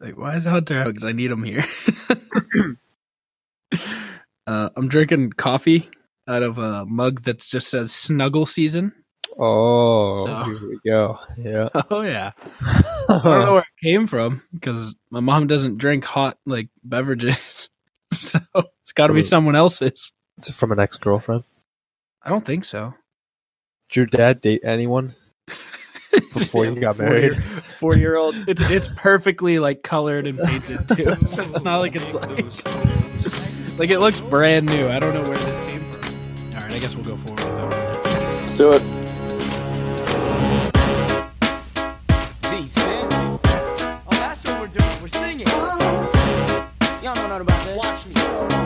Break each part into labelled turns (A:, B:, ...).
A: Like, why is Hunter out? Because I need him here. uh, I'm drinking coffee out of a mug that just says "Snuggle Season."
B: Oh,
A: So-
B: here we go. Yeah.
A: Oh yeah, I don't know where it came from because my mom doesn't drink hot like beverages, so it's got to be
B: Mm.
A: someone else's.
B: Is it from an ex-girlfriend?
A: I don't think so.
B: Did your dad date anyone? Before you got married.
A: four year old. It's it's perfectly like colored and painted too. So it's not like it's like like it looks brand new. I don't know where this came from. All right, I guess we'll go forward. With it.
C: Let's do it.
D: Oh, that's what we're doing. We're singing. Y'all don't know about that. Watch me.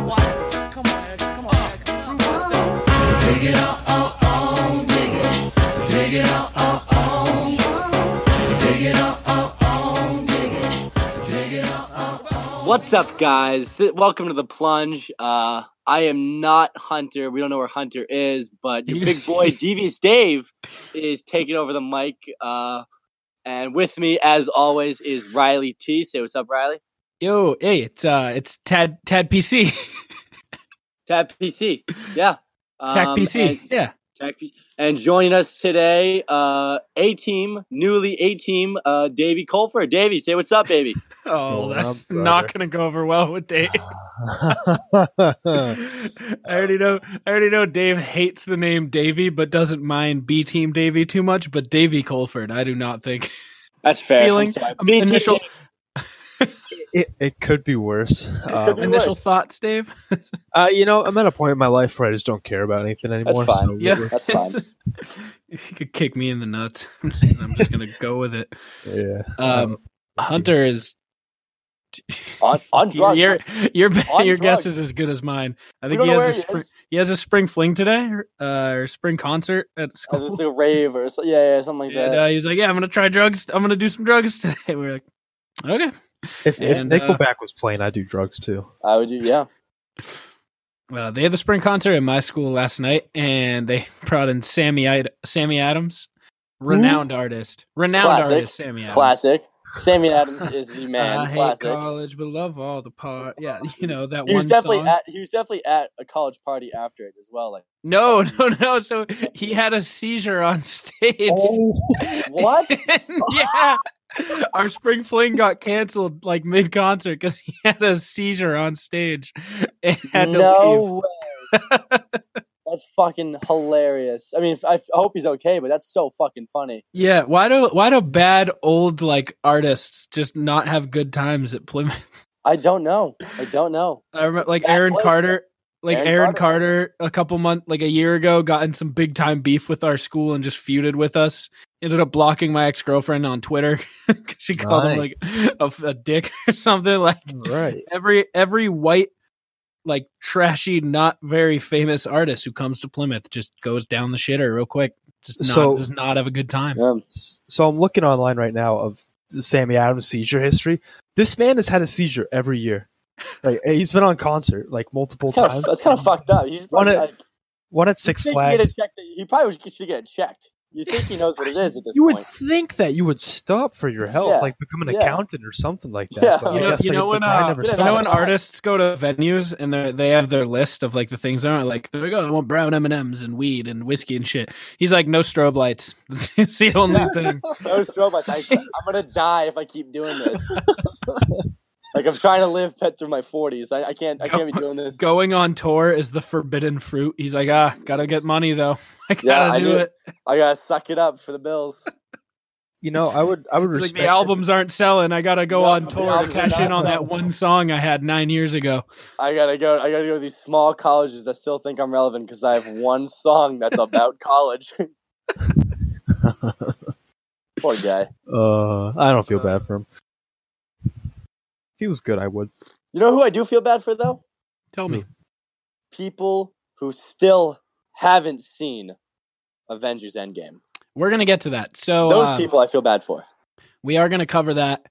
D: Watch me. Come on, Eric. Come on, Eric. Prove yourself.
C: What's up, guys? Welcome to the plunge. Uh, I am not Hunter. We don't know where Hunter is, but your big boy Devious Dave is taking over the mic. Uh, and with me, as always, is Riley T. Say what's up, Riley.
A: Yo, hey, it's uh, it's Tad Tad PC,
C: Tap PC. Yeah.
A: Tac
C: Um,
A: PC,
C: And,
A: yeah.
C: Tac PC. And joining us today, uh, A Team, newly A Team, uh, Davey Colfer. Davey, say what's up, baby.
A: Oh,
B: going
A: that's
B: on,
A: not gonna go over well with Dave. I already know. I already know. Dave hates the name Davy, but doesn't mind B Team Davy too much. But Davy Colford, I do not think
C: That's fair.
A: Feeling,
C: I'm sorry.
A: um,
C: B Team
A: initial-
C: Davey.
B: it, it could be worse.
C: could be
B: Um,
A: initial
C: was.
A: thoughts, Dave.
B: uh, you know, I'm at a point in my life where I just don't care about anything anymore.
C: fine.
B: so
A: Yeah,
C: That's fine.
A: you could kick me in the nuts. I'm just, I'm just gonna go with it.
B: Yeah.
A: Um, Hunter is
C: on, on drugs.
A: your your
C: On
A: your guess
C: drugs.
A: is as good as mine. I
C: We
A: think
C: don't
A: he has
C: know where
A: a
C: he
A: spring,
C: is.
A: he has a spring fling today or, uh, or spring concert at
C: Oh, It's
A: school.
C: like a rave or so, yeah, yeah, something like
A: And
C: that.
A: uh, he was like, "Yeah, I'm gonna try drugs. I'm gonna do some drugs today." We were like, "Okay."
B: If, if
A: and, uh,
B: Nickelback was playing, I do drugs too.
C: I would do, yeah.
A: Uh, they had the spring concert at my school last night, and they brought in Sammy Id- Sammy Adams, renowned artist, renowned
C: Classic.
A: artist Sammy Adams.
C: Classic. Sammy Adams is
A: Uh,
C: the man.
A: I hate
C: Classic.
A: college, but love all the part. Yeah, you know that
C: He
A: one
C: was definitely
A: song.
C: at he was definitely at a college party after it as well. Like
A: no, no, no. So he had a seizure on stage.
B: Oh,
C: What?
A: yeah. Our spring fling got canceled like mid concert because he had a seizure on stage and had to leave.
C: no way. That's fucking hilarious. I mean, I, I hope he's okay, but that's so fucking funny.
A: Yeah, why do why do bad old like artists just not have good times at Plymouth?
C: I don't know. I don't know.
A: I remember like
C: Bad
A: Aaron
C: place,
A: Carter, like
C: Aaron
A: Aaron, Carter, a couple month like a year ago, got in some big time beef with our school and just feuded with us. Ended up blocking my ex girlfriend on Twitter 'cause she called him like a, a dick or something. Like
B: Oh, right.
A: every every white like trashy, not very famous artist who comes to Plymouth just goes down the shitter real quick. Just not,
B: So-
A: does not have a good time.
C: Yeah.
B: So I'm looking online right now of Sammy Adams' seizure history. This man has had a seizure every year. Like he's been on concert like multiple
C: That's kind
B: times.
C: of that's kind of fucked up. He's probably,
B: Wanna-
C: like,
B: One at
C: you
B: Six
C: think he'd get
B: Flags.
C: it checked- He probably should- should get it checked. You think he knows what it is at this
B: You
C: point?
B: would think that you would stop for your health,
C: Yeah,
B: like become an
C: yeah.
B: accountant or something like that.
C: Yeah.
B: but I
A: you know,
B: guess
A: you
B: they-
A: know
B: the
A: when
B: guy
A: uh,
B: never
A: you
C: stopped.
A: know when artists go to venues and they they have their list of like the things they want. Like there we go, I want brown M and M's and weed and whiskey and shit. He's like, no strobe lights. it's the only thing.
C: No strobe lights. I, I'm gonna die if I keep doing this. like I'm trying to live pet through my 40s. I, I can't. I can't be doing this.
A: Going on tour is the forbidden fruit. He's like, ah, gotta get money though. I gotta
C: Yeah, I
A: do
C: knew
A: it.
C: I gotta suck it up for the bills.
B: You know, I would, I would
A: He's
B: respect.
A: like the albums aren't selling. I gotta go
C: No,
A: on
C: the
A: tour to
C: albums are
A: cash in
C: not
A: on that
C: selling.
A: one song I had nine years ago.
C: I gotta go. I gotta go to these small colleges that still think I'm relevant because I have one song that's about college. Poor guy.
B: Uh, I don't feel bad for him. If he was good, I would.
C: You know who I do feel bad for though?
A: Tell me,
C: People who still haven't seen Avengers Endgame.
A: we're gonna get to that. So
C: Those
A: uh,
C: people I feel bad for.
A: We are going to cover that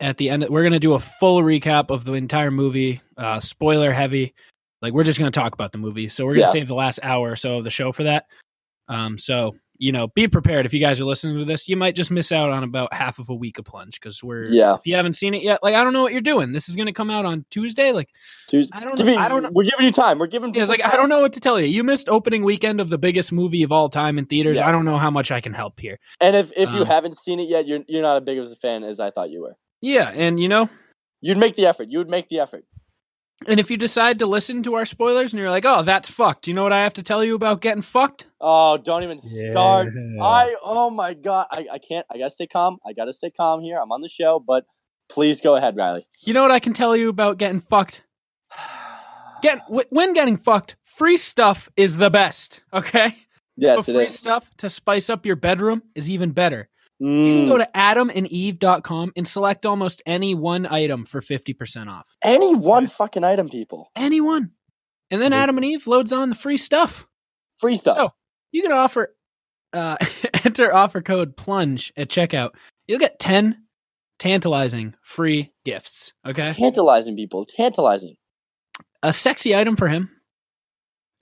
A: at the end. We're going to do a full recap of the entire movie, uh, spoiler heavy. Like we're just going to talk about the movie, so we're going to
C: Yeah.
A: save the last hour or so of the show for that. Um, so you know, be prepared if you guys are listening to this. You might just miss out on about half of a week of plunge because we're
C: Yeah.
A: If you haven't seen it yet, like I don't know what you're doing. This is going to come out on Tuesday. Like
C: Tuesday.
A: I don't
C: Give
A: know-
C: me-
A: I don't know.
C: We're giving you time. We're giving.
A: yeah, it's like
C: people
A: I don't
C: time.
A: know what to tell you. You missed opening weekend of the biggest movie of all time in theaters. I
C: Yes.
A: don't know how much I can help here.
C: And if, if you
A: Um,
C: haven't seen it yet, you're you're not as big of a fan as I thought you were.
A: Yeah, and you know,
C: You'd make the effort. You would make the effort.
A: and if you decide to listen to our spoilers and you're like, "Oh, that's fucked." You know what I have to tell you about getting fucked?
C: Oh, don't even start.
B: Yeah.
C: I oh my god, I, I can't. I gotta stay calm. I gotta stay calm here. I'm on the show, but please go ahead, Riley.
A: You know what I can tell you about getting fucked? Get wh- when getting fucked, free stuff is the best. Okay,
C: yes,
A: but
C: it
A: free
C: is.
A: stuff to spice up your bedroom is even better. You can
C: Mm.
A: go to adamandeve.com and select almost any one item for 50% off.
C: Any one fucking item, people.
A: Any one. And then Adam and Eve loads on the free stuff.
C: Free stuff.
A: So you can offer, uh, enter offer code plunge at checkout. You'll get 10 tantalizing free gifts. Okay.
C: Tantalizing people. Tantalizing.
A: A sexy item for him,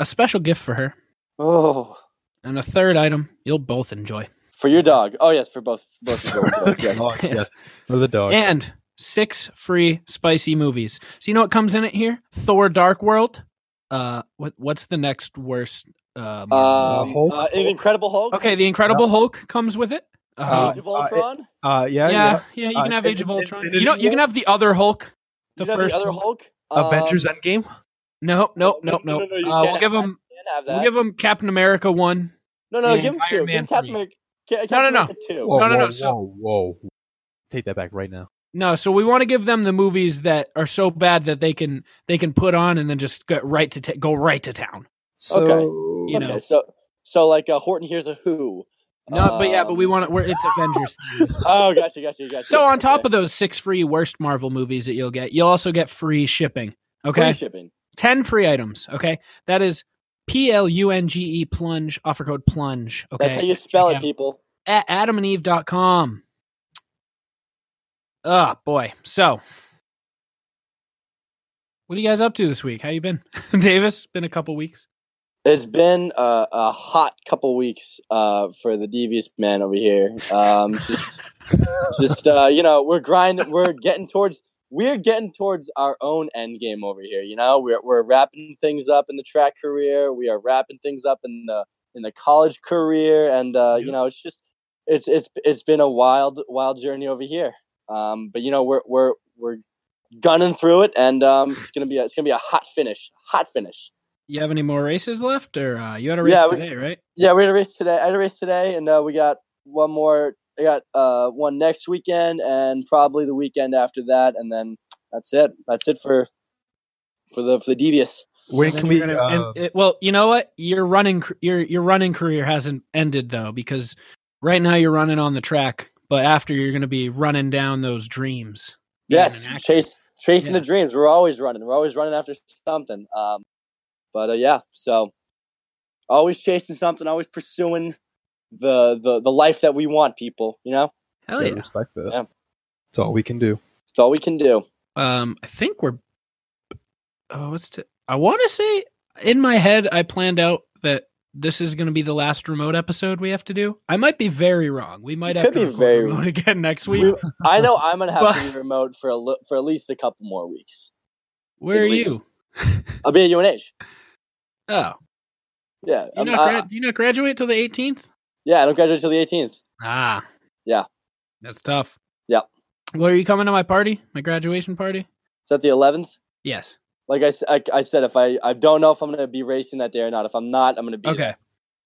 A: a special gift for her,
C: Oh,
A: and a third item you'll both enjoy.
C: for your dog. Oh yes, for both. for Both of you. Yes. Um,
B: Dog, yeah. For the dog.
A: And six free spicy movies. So you know what comes in it here? Thor: Dark World. Uh, what what's the next worst? Uh, Marvel
C: Um,
A: movie?
B: Hulk.
C: uh, an Incredible Hulk.
A: okay, The Incredible Hulk comes with it. Uh,
C: Age of
B: Uh, uh, it-
C: Ultron.
B: uh,
A: yeah,
B: yeah, yeah.
A: yeah, you can
B: Uh,
A: have Age of
B: Infinity-
A: Ultron.
B: Infinity
A: you know, you can
B: War?
A: have the other Hulk. The
C: You got
A: first.
C: the other
A: one.
C: Hulk.
B: Avengers
C: Um,
B: Endgame.
A: No, no,
C: No,
A: no,
C: no,
A: no.
C: no,
A: Uh,
C: you can't
A: we'll give
C: have
A: him.
C: can't have
A: We'll
C: that.
A: give him Captain America one.
C: no, no,
A: and
C: give him two.
A: Iron
C: Give
A: Man
C: him Captain
A: three.
C: America. Ca- Captain
A: no.
C: America two.
A: no, no,
B: Oh, whoa,
A: no, so-
B: whoa, whoa. Take that back right now.
A: No, so we want to give them the movies that are so bad that they can they can put on and then just get right to ta- go right to town.
B: So,
A: You know.
C: Okay, so so like uh, Horton hears a who.
A: No, but yeah, but we
C: Um,
A: want to. We're, it's Avengers. themed.
C: Oh, gotcha, gotcha, gotcha.
A: So on top
C: Okay.
A: of those six free worst Marvel movies that you'll get, you'll also get free shipping. Okay,
C: free shipping.
A: ten free items. Okay, that is P L U N G E plunge offer code plunge. Okay,
C: That's how you spell
A: Yeah.
C: it, people.
A: at AdamandEve.com. Oh boy, so what are you guys up to this week? How you been, Davis? Been a couple weeks.
C: It's been uh, a hot couple weeks uh, for the devious man over here. Um, just, just uh, you know, we're grinding. We're getting towards. We're getting towards our own end game over here. You know, we're we're wrapping things up in the track career. We are wrapping things up in the in the college career, and uh, you know, it's just it's it's it's been a wild wild journey over here. Um, but you know, we're we're we're gunning through it, and um, it's gonna be a, it's gonna be a hot finish. Hot finish.
A: You have any more races left, or uh, you had a race
C: Yeah, we-
A: today, right?
C: Yeah, we had a race today. I had a race today, and uh, we got one more. I got uh, one next weekend, and probably the weekend after that, and then that's it. That's it for for the for the devious.
B: when
A: Then
B: can
A: you're
B: we?
A: gonna-
B: uh,
A: and, uh, well, you know what? Your running, cr- your your running career hasn't ended though, because right now you're running on the track, but after you're going to be running down those dreams. being
C: Yes,
A: an actor.
C: chase chasing
A: Yeah.
C: the dreams. We're always running. We're always running after something. Um, but uh, yeah, so always chasing something. Always pursuing the the the life that we want. People, you know,
A: Hell
B: yeah,
A: yeah!
B: Respect that.
C: Yeah.
B: That's all we can do.
C: it's all we can do.
A: Um, I think we're. Oh, what's to? I want to say in my head I planned out that this is going to be the last remote episode we have to do. I might be very wrong. We might
C: You
A: have to
C: could be
A: record
C: very-
A: remote again next
C: We-
A: week.
C: I know I'm gonna have to
A: But-
C: be remote for a li- for at least a couple more weeks.
A: Where are
C: least.
A: you?
C: I'll be at UNH.
A: Oh,
C: Yeah,
A: do you,
C: I'm-
A: not
C: I-
A: gra- do you not graduate till the 18th?
C: Yeah, I don't graduate till the 18th.
A: Ah.
C: Yeah.
A: That's tough.
C: Yeah.
A: Well, are you coming to my party? My graduation party?
C: Is that the 11th?
A: Yes.
C: Like I, s- I- I said, if I, I don't know if I'm going to be racing that day or not. If I'm not, I'm going to be
A: Okay.
C: there.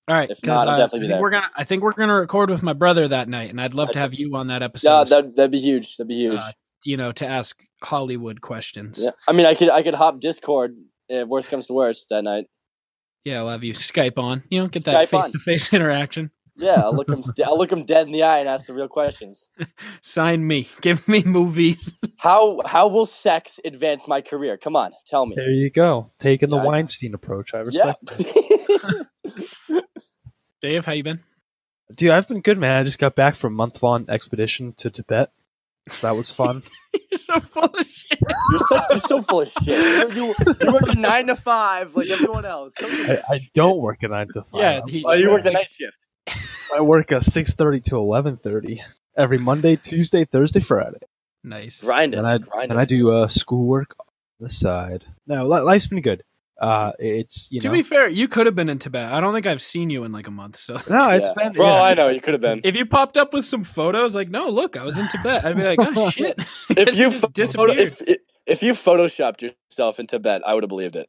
A: All right.
C: If
A: 'cause,
C: not, I'll
A: uh,
C: definitely be
A: I think
C: there.
A: We're gonna. I think we're gonna record with my brother that night, and I'd love to have you on that episode.
C: Yeah, that that'd be huge. That'd be huge.
A: Uh, you know, to ask Hollywood questions.
C: yeah. I mean, I could I could hop Discord if worst comes to worst that night.
A: Yeah, we'll have you Skype on. You know, get that
C: Skype on.
A: face to face interaction.
C: Yeah, I'll look him st- I'll look him dead in the eye and ask the real questions.
A: Sign me. Give me movies.
C: How how will sex advance my career? Come on, tell me.
B: There you go. Taking the
C: Yeah, I-
B: Weinstein approach. I
C: Yeah.
B: respect.
A: Dave, how you been?
B: Dude, I've been good, man. I just got back from a month long expedition to Tibet. So that was fun.
A: You're so full of shit.
C: you're such you're so full of shit. You, you, you work a nine to five like everyone else. Don't do
B: I, I
C: this.
B: don't work a nine to five.
A: Yeah, he-
C: oh, you work the night shift.
B: I work uh, six thirty to eleven thirty every Monday, Tuesday, Thursday, Friday,
A: Nice.
C: Grind it.
B: and I
C: grind
B: and I
C: it.
B: do uh, schoolwork on the side. No, li- life's been good. Uh, it's you
A: to
B: know,
A: be fair, you could have been in Tibet. I don't think I've seen you in like a month. So
B: no, it's
C: Yeah.
B: been
C: For all
B: yeah.
C: I know, you could have been.
A: if you popped up with some photos, like, no, look, I was in Tibet, I'd be like, oh shit.
C: If you
A: Just
C: photo-
A: disappeared.
C: if, if if you photoshopped yourself in Tibet, I would have believed it.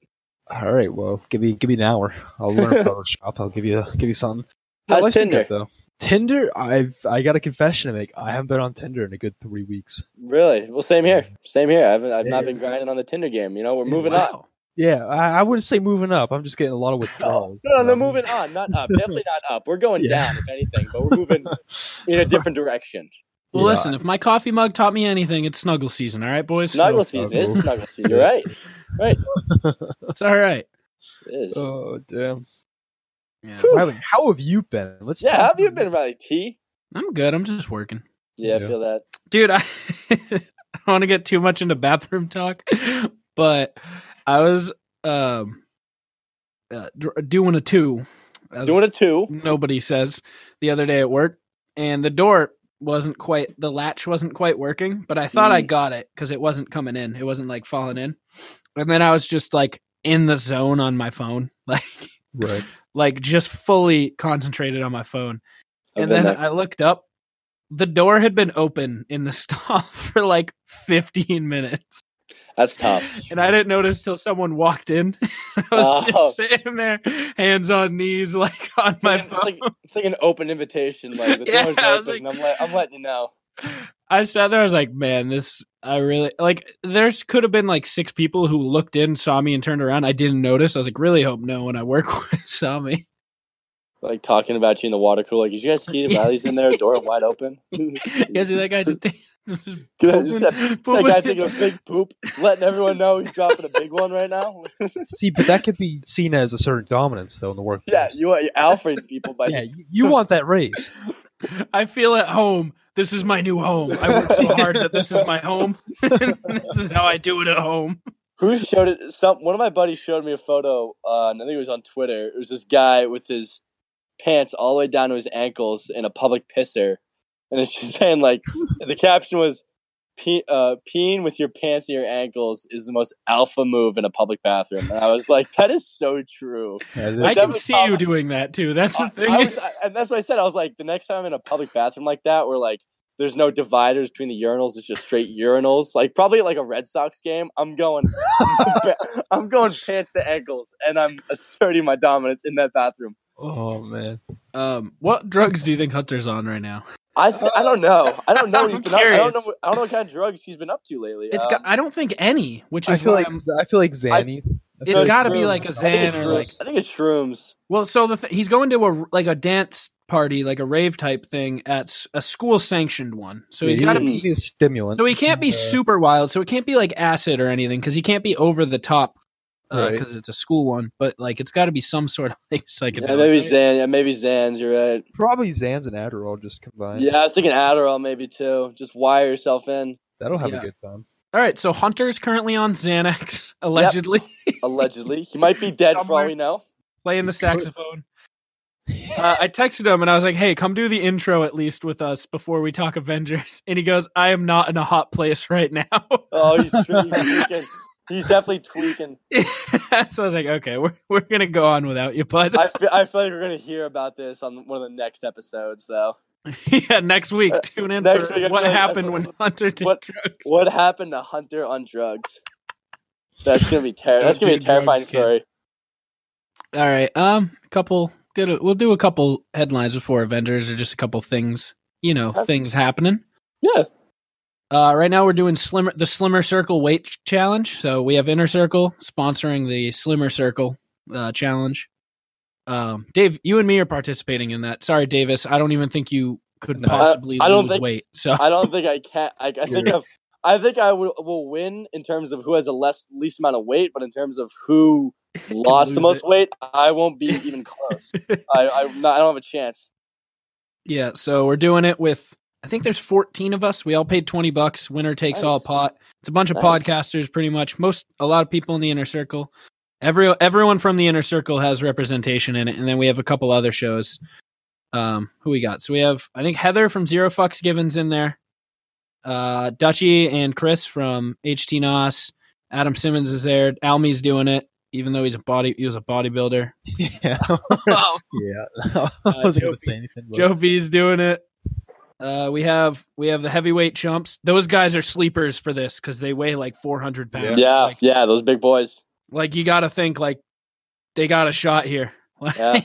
B: All right, well, give me give me an hour. I'll learn Photoshop. I'll give you give you something. No,
C: How's
B: life's been good,
C: Tinder?
B: though? Tinder, I've I got a confession to make. I haven't been on Tinder in a good three weeks.
C: Really? Well, same here. Same here. I've I've
B: Yeah.
C: not been grinding on the Tinder game. You know, we're moving on.
A: wow.
B: Yeah, I, I wouldn't say moving up. I'm just getting a lot of withdrawals.
C: No, no, no,
B: Um,
C: moving on, not up. Definitely not up. We're going
B: Yeah.
C: down, if anything, but we're moving in a different direction.
A: Well,
B: Yeah.
A: listen, if my coffee mug taught me anything, it's snuggle season. All right, boys.
C: snuggle
B: so
C: season is
B: snuggle.
C: snuggle season. You're right. Right.
A: It's all right.
C: It is.
B: Oh damn,
A: Yeah.
C: Phew.
B: Riley, how have you been? Let's
C: yeah.
B: talk
C: How have you
B: about-
C: been, Riley T?
A: I'm good. I'm just working.
B: Yeah.
C: Yeah, I feel that.
A: dude i, I don't want to get too much into bathroom talk but i was um uh, dr- doing a two as
C: Doing a two.
A: nobody says the other day at work and the door wasn't quite the latch wasn't quite working but i thought i
C: Mm.
A: got it because it wasn't coming in it wasn't like falling in and then i was just like in the zone on my phone like
B: Right.
A: like just fully concentrated on my phone
C: I've
A: and
C: been
A: then
C: there.
A: I looked up. The door had been open in the stall for like 15 minutes.
C: That's tough.
A: And I didn't notice till someone walked in. I was
C: Oh.
A: just sitting there, hands on knees, like on
C: It's
A: my
C: like, an-
A: phone.
C: it's, like, it's like an open invitation. Like the
A: Yeah,
C: door's
A: I was
C: open.
A: like-
C: I'm, let, I'm letting you know.
A: I sat there, I was like, man, this, I really, like, there's could have been like six people who looked in, saw me, and turned around. I didn't notice. I was like, really hope no one I work with saw me.
C: Like talking about you in the water cooler. Like, did you guys see Riley's in there? Door wide open.
A: You see that guy just,
C: Is that, is that guy
A: pooping-
C: taking a big poop, letting everyone know he's dropping a big one right now?
B: See, but that could be seen as a certain dominance, though, in the workplace.
C: yeah, you are Alfred people by
B: yeah,
C: just
B: you, you want that raise.
A: I feel at home. This is my new home. I work so hard that this is my home. this is how I do it at home.
C: Who showed it? Some one of my buddies showed me a photo on. I think it was on Twitter. It was this guy with his pants all the way down to his ankles in a public pisser, and it's just saying like the caption was, Pe- uh, "Peeing with your pants at your ankles is the most alpha move in a public bathroom." And I was like, "That is so true."
B: Yeah, this-
A: I can
C: definitely
A: see
C: thought-
A: you doing that too. That's the
C: I,
A: thing.
C: I was, I, and that's what I said. I was like, the next time I'm in a public bathroom like that, where like there's no dividers between the urinals, it's just straight urinals. Like probably at, like a Red Sox game, I'm going, I'm going pants to ankles, and I'm asserting my dominance in that bathroom.
B: oh man,
A: um, what drugs do you think Hunter's on right now?
C: I th- I don't know. I don't know what he's
A: I'm
C: been. Up, I don't
A: curious.
C: know. I don't know what kind of drugs he's been up to lately.
A: It's
C: Um,
A: got. I don't think any, which
B: I
A: is
B: feel
A: why
B: like
A: I'm-
B: I feel like Zanny. I feel
A: it's
C: no,
A: gotta
B: Zanny.
A: be
C: shrooms.
A: like a
C: I think it's
A: Xan or,
C: shrooms.
A: like-
C: I think it's shrooms.
A: well. So the th- he's going to a like a dance party, like a rave type thing at s- a school sanctioned one. So he's
B: Yeah,
A: got to
B: you
A: be.
B: need a stimulant.
A: So he can't be
B: Uh,
A: super wild. So it can't be like acid or anything because he can't be over the top
B: Right.
A: because it's a school one. But like, it's got to be some sort of like psychedelic.
C: Yeah, maybe Xan. Yeah, maybe Xans. You're right.
B: probably Zans and Adderall just combined.
C: Yeah, I was thinking Adderall maybe too. Just wire yourself in,
B: that'll have
A: Yeah.
B: a good time.
A: All right, so Hunter's currently on Xanax, allegedly
C: allegedly. He might be dead for all
A: Somewhere.
C: we know.
A: playing the saxophone. Uh, I texted him and I was like, "Hey, come do the intro at least with us before we talk Avengers." And he goes, "I am not in a hot place right now."
C: Oh, he's, tre- he's tweaking. He's definitely tweaking.
A: so I was like, "Okay, we're we're gonna go on without you, bud."
C: I feel, I feel like we're gonna hear about this on one of the next episodes, though.
A: yeah, next week, tune in
C: Uh, next
A: for
C: week, I
A: what
C: feel like- I
A: happened
C: feel-
A: when Hunter did
C: what-
A: drugs.
C: What happened to Hunter on drugs? That's gonna be terrible. That's gonna be a
A: Don't do drugs,
C: terrifying
A: kid.
C: story.
A: All right, um, couple good. We'll do a couple headlines before Avengers, or just a couple things, you know,
C: Okay.
A: things happening.
C: Yeah,
A: Uh, right now we're doing slimmer the slimmer circle weight ch- challenge. So we have Inner Circle sponsoring the slimmer circle uh, challenge. Um, Dave, you and me are participating in that. Sorry, Davis, I don't even think you could
B: No. I-
A: possibly
C: I don't
A: lose
C: think-
A: weight. So
C: I don't think I can. I, I think I've, I think I will, will win in terms of who has the less least amount of weight, but in terms of who lost the
A: lose
C: most
A: it.
C: weight, I won't be even close. I I'm not, I don't have a chance.
A: yeah, so we're doing it with I think there's 14 of us. We all paid 20 bucks. Winner takes all
C: Nice.
A: pot. It's a bunch of
C: Nice.
A: podcasters, pretty much. Most a lot of people in the Inner Circle. Every everyone from the Inner Circle has representation in it, and then we have a couple other shows. Um, who we got? So we have I think Heather from Zero Fucks Givens in there. Uh, Dutchy and Chris from HT Nos. Adam Simmons is there. Almi's doing it, even though he's a body he was a bodybuilder.
B: Yeah.
C: Oh,
B: yeah.
A: Uh,
B: I wasn't
A: Joe
B: going to say anything. but-
A: Joe B's doing it. Uh, we have we have the heavyweight chumps. Those guys are sleepers for this because they weigh like 400 pounds.
C: Yeah,
A: Like,
C: yeah, those big boys.
A: like you got to think like they got a shot here. Like
C: Yeah.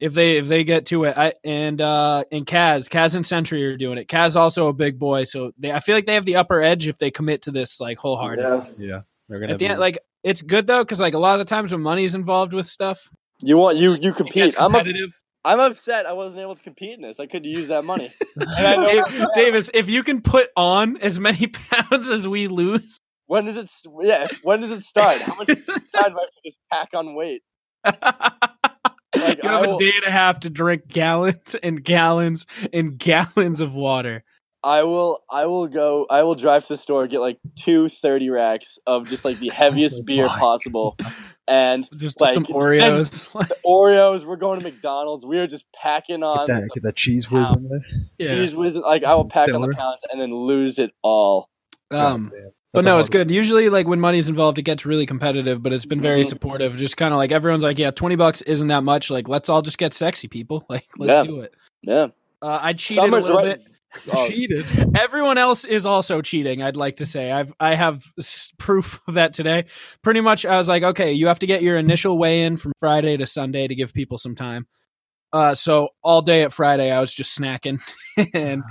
A: if they if they get to it, I, and uh and Kaz Kaz and Sentry are doing it. Kaz also a big boy, so they I feel like they have the upper edge if they commit to this like wholehearted.
B: Yeah. They're
A: At
B: going
A: the
B: to
A: end, like it's good though because like a lot of the times when money's involved with stuff,
C: You want you you
A: it gets
C: compete. I'm up,
A: competitive.
C: I'm upset. I wasn't able to compete in this. I could use that money. And I know-
A: Dave, Davis, if you can put on as many pounds as we lose,
C: when does it? s- Yeah, when does it start? How much time do I have to just pack on weight?
A: you have
C: I will-
A: a day and a half to drink gallons and gallons and gallons of water.
C: I will. I will go. I will drive to the store get like two thirty racks of just like the
A: Oh
C: heaviest beer
B: my
C: possible, and
A: Just
C: Like,
A: some
C: it's
A: Oreos. Like,
C: Oreos. We're going to McDonald's. We are just packing
B: Get
C: on
B: that, get that cheese whiz
A: Wow.
B: in there.
A: yeah.
C: cheese whiz. Like I will pack on
B: Filler.
C: the pounds and then lose it all.
A: Um,
B: God damn.
A: but
B: That's
A: no,
B: a
A: it's
B: hard
A: good. Usually, like when money's involved, it gets really competitive. But it's been very
C: Mhm.
A: supportive. Just kind of like everyone's like, yeah, twenty bucks isn't that much. Like, let's all just get sexy, people. Like, let's
C: Yeah.
A: do it.
C: Yeah,
A: Uh, I cheated a little bit.
C: Oh,
A: cheated. Everyone else is also cheating. I'd like to say I've I have s- proof of that today. Pretty much, I was like, okay, you have to get your initial weigh in from Friday to Sunday to give people some time. Uh, so all day at Friday, I was just snacking and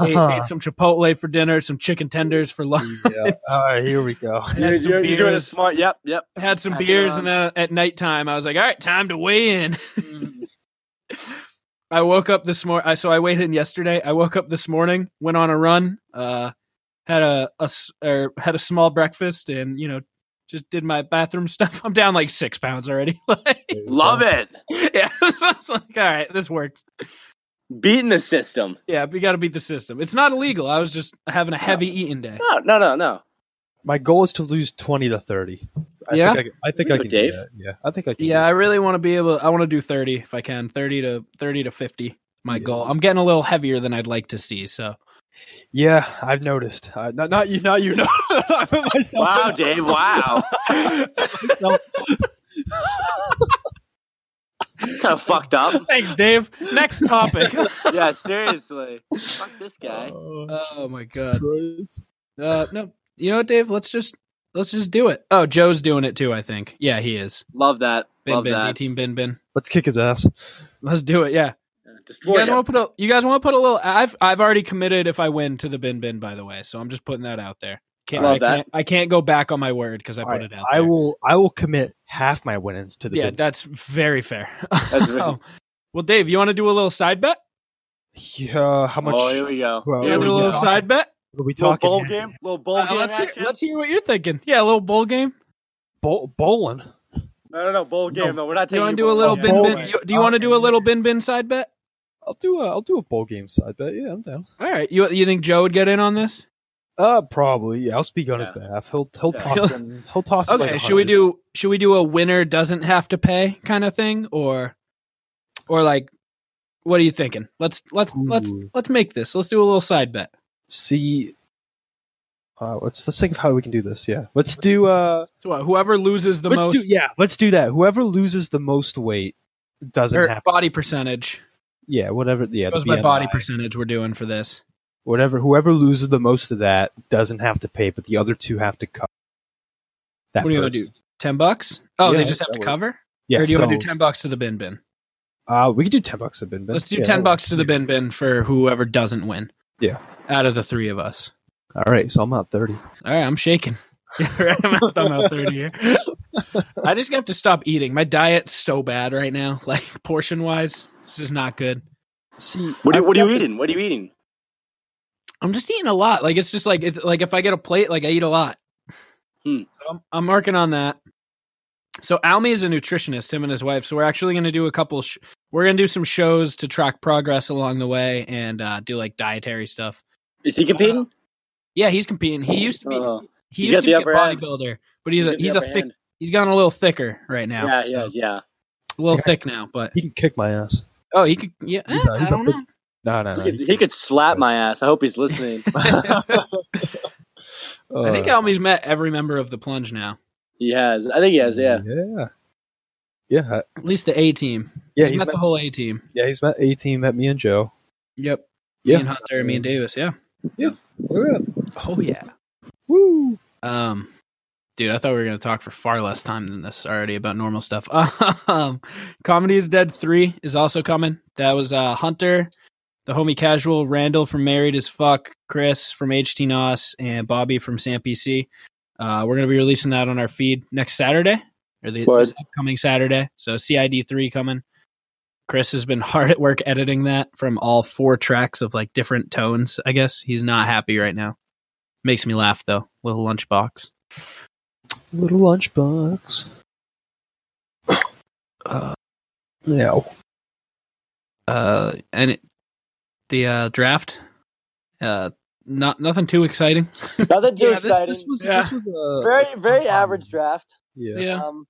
A: ate, ate some Chipotle for dinner, some chicken tenders for lunch,
B: yeah. All right, here we go.
C: you're,
A: Had some
C: you're, you're doing a
A: beers.
C: smart. Yep, yep.
A: had some
C: Snacking
A: beers,
C: on.
A: and then at nighttime, I was like, all right, time to weigh in. Mm. I woke up this morning. So I weighed in yesterday. I woke up this morning, went on a run, uh, had a, a s- or had a small breakfast, and you know, just did my bathroom stuff. I'm down like six pounds already. Like,
C: Love it.
A: yeah, so I was like, all right, this worked.
C: Beating the system.
A: Yeah, we got to beat the system. It's not illegal. I was just having a heavy eating day.
C: No, no, no, no.
B: My goal is to lose twenty to thirty. I
A: Yeah?
B: think I, can- I think I
C: Ooh,
B: can. do
C: Dave.
B: that. Yeah, I think I can.
A: Yeah, I really want to be able. I want to do thirty if I can. Thirty to thirty to fifty. My
B: Yeah.
A: goal. I'm getting a little heavier than I'd like to see. So
B: Yeah, I've noticed. Uh, not not you, not you. No, I put myself.
C: Wow,
B: in-
C: Dave. Wow.
B: myself-
C: It's kind of fucked up.
A: thanks, Dave. Next topic.
C: Yeah, seriously. Fuck this guy.
B: Oh,
A: oh my god.
B: Christ.
A: Uh, no, you know what, Dave? Let's just let's just do it. Oh, Joe's doing it too. I think. Yeah, he is.
C: Love that.
A: Bin
C: Love
A: bin,
C: that.
A: team bin bin.
B: Let's kick his ass.
A: Let's do it. Yeah. You
C: Destroy
A: guys
C: him.
A: want to put a? You guys want to put a little? I've I've already committed if I win to the bin bin. By the way, so I'm just putting that out there. Can't,
C: Love
A: I,
C: that.
A: Can't, I can't go back on my word because I
B: All
A: put
B: right,
A: it out.
B: I
A: there.
B: will. I will commit half my winnings to the.
A: Yeah,
B: bid.
A: that's very fair.
C: That's very-
A: Oh. Well, Dave, you want to do a little side bet?
B: Yeah, how much?
C: Oh, here we go.
B: Well,
A: You
C: here
A: want
C: we
A: to do a
C: go.
A: little
B: go.
A: side bet?
B: what are we
C: Little
B: talking?
C: bowl
B: here?
C: game. Little bowl
A: Uh,
C: game
A: let's,
C: action.
A: hear, let's hear what you're thinking. Yeah, a little bowl game.
B: Bowl, bowling.
C: No, no, no. Bowl game. No, we're not
A: Do you
C: taking.
A: want to do a
C: your bowl
A: little
C: game.
A: bin
B: Bowling.
A: bin? You- Do you want to do a little bin bin side bet?
B: I'll do a. I'll do a bowl game side bet. Yeah, I'm down.
A: All right, you you think Joe would get in on this?
B: Uh, probably. Yeah, I'll speak on his
C: Yeah.
B: behalf. He'll he'll
C: Yeah.
B: toss him. He'll toss. him
A: Okay,
B: like
A: should we
B: 100.
A: do should we do a winner doesn't have to pay kind of thing or or like what are you thinking? Let's let's let's
B: Ooh.
A: let's make this. Let's do a little side bet.
B: see uh, let's let's think of how we can do this yeah let's do uh
A: So what, whoever loses the
B: let's
A: most
B: do yeah let's do that whoever loses the most weight doesn't
A: or
B: have
A: body percentage
B: yeah whatever yeah the
A: goes by body
B: BMI,
A: percentage we're doing for this.
B: whatever whoever loses the most of that doesn't have to pay but the other two have to cover that
A: What do you want to
B: person.
A: do? Ten bucks? Oh,
B: Yeah,
A: they just
B: that
A: have to
B: works.
A: cover.
B: yeah
A: or do you
B: so,
A: want to do ten bucks to the bin bin?
B: uh we can do 10 bucks a bin bin.
A: Let's do
B: Yeah,
A: ten
B: that
A: bucks
B: works.
A: to the bin bin for whoever doesn't win.
B: Yeah.
A: out of the three of us.
B: all right so i'm out 30
A: All right, I'm shaking. Right, I'm out, I'm out 30 here. I just have to stop eating. My diet's so bad right now, like portion wise, this is not good.
B: see
C: What are, you, what are you eating? What are you eating?
A: I'm just eating a lot. Like it's just like it's like if I get a plate, like I eat a lot.
C: Hmm.
A: So I'm, I'm working on that. So Almi is a nutritionist, him and his wife. So we're actually going to do a couple. Sh- we're going to do some shows to track progress along the way and uh, do like dietary stuff.
C: Is he competing?
A: Uh, Yeah, he's competing. He used to be.
C: Oh.
A: he
C: he's
A: used
C: got
A: to
C: the
A: be a
C: upper hand.
A: bodybuilder, but he's a
C: got the
A: he's a
C: upper
A: thick.
C: hand.
A: He's gone a little thicker right now.
C: Yeah,
A: so
C: yeah, yeah.
A: A little
B: Okay.
A: thick now, but
B: you can kick my ass
A: Oh, he could. Yeah,
B: He's a-
A: eh, I
B: he's a
A: don't
B: big-
A: know.
B: No, no,
C: He
B: no.
C: could, he could slap my ass. I hope he's listening.
A: I think
B: uh,
A: Almy's met every member of the plunge now,
C: he has. I think he has. Yeah.
B: yeah, yeah, uh,
A: at least the A team.
B: yeah.
A: he's
B: He's
A: met,
B: met,
A: the whole A team.
B: yeah, he's met A team, met me and Joe.
A: Yep.
B: Yeah.
A: Me and Hunter, me and Davis. Yeah.
B: Look at that.
A: Oh yeah.
B: Woo!
A: Um, dude, I thought we were gonna talk for far less time than this already about normal stuff. Um, Comedy is Dead Three is also coming. That was uh Hunter, the homie casual, Randall from Married as Fuck, Chris from HT NOS, and Bobby from Sam PC. Uh, we're gonna be releasing that on our feed next Saturday or the
C: Word.
A: this upcoming Saturday. So CID three coming. Chris has been hard at work editing that from all four tracks of like different tones. I guess he's not happy right now. Makes me laugh though. Little lunchbox.
B: Little lunchbox.
A: Uh,
B: Yeah.
A: uh, and it, the uh, draft. Uh, not nothing too exciting.
C: Nothing too
B: yeah, this,
C: exciting.
B: this was
A: Yeah.
B: this was
A: uh,
B: a
C: very very average draft.
B: Yeah.
A: yeah.
C: Um,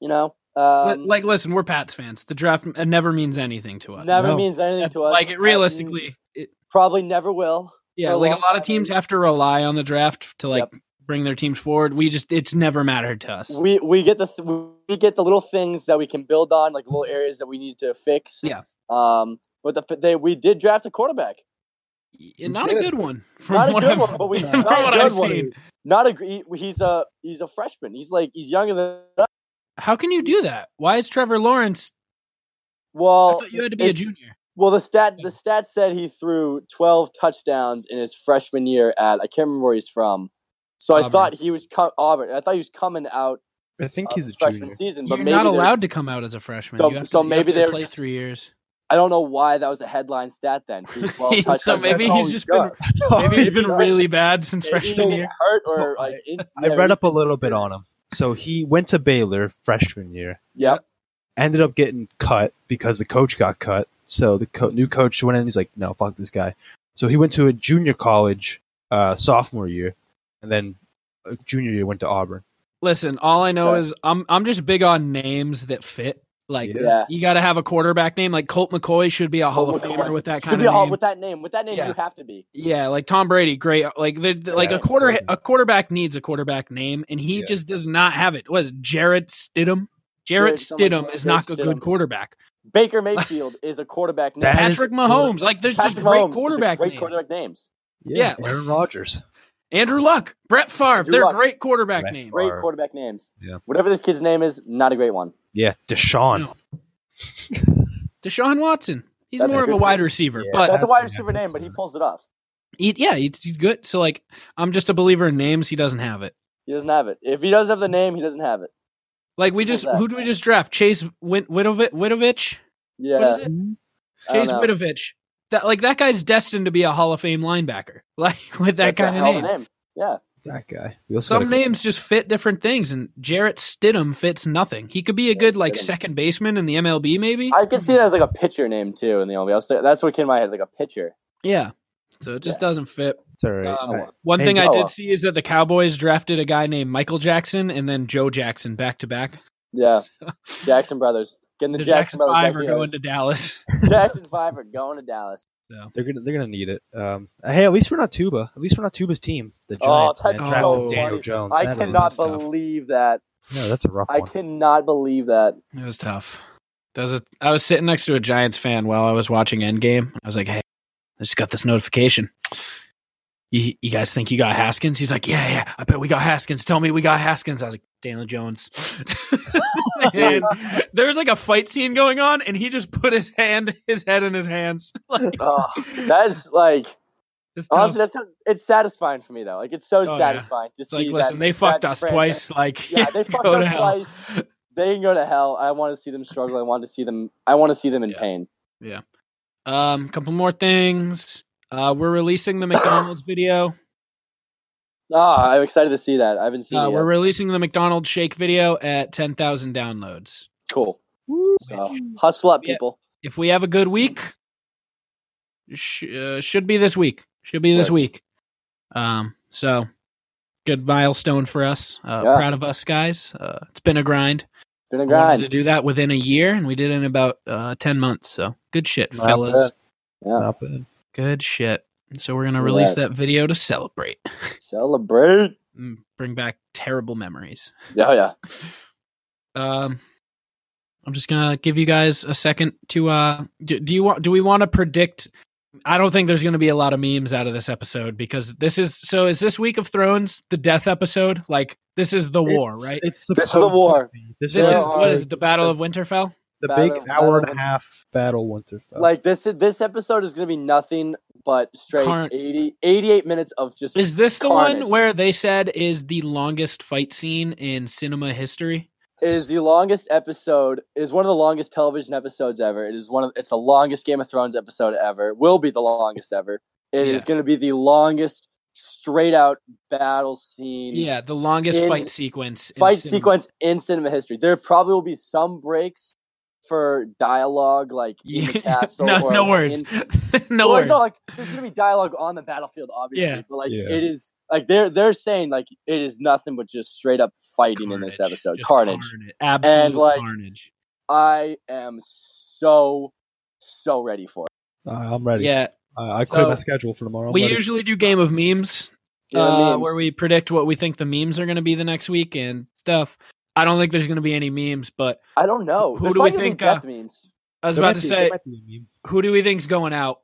C: you know,
A: Li-
C: um,
A: like, listen, we're Pats fans. The draft uh, never means anything to us.
C: never
B: No.
C: means anything
A: That's-
C: to us.
A: Like, it realistically, it,
C: And probably never will.
A: yeah.
C: for a
A: like a
C: long
A: lot of
C: time,
A: teams
C: maybe.
A: have to rely on the draft to like
C: Yep.
A: bring their teams forward. We just it's never mattered to us.
C: We we get the th- we get the little things that we can build on, like little areas that we need to fix.
A: Yeah.
C: Um, but the, but they we did draft a quarterback.
A: Y- Not a
B: did.
A: good one. From
C: Not a
A: what
C: good
A: I've,
C: one, but we-
A: from
C: not a
A: what I've
C: good one.
A: seen.
C: Not a gr- he- he's a he's a freshman. He's like he's younger than
A: How can you do that? Why is Trevor Lawrence? I
C: well.
A: thought you had to be a
C: it's-
A: junior.
C: Well, the stat the stat said he threw twelve touchdowns in his freshman year at I can't remember where he's from. So I
A: Auburn.
C: thought he was co- Auburn. I thought he was coming out
B: I think
C: of
B: he's
C: his
B: a
C: Uh, freshman
B: junior.
C: season,
A: You're
C: but maybe
A: not
C: they're-
A: allowed to come out as a freshman.
C: So-
A: You have to-
C: so
A: you have
C: maybe
A: to
C: they were
A: play
C: just-
A: three years.
C: I don't know why that was a headline stat then. Through 12 touchdowns.
A: so
C: That's
A: maybe
C: all
A: he's
C: we
A: just
C: got.
A: been maybe he's been
C: Oh, Maybe-
A: really bad since
C: Maybe he
A: freshman
C: got
A: year.
C: hurt or like in-
B: I
C: yeah,
B: read
C: he's-
B: up a little bit on him. So he went to Baylor freshman year,
C: Yep.
B: ended up getting cut because the coach got cut. So the co- new coach went in. He's like, "No, fuck this guy." So he went to a junior college uh, sophomore year, and then uh, junior year went to Auburn.
A: Listen, all I know
C: Yeah.
A: is I'm I'm just big on names that fit. Like
B: Yeah.
C: Yeah.
A: you got to have a quarterback name. Like Colt McCoy should be a Hall
C: Colt
A: of
C: McCoy.
A: Famer with that
C: Should
A: kind
C: be
A: of
C: all
A: name.
C: with that name. With that name,
A: Yeah.
C: you have to be.
A: yeah, like Tom Brady, great. Like the, the- like
B: Yeah.
A: a quarter a quarterback needs a quarterback name, and he
B: Yeah.
A: just does not have it. Was Jarrett Stidham? Jarrett
C: Jarrett- someone-
A: Stidham is
C: Jarrett
A: not a
C: Stidham.
A: good quarterback.
C: Baker Mayfield is a quarterback name.
B: That is-
A: Patrick Mahomes, like there's
C: Patrick
A: just great
C: Mahomes is a
A: quarterback
C: great
A: names.
C: quarterback names.
A: Yeah.
B: Aaron Rodgers.
A: Andrew Luck, Brett Favre,
C: Andrew
A: they're
C: Luck.
A: great quarterback
B: Brett
A: names.
C: Great
B: Or-
C: quarterback names.
B: Yeah.
C: Whatever this kid's name is, not a great one.
B: Yeah, Deshaun.
A: No. Deshaun Watson, he's
C: That's a
A: more of
C: good
A: a
C: one.
A: wide receiver,
B: Yeah.
A: but
C: That's a wide
B: yeah,
C: receiver
B: that's
C: name, but he
B: a-
C: pulls it off.
A: he, yeah, he's he's good. So like, I'm just a believer in names. He doesn't have it.
C: He doesn't have it. If he does have the name, he doesn't have it.
A: Like we
C: Simple
A: just
C: as that.
A: who do we just draft? Chase Win- Widovi- Widovich.
C: Yeah.
A: it?
C: I don't
A: Chase
C: know.
A: Widovich. That like that guy's destined to be a Hall of Fame linebacker. Like with that
C: That's a
A: kind of
C: hell
A: name.
C: Yeah.
B: That guy. We also
A: Some
B: gotta-
A: names just fit different things, and Jarrett Stidham fits nothing. He could be a good like
C: Stidham.
A: second baseman in the MLB, maybe.
C: I could see that as like a pitcher name too in the NBA. I was thinking- That's what came to my head, like a pitcher.
A: yeah. So it just doesn't fit.
B: It's all right.
A: Um,
B: All right.
A: One
B: Hey,
A: thing I
C: Noah.
A: did see is that the Cowboys drafted a guy named Michael Jackson and then Joe Jackson back to back.
C: Yeah. Jackson Brothers. Getting
A: The
C: the,
A: Jackson,
C: Brothers back
A: Five are
C: together.
A: going to Dallas.
C: Jackson Five are going to Dallas.
B: They're gonna they're gonna need it. Um, hey, at least we're not Tuba. At least we're not Tuba's team. The
C: Oh,
B: Giants.
C: that's
B: man.
A: so
B: Drafted
C: funny.
B: Daniel Jones.
C: I
B: That is-
C: cannot
B: that's tough.
C: believe that.
B: No, that's a rough
C: I
B: one.
C: cannot believe that.
A: It was tough. That was a, I was sitting next to a Giants fan while I was watching Endgame. I was like, "Hey, I just got this notification. You, you guys think you got Haskins?" He's like, "Yeah, yeah. I bet we got Haskins. Tell me we got Haskins." I was like, "Daniel Jones." Dude, there was like a fight scene going on, and he just put his hand, his head in his hands. like,
C: Oh, that's like
A: it's tough.
C: honestly, that's kind of, it's satisfying for me though. Like it's so
A: Oh, yeah.
C: satisfying to
A: It's
C: see.
A: like, listen,
C: that,
A: they fucked
C: that
A: us
C: franchise-
A: twice. Like,
C: Yeah, they fucked
A: go to
C: us
A: hell.
C: twice. They can go to hell. I want to see them struggle. I want to see them. I want to see them in
A: Yeah.
C: pain.
A: Um, couple more things. Uh, we're releasing the McDonald's video.
C: Ah, I'm excited to see that. I haven't seen
A: Uh,
C: it.
A: we're
C: Yet.
A: releasing the McDonald's shake video at 10,000 downloads.
C: Cool. So, hustle up,
A: Yeah.
C: people.
A: If we have a good week, sh- uh, should be this week. Should be this
C: Right.
A: week. Um, so good milestone for us. Uh,
C: Yeah.
A: Proud of us guys. Uh, it's been a grind.
C: been a
A: I wanted to
C: grind.
A: do that within a year, and we did it in about uh, ten months. So good shit,
B: Not
A: fellas.
B: bad.
C: Yeah.
B: Not bad.
A: Good shit. So we're gonna
C: Yeah.
A: release that video to celebrate.
C: Celebrate.
A: Mm, Bring back terrible memories.
C: Yeah, yeah.
A: Um, I'm just gonna give you guys a second to uh. Do, do you want? Do we want to predict? I don't think there's gonna be a lot of memes out of this episode because this is so. Is this Week of Thrones the death episode? Like this is the war,
B: It's-
A: right?
B: It's
C: This is
B: supposed
C: the war.
B: to be. This,
A: This
B: is
A: is
C: there
A: what
C: are-
A: is it? The Battle of Winterfell.
B: the
C: Battle-
B: big
C: Battle
B: hour and
C: of-
B: a half battle Winterfell.
C: Like this this episode is gonna be nothing but straight
A: Current-
C: 80, 88 minutes of just
A: Is this the one
C: Carnage.
A: where they said is the longest fight scene in cinema history?
C: is the longest episode is one of the longest television episodes ever. It is one of it's the longest Game of Thrones episode ever. Will be the longest ever. It
A: Yeah.
C: going to be the longest straight out battle scene.
A: Yeah, the longest
C: In-
A: fight sequence. in
C: fight
A: cinema.
C: sequence in cinema history. There probably will be some breaks for dialogue, like in the
A: Yeah.
C: castle.
A: no,
C: or
A: no
C: like,
A: words.
C: in-
A: no
C: Well,
A: words.
C: No, like there's gonna be dialogue on the battlefield, obviously,
A: Yeah.
C: but like
B: Yeah.
C: it is like they're they're saying like it is nothing but just straight up fighting in this
A: Carnage.
C: episode,
A: Just
C: carnage.
A: Absolute
C: like-
A: carnage.
C: I am so so ready for it.
B: Uh, I'm ready.
A: Yeah,
B: Uh, I cleared
A: So-
B: my schedule for tomorrow. I'm
A: we
B: ready.
A: usually do game of memes,
C: You know what I
A: uh,
C: mean?
A: where we predict what we think the memes are going to be the next week and stuff. I don't think there's going to be any memes, but
C: I don't know.
A: who
C: There's
A: do we
C: probably gonna be
A: think, uh,
C: death memes.
A: I was
B: There
A: about
B: might
A: to
B: be-
A: say,
B: there might be a meme.
A: who do we think's going out?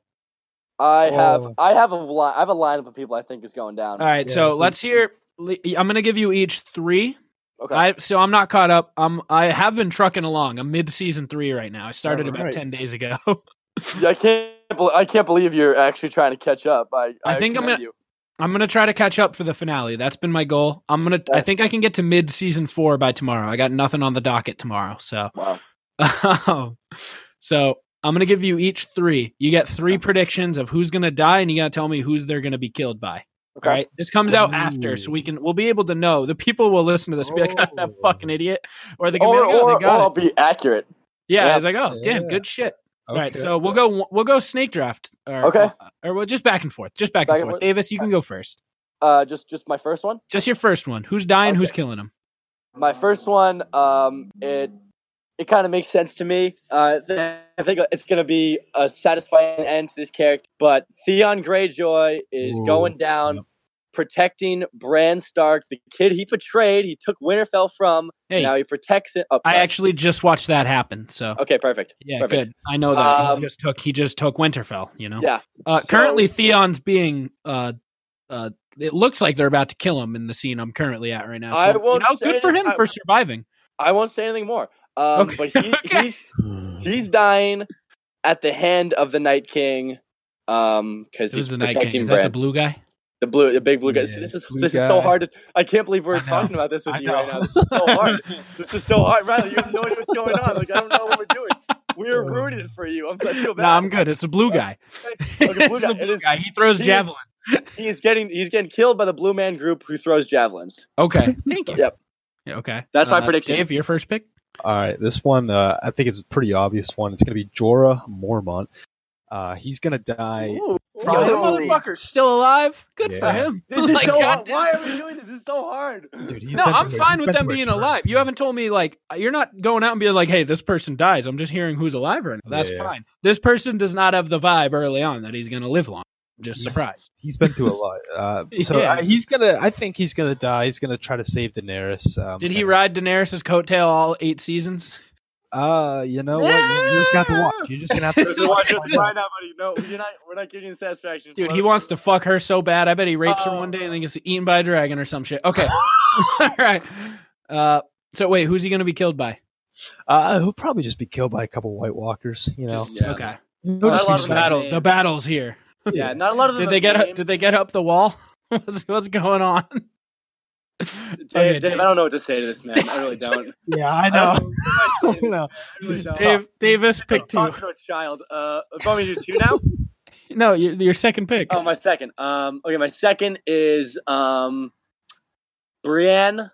C: I have
B: Oh.
C: I have a line I have a lineup of people I think is going down.
A: All right,
B: Yeah,
A: so
B: who-
A: let's hear. le- I'm going to give you each three.
C: Okay.
A: I so I'm not caught up. I'm I have been trucking along. I'm mid season three right now. I started about
B: Alright.
A: ten days ago.
C: Yeah, I can't bel I can't believe you're actually trying to catch up. I,
A: I
C: I,
A: think I'm
C: commend
A: gonna-
C: you.
A: I'm gonna try to catch up for the finale. That's been my goal. I'm gonna. I
C: Okay.
A: think I can get to mid season four by tomorrow. I got nothing on the docket tomorrow, so
C: Wow.
A: so I'm gonna give you each three. You get three predictions of who's gonna die, and you gotta tell me who's they're gonna be killed by.
C: Okay.
A: All right, this comes out after,
B: Ooh.
A: so we can we'll be able to know. The people will listen to this, be like, that
B: Oh.
A: fucking idiot," or they can
C: Or,
A: be like, "Oh,
C: or,
A: they
C: or
A: got
C: I'll
A: it."
C: be accurate.
A: Yeah,
C: yeah.
A: it's like, "Oh, damn,
B: Yeah.
A: good shit." All right,
B: Okay.
A: so we'll go we'll go snake draft. Or,
C: Okay.
A: or we'll just back and forth, just back, and forth. Davis, you can go first.
C: Uh, just just my first one.
A: Just your first one. Who's dying? Who's
C: Okay.
A: killing him?
C: My first one, um, it it kind of makes sense to me. Uh, th- I think it's gonna be a satisfying end to this character. But Theon Greyjoy is
B: Ooh,
C: going down,
B: yep.
C: protecting Bran Stark, the kid he betrayed. He took Winterfell from.
A: Hey,
C: Now he protects it. Oh,
A: I
C: sorry.
A: actually just watched that happen. So
C: okay, perfect.
A: yeah,
C: perfect.
A: good. I know that
C: Um,
A: he just took he just took Winterfell. You know.
C: Yeah,
A: Uh,
C: so-
A: currently, Theon's being. Uh, uh, it looks like they're about to kill him in the scene I'm currently at right now. So,
C: I
A: you
C: won't
A: know,
C: say
A: good for
C: that-
A: him
C: I-
A: for surviving.
C: I won't say anything more. Um,
A: Okay,
C: But he,
A: okay.
C: he's he's dying at the hand of the Night King. Um, because
A: This is
C: he's
A: the Night King.
C: protecting
A: Is that the
C: Bran.
A: blue guy?
C: The blue, the big blue guy.
B: Yeah,
C: See, this is
B: blue
C: this is so
B: guy.
C: hard. To, I can't believe
A: I
C: we're
A: know.
C: talking about this with
A: I
C: you right
A: know.
C: now. This is so hard. this is so hard, Riley. You have no idea what's going on. Like I don't know what we're doing. We're rooting for you. I'm I feel bad.
A: no, Uh, I'm good. It's the blue guy.
C: Okay, blue
A: It's the
C: guy. It
A: blue
C: is-
A: guy. He throws
C: he is-
A: javelin.
C: He's getting he's getting killed by the blue man group who throws javelins.
A: Okay, thank you.
C: Yep.
A: Yeah, Okay, Uh,
C: That's my prediction.
A: Dave, your first pick.
B: All right, this one uh, I think it's a pretty obvious one. It's going to be Jorah Mormont. Uh, he's going to die.
C: Ooh,
A: Yo,
B: Probably-
A: that
C: yo.
A: motherfucker's still alive. Good for
B: Yeah.
A: him.
C: This is
A: Like,
C: so
A: Oh God
C: hard. Why are we doing this? This is so hard.
B: Dude, he's
A: no,
B: been
A: I'm
B: through a-
A: fine
B: he's
A: with
B: been
A: them
B: through a
A: being
B: ton.
A: alive. You haven't told me like you're not going out and being like, "Hey, this person dies." I'm just hearing who's alive right now. That's
B: Yeah.
A: fine. This person does not have the vibe early on that he's going to live long. I'm just
B: He's-
A: surprised.
B: He's been through a lot. Uh, so
A: Yeah.
B: uh, he's gonna. I think he's gonna die. He's gonna try to save Daenerys. Um,
A: Did he
B: and-
A: ride Daenerys' coattail all eight seasons?
B: Uh, you know what? You, you just got to watch. You're just gonna have to.
C: This is why you're why not, buddy. No, you're not. We're not giving you satisfaction.
A: Dude, he wants to fuck her so bad. I bet he rapes her
C: Oh.
A: one day and then gets eaten by a dragon or some shit. Okay, all right. Uh, so wait, who's he going to be killed by?
B: uh, he'll probably just be killed by a couple White Walkers. You know.
C: Just- yeah.
A: Okay,
B: He'll
C: I
B: just be
C: love
A: the
C: him.
B: survived.
A: battle.
C: names.
A: The battle's here.
C: Yeah, not a lot of them.
A: Did they get? Up, did they get up the wall? what's, what's going on? Okay,
C: Dave, Dave, I don't know what to say to this man. I really don't.
B: Yeah, I
C: I
B: know.
C: don't know what to say
B: no.
C: to this Really don't.
A: Dave, Davis pick two.
C: Talk to a child. Uh, if I do two now.
A: No, your, your second pick.
C: Oh, my second. Um, okay, my second is um, Brienne.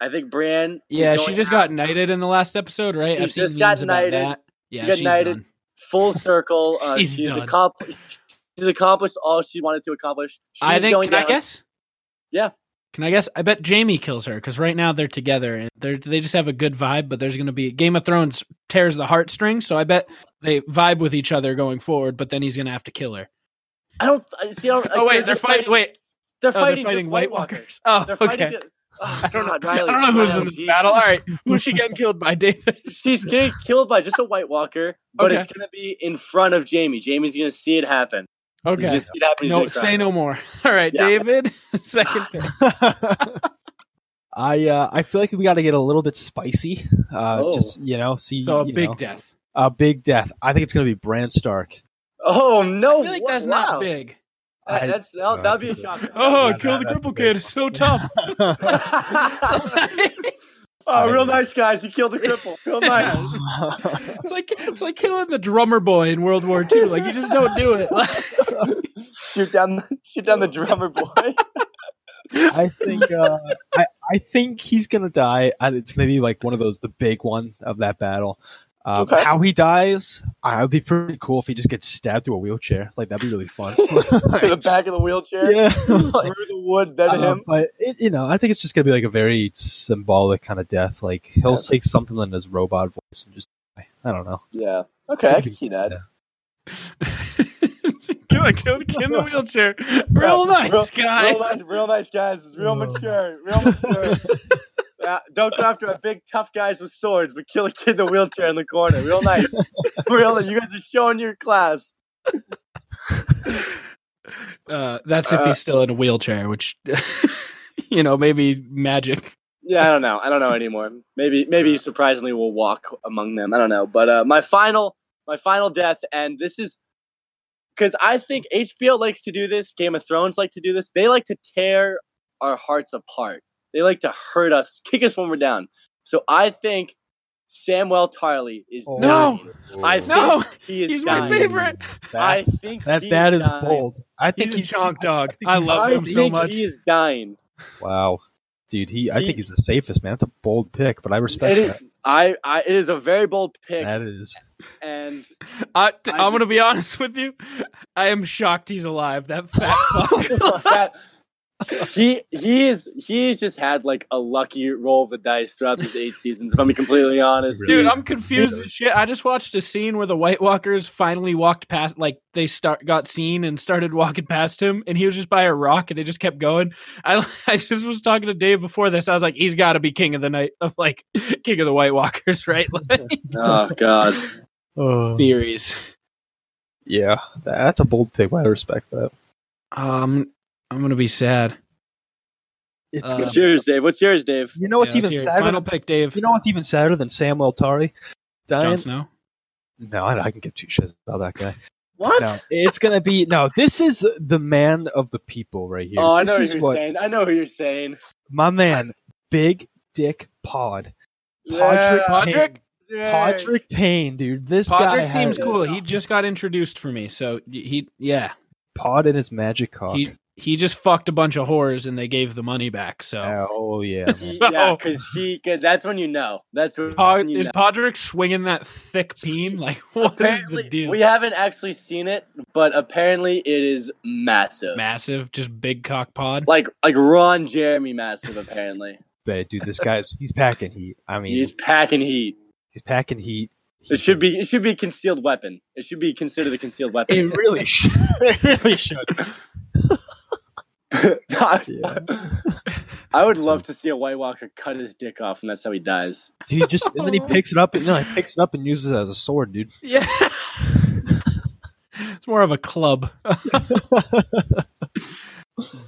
C: I think Brienne. is
A: yeah, she
C: going
A: just
C: out
A: got knighted in the last episode, right?
C: She
A: I've seen
C: just got
A: memes about
C: knighted.
A: that. Yeah,
C: She got
A: she's
C: knighted.
A: done.
C: full circle. Uh,
A: She's
C: she's
A: done.
C: accomplished. She's accomplished all she wanted to accomplish. She's
A: I think.
C: going
A: Can I
C: down.
A: guess?
C: Yeah.
A: Can I guess? I bet Jamie kills her because right now they're together and they they just have a good vibe. But there's going to be Game of Thrones tears the heartstrings, so I bet they vibe with each other going forward. But then he's going to have to kill her.
C: I don't I- see. I don't,
A: Oh wait, they're
C: just
A: fighting. Wait,
C: They're
A: oh,
C: fighting, just White Walkers.
A: Oh,
C: They're
A: okay.
C: fighting. ju- Oh,
A: I don't know.
C: God, Riley,
A: I don't know who's in
C: Riley,
A: this
C: Jesus.
A: battle. All right, who's she getting killed by, David?
C: She's getting killed by just a White Walker, but
A: Okay.
C: it's gonna be in front of Jamie. Jamie's gonna see it happen. He's
A: Okay.
C: gonna see it happen. He's
A: No,
C: gonna cry.
A: say no more. All right,
C: Yeah.
A: David. Second pick.
B: I uh, I feel like we got to get a little bit spicy. Uh,
C: Oh.
B: Just you know, see
A: So a
B: you
A: big
B: know,
A: death.
B: a big death. I think it's going to be Bran Stark.
C: Oh no!
A: I feel like
C: wa-
A: that's
C: wow.
A: not big.
C: That-
B: I-
C: that's that'll-
B: no,
C: that'd be a
B: that's
C: shock.
A: Oh,
B: that-
A: kill the
B: that's a
A: cripple
B: big
A: kid. It's so tough.
C: oh, real nice guys. You killed the cripple. Real nice.
A: It's like it's like killing the drummer boy in World War II. Like you just don't do it.
C: shoot down the shoot down the drummer boy.
B: I think uh, I, I think he's gonna die. and It's gonna be like one of those the big one of that battle. Um,
C: Okay.
B: How he dies, I would be pretty cool if he just gets stabbed through a wheelchair. Like that'd be really fun.
C: to the back of the wheelchair.
B: yeah.
C: Through the wood, then
A: Uh-huh.
B: Uh,
C: him.
B: but it, you know, I think it's just gonna be like a very symbolic kind of death. Like he'll
C: Yeah.
B: say something in his robot voice and just die. I don't know.
C: Yeah. Okay, I can see that.
A: kill, kill the kid in the wheelchair. Real
C: No,
A: nice
C: real-
A: guy.
C: Real nice, real nice guys. It's real
B: Oh.
C: mature. Real mature. yeah, don't go after a big tough guys with swords, but kill a kid in the wheelchair in the corner. Real nice. real. You guys are showing your class.
A: Uh, that's if he's still in a wheelchair, which you know maybe magic.
C: Yeah, I don't know. I don't know anymore. Maybe maybe he surprisingly will walk among them. I don't know. But uh, my final my final death, and this is because I think HBO likes to do this. Game of Thrones like to do this. They like to tear our hearts apart. They like to hurt us, kick us when we're down. So I think Samuel Tarly is
B: Oh.
A: No.
C: dying. I think
A: No,
C: he is
A: He's my
C: dying.
A: favorite.
C: I
B: That,
C: think
B: that,
C: he
B: that is
C: dying.
B: bold. I think
A: He's a
B: he's
A: chonk dog.
B: think
A: I
B: he's-
A: love
C: I
A: him so
C: think
A: much.
C: he is dying.
B: wow, dude. He, I
C: He-
B: think he's the safest man. That's a bold pick, but I respect
C: It is-
B: that.
C: I, I, it is a very bold pick,
B: That is.
C: and
A: I, t-
C: I
A: I'm
C: do-
A: gonna be honest with you. I am shocked he's alive. That fat fuck.
C: that he he is he's just had like a lucky roll of the dice throughout these eight seasons. If I'm being completely honest,
A: Dude,
B: Really?
A: I'm confused as shit. I just watched a scene where the White Walkers finally walked past, like they start got seen and started walking past him, and he was just by a rock, and they just kept going. I, I just was talking to Dave before this. I was like, he's got to be king of the night of like king of the White Walkers, right? Like,
C: oh god,
B: Oh.
A: theories.
B: Yeah, that's a bold pick. but I respect that.
A: Um, I'm gonna be sad.
B: It's
A: Uh,
B: gonna-
C: what's yours, Dave? What's yours, Dave?
B: you know what's
A: Yeah,
B: even
A: let's hear it.
B: sadder.
A: Final pick, Dave.
B: you know what's even sadder than Sam Tari dying.
A: Jon Snow.
B: No, I, I can give two shits about that guy.
C: What?
B: No, it's gonna be no. This is the man of the people right here.
C: Oh, I
B: This
C: know what
B: is
C: you're
B: what-
C: saying. I know who you're saying.
B: My man, Big Dick Pod, Podrick-
A: Podrick.
C: yeah.
B: Podrick Payne, dude. This guy
A: Podrick
B: has
A: seems cool. He just got introduced for me, so y- he yeah.
B: Pod in his magic cock.
A: He he just fucked a bunch of whores and they gave the money back. So
B: oh yeah, man.
C: He-
A: So-
C: Yeah, because he. 'cause That's when you know. That's when
A: Pod,
C: you
A: is
C: know.
A: Podrick swinging that thick peen? Like what is
C: Apparently,
A: the deal?
C: we haven't actually seen it, but apparently it is massive.
A: Massive, just big cock pod.
C: Like like Ron Jeremy massive. Apparently,
B: But, dude, this guy's he's packing heat. I mean,
C: he's
B: he's,
C: packing heat.
B: packing heat.
C: It should be it should be a concealed weapon. It should be considered a concealed weapon.
B: It really should. it really should. Yeah.
C: I would love to see a White Walker cut his dick off, and that's how he dies.
B: He just and then he picks it up and no, he picks it up and uses it as a sword, dude.
A: yeah. it's more of a club.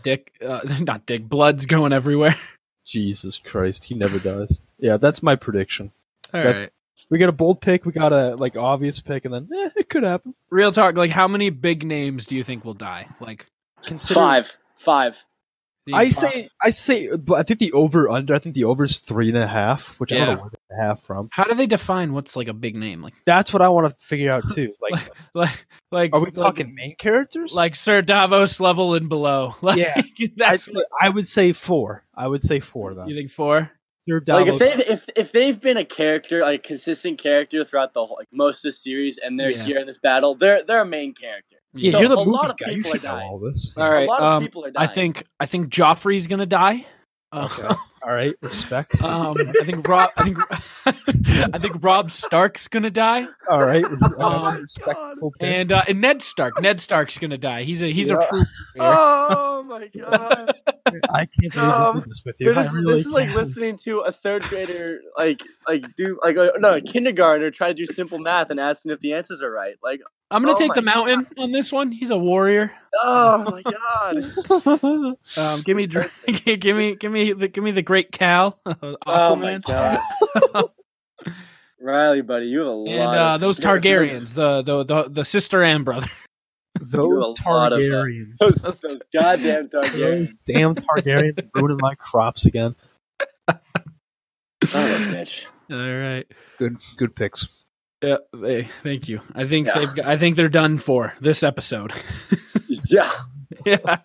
A: dick uh, not dick, blood's going everywhere.
B: Jesus Christ, he never does. Yeah, that's my prediction.
A: All
B: That's-
A: right.
B: We got a bold pick, we got a like obvious pick, and then eh, it could happen.
A: Real talk, like how many big names do you think will die? Like
B: Consider-
C: Five, five.
A: the-
B: I say, I say, but I think the over under. I think the over is three and a half, which I don't know where the half from.
A: how do they define what's like a big name? Like
B: That's what I want to figure out too. Like,
A: like like
B: are we
A: like-
B: talking main characters?
A: like Sir Davos level and below. Like,
B: Yeah. I,
A: that's
B: I would say four. I would say four though.
A: you think four.
B: Sir
C: Like
B: Davos-
C: if they've if, if they've been a character, like a consistent character throughout the whole, like most of the series, and they're
A: Yeah.
C: here in this battle, they're they're a main character.
B: yeah,
C: so
B: you're the
C: a
B: movie
C: lot of
B: guy. You
C: people are
B: should know
C: dying.
B: all this.
A: All right.
C: a lot of
A: um,
C: people are
A: I
C: dying.
A: think I think Joffrey's gonna die. Uh,
B: Okay. All right. Respect.
A: Um, I think Rob. I think I think Rob Stark's gonna die,
B: All right.
C: um,
A: God.
B: respectful pick.
A: and uh, and Ned Stark. Ned Stark's gonna die. He's a he's
B: Yeah.
A: a true.
C: Oh my god!
B: I can't believe
C: Um,
B: I'm doing this with you.
C: Dude, this,
B: I really
C: this is like
B: can't.
C: listening to a third grader, like like do like a, no a kindergartner try to do simple math and asking if the answers are right. Like,
A: I'm gonna
C: Oh
A: take
C: my
A: the mountain on this one. He's a warrior.
C: oh my god!
A: Um, give me dr- give me give me the, give me the great Cal. Aquaman.
C: Oh my god! Riley, buddy, you have a lot.
A: and uh,
C: of,
A: those
C: you have
A: Targaryens, the the the, the sister and brother.
B: Those
C: a lot of, uh,
B: Targaryens.
C: Those, those, those goddamn Targaryens.
B: Those damn Targaryens are ruining my crops again.
C: Son of a bitch.
A: All right.
B: Good, good picks.
A: Yeah, they, thank you. I think
C: Yeah.
A: they've got, I think they're done for this episode.
C: Yeah,
A: yeah.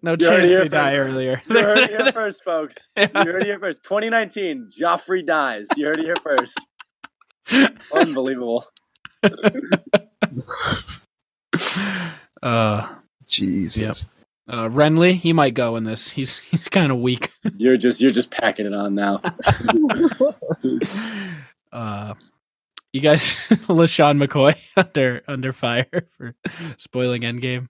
A: No
C: You heard
A: chance
C: it here
A: they die
C: first.
A: earlier.
C: you heard it here first, folks. You heard it here first. 2019, Joffrey dies. You heard it here first. Unbelievable.
A: uh
B: Jesus.
A: uh Renly, he might go in this. He's he's kind of weak.
C: You're just you're just packing it on now.
A: Uh you guys LaShawn McCoy under under fire for spoiling endgame.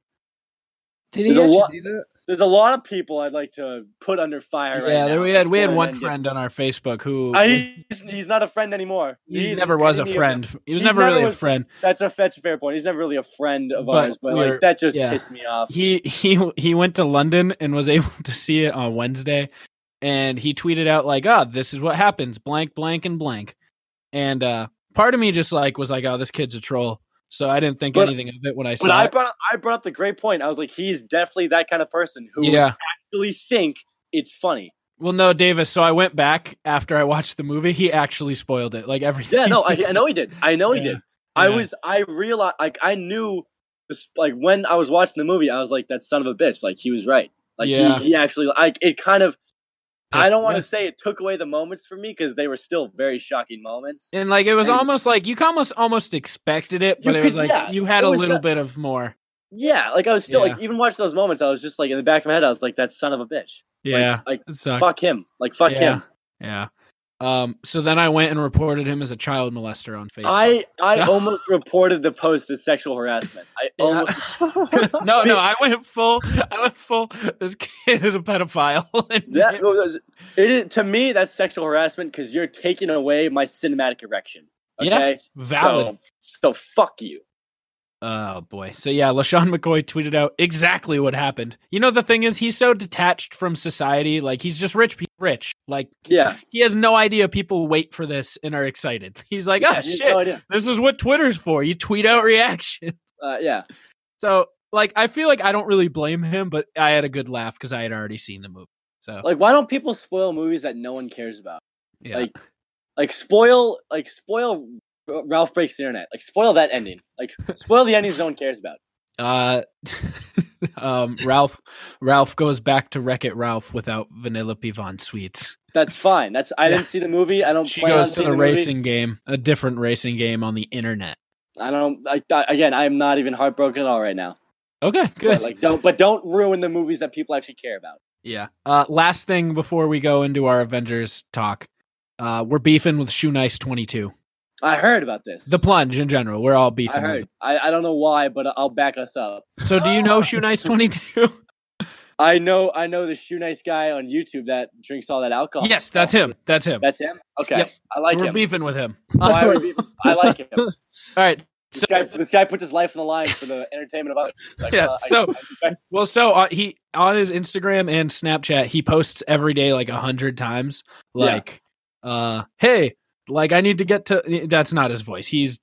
B: Did
C: There's a
B: actually
C: lot-
B: do that?
C: There's a lot of people I'd like to put under fire right
A: yeah,
C: now.
A: there we had we had
C: Spoiler
A: one
C: ended.
A: friend on our Facebook who
C: Uh,
A: was-
C: he's, he's not a friend anymore.
A: he
C: He's
A: never was a
C: any of
A: friend.
C: us.
A: He was
C: He
A: never
C: never
A: really a
C: was-
A: friend.
C: That's a that's a fair point. He's never really a friend of
A: But
C: ours, but
A: we're-
C: like that just
A: yeah.
C: pissed me off.
A: he he he went to London and was able to see it on Wednesday, and he tweeted out like, "Ah, this is what happens: blank, blank, and blank." And uh, part of me just like was like, "Oh, this kid's a troll." So I didn't think
C: But-
A: anything of it when I
C: But
A: saw
C: I
A: it.
C: brought up- I brought up the great point. I was like, he's definitely that kind of person who would
A: Yeah.
C: actually think it's funny.
A: Well, no, Davis. So I went back after I watched the movie. He actually spoiled it, like everything.
C: Yeah, no, I, I know he did. I know he
A: Yeah.
C: did. I
A: Yeah.
C: was I realized like I knew this, like when I was watching the movie, I was like, that son of a bitch. Like he was right. Like
A: Yeah.
C: he, he actually like it kind of I
A: Pissed
C: don't
A: me
C: want to
A: off.
C: say it took away the moments for me because they were still very shocking moments.
A: And like it was
C: And-
A: almost like you almost almost expected it,
C: You
A: but it was
C: could-
A: like
C: yeah,
A: you had
C: it
A: a
C: was
A: little
C: not-
A: bit of more.
C: Yeah, like I was still
A: Yeah.
C: like even watching those moments, I was just like in the back of my head, I was like, that son of a bitch.
A: Yeah,
C: Like
A: it sucked.
C: fuck him. Like fuck
A: yeah,
C: him.
A: Yeah. Um. So then I went and reported him as a child molester on Facebook.
C: I I
A: So-
C: almost reported the post as sexual harassment. I
A: Yeah.
C: almost
A: no, no, I went full. I went full. This kid is a pedophile. And
C: That it was, it is, to me that's sexual harassment because you're taking away my cinematic erection.
A: Yeah,
C: Okay,
A: valid.
C: So, so fuck you.
A: Oh boy. So yeah, Lashawn McCoy tweeted out exactly what happened. You know the thing is, he's so detached from society. Like he's just rich. pe- Rich. Like
C: Yeah,
A: he has no idea people wait for this and are excited. He's like, oh
C: Yeah, you-
A: shit,
C: no idea.
A: this is what Twitter's for. You tweet out reaction.
C: Uh, yeah,
A: So like, I feel like I don't really blame him, but I had a good laugh because I had already seen the movie. So
C: like why don't people spoil movies that no one cares about?
A: yeah.
C: like- Like spoil, like spoil R- Ralph breaks the internet. Like spoil that ending. Like spoil the endings no one cares about.
A: Uh, um, Ralph Ralph goes back to Wreck It Ralph without Vanilla Pivan sweets.
C: That's fine. That's I didn't see the movie. I don't.
A: She
C: plan on
A: goes to
C: seeing
A: the
C: movie.
A: racing game, a different racing game on the internet.
C: I don't. I, I, again, I am not even heartbroken at all right now.
A: Okay,
C: But,
A: good.
C: like don't, but don't ruin the movies that people actually care about.
A: Yeah. Uh, last thing before we go into our Avengers talk, uh, we're beefing with Shoe Nice Twenty Two,
C: I heard about this.
A: the plunge in general. We're all beefing.
C: I
A: with
C: heard. I, I don't know why, but I'll back us up.
A: it. So, do you know Shoe Nice Twenty Two?
C: I know. I know the shoe nice guy on YouTube that drinks all that alcohol.
A: Yes, that's him. That's him.
C: That's him. Okay,
A: Yep.
C: I Oh, like
A: we're
C: him.
A: beefing with him.
C: Why
A: all
C: would we- I like him.
A: right.
C: This guy, this guy puts his life on the line for the entertainment of others. It's like,
A: Yeah,
C: uh, I-
A: so-
C: I-
A: Well, so uh, he on his Instagram and Snapchat, he posts every day like a hundred times,
C: Yeah.
A: like, uh, "Hey, like I need to get to." That's not his voice. He's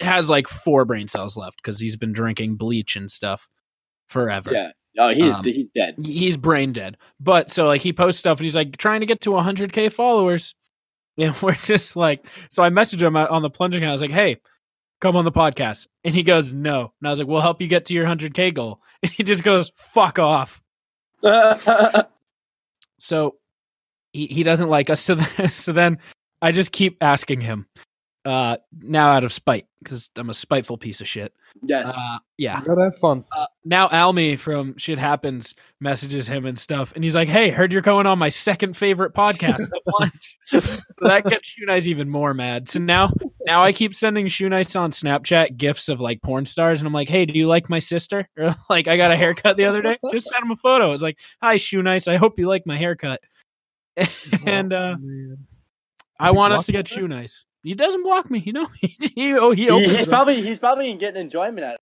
A: has like four brain cells left because he's been drinking bleach and stuff forever.
C: yeah. Oh, he's
A: Um,
C: he's dead.
A: He's brain dead. But so like he posts stuff and he's like trying to get to 100k followers, and we're just like, so I messaged him uh, on the plunging. account. I was like, "Hey." Come on the podcast, and he goes no, and I was like, "We'll help you get to your 100k goal," and he just goes, "Fuck off." uh, so he, he doesn't like us so, th- so then i just keep asking him uh, now out of spite because I'm a spiteful piece of shit.
C: Yes.
A: Uh, yeah.
B: You gotta have fun.
A: Uh, now Almy from Shit Happens messages him and stuff, and he's like, "Hey, heard you're going on my second favorite podcast, The Plunge." so that gets Shunice even more mad. So now, now I keep sending Shunice on Snapchat gifts of like porn stars, and I'm like, "Hey, do you like my sister?" Or like, "I got a haircut the other day." Just sent him a photo. It's like, "Hi, Shunice. I hope you like my haircut." and uh, I
B: he
A: want us to
B: blocking
A: get
B: you?
A: Shunice. He doesn't block me, you know. he, he, oh, he
C: He-
A: opens
C: he's
A: them.
C: probably he's probably getting enjoyment out of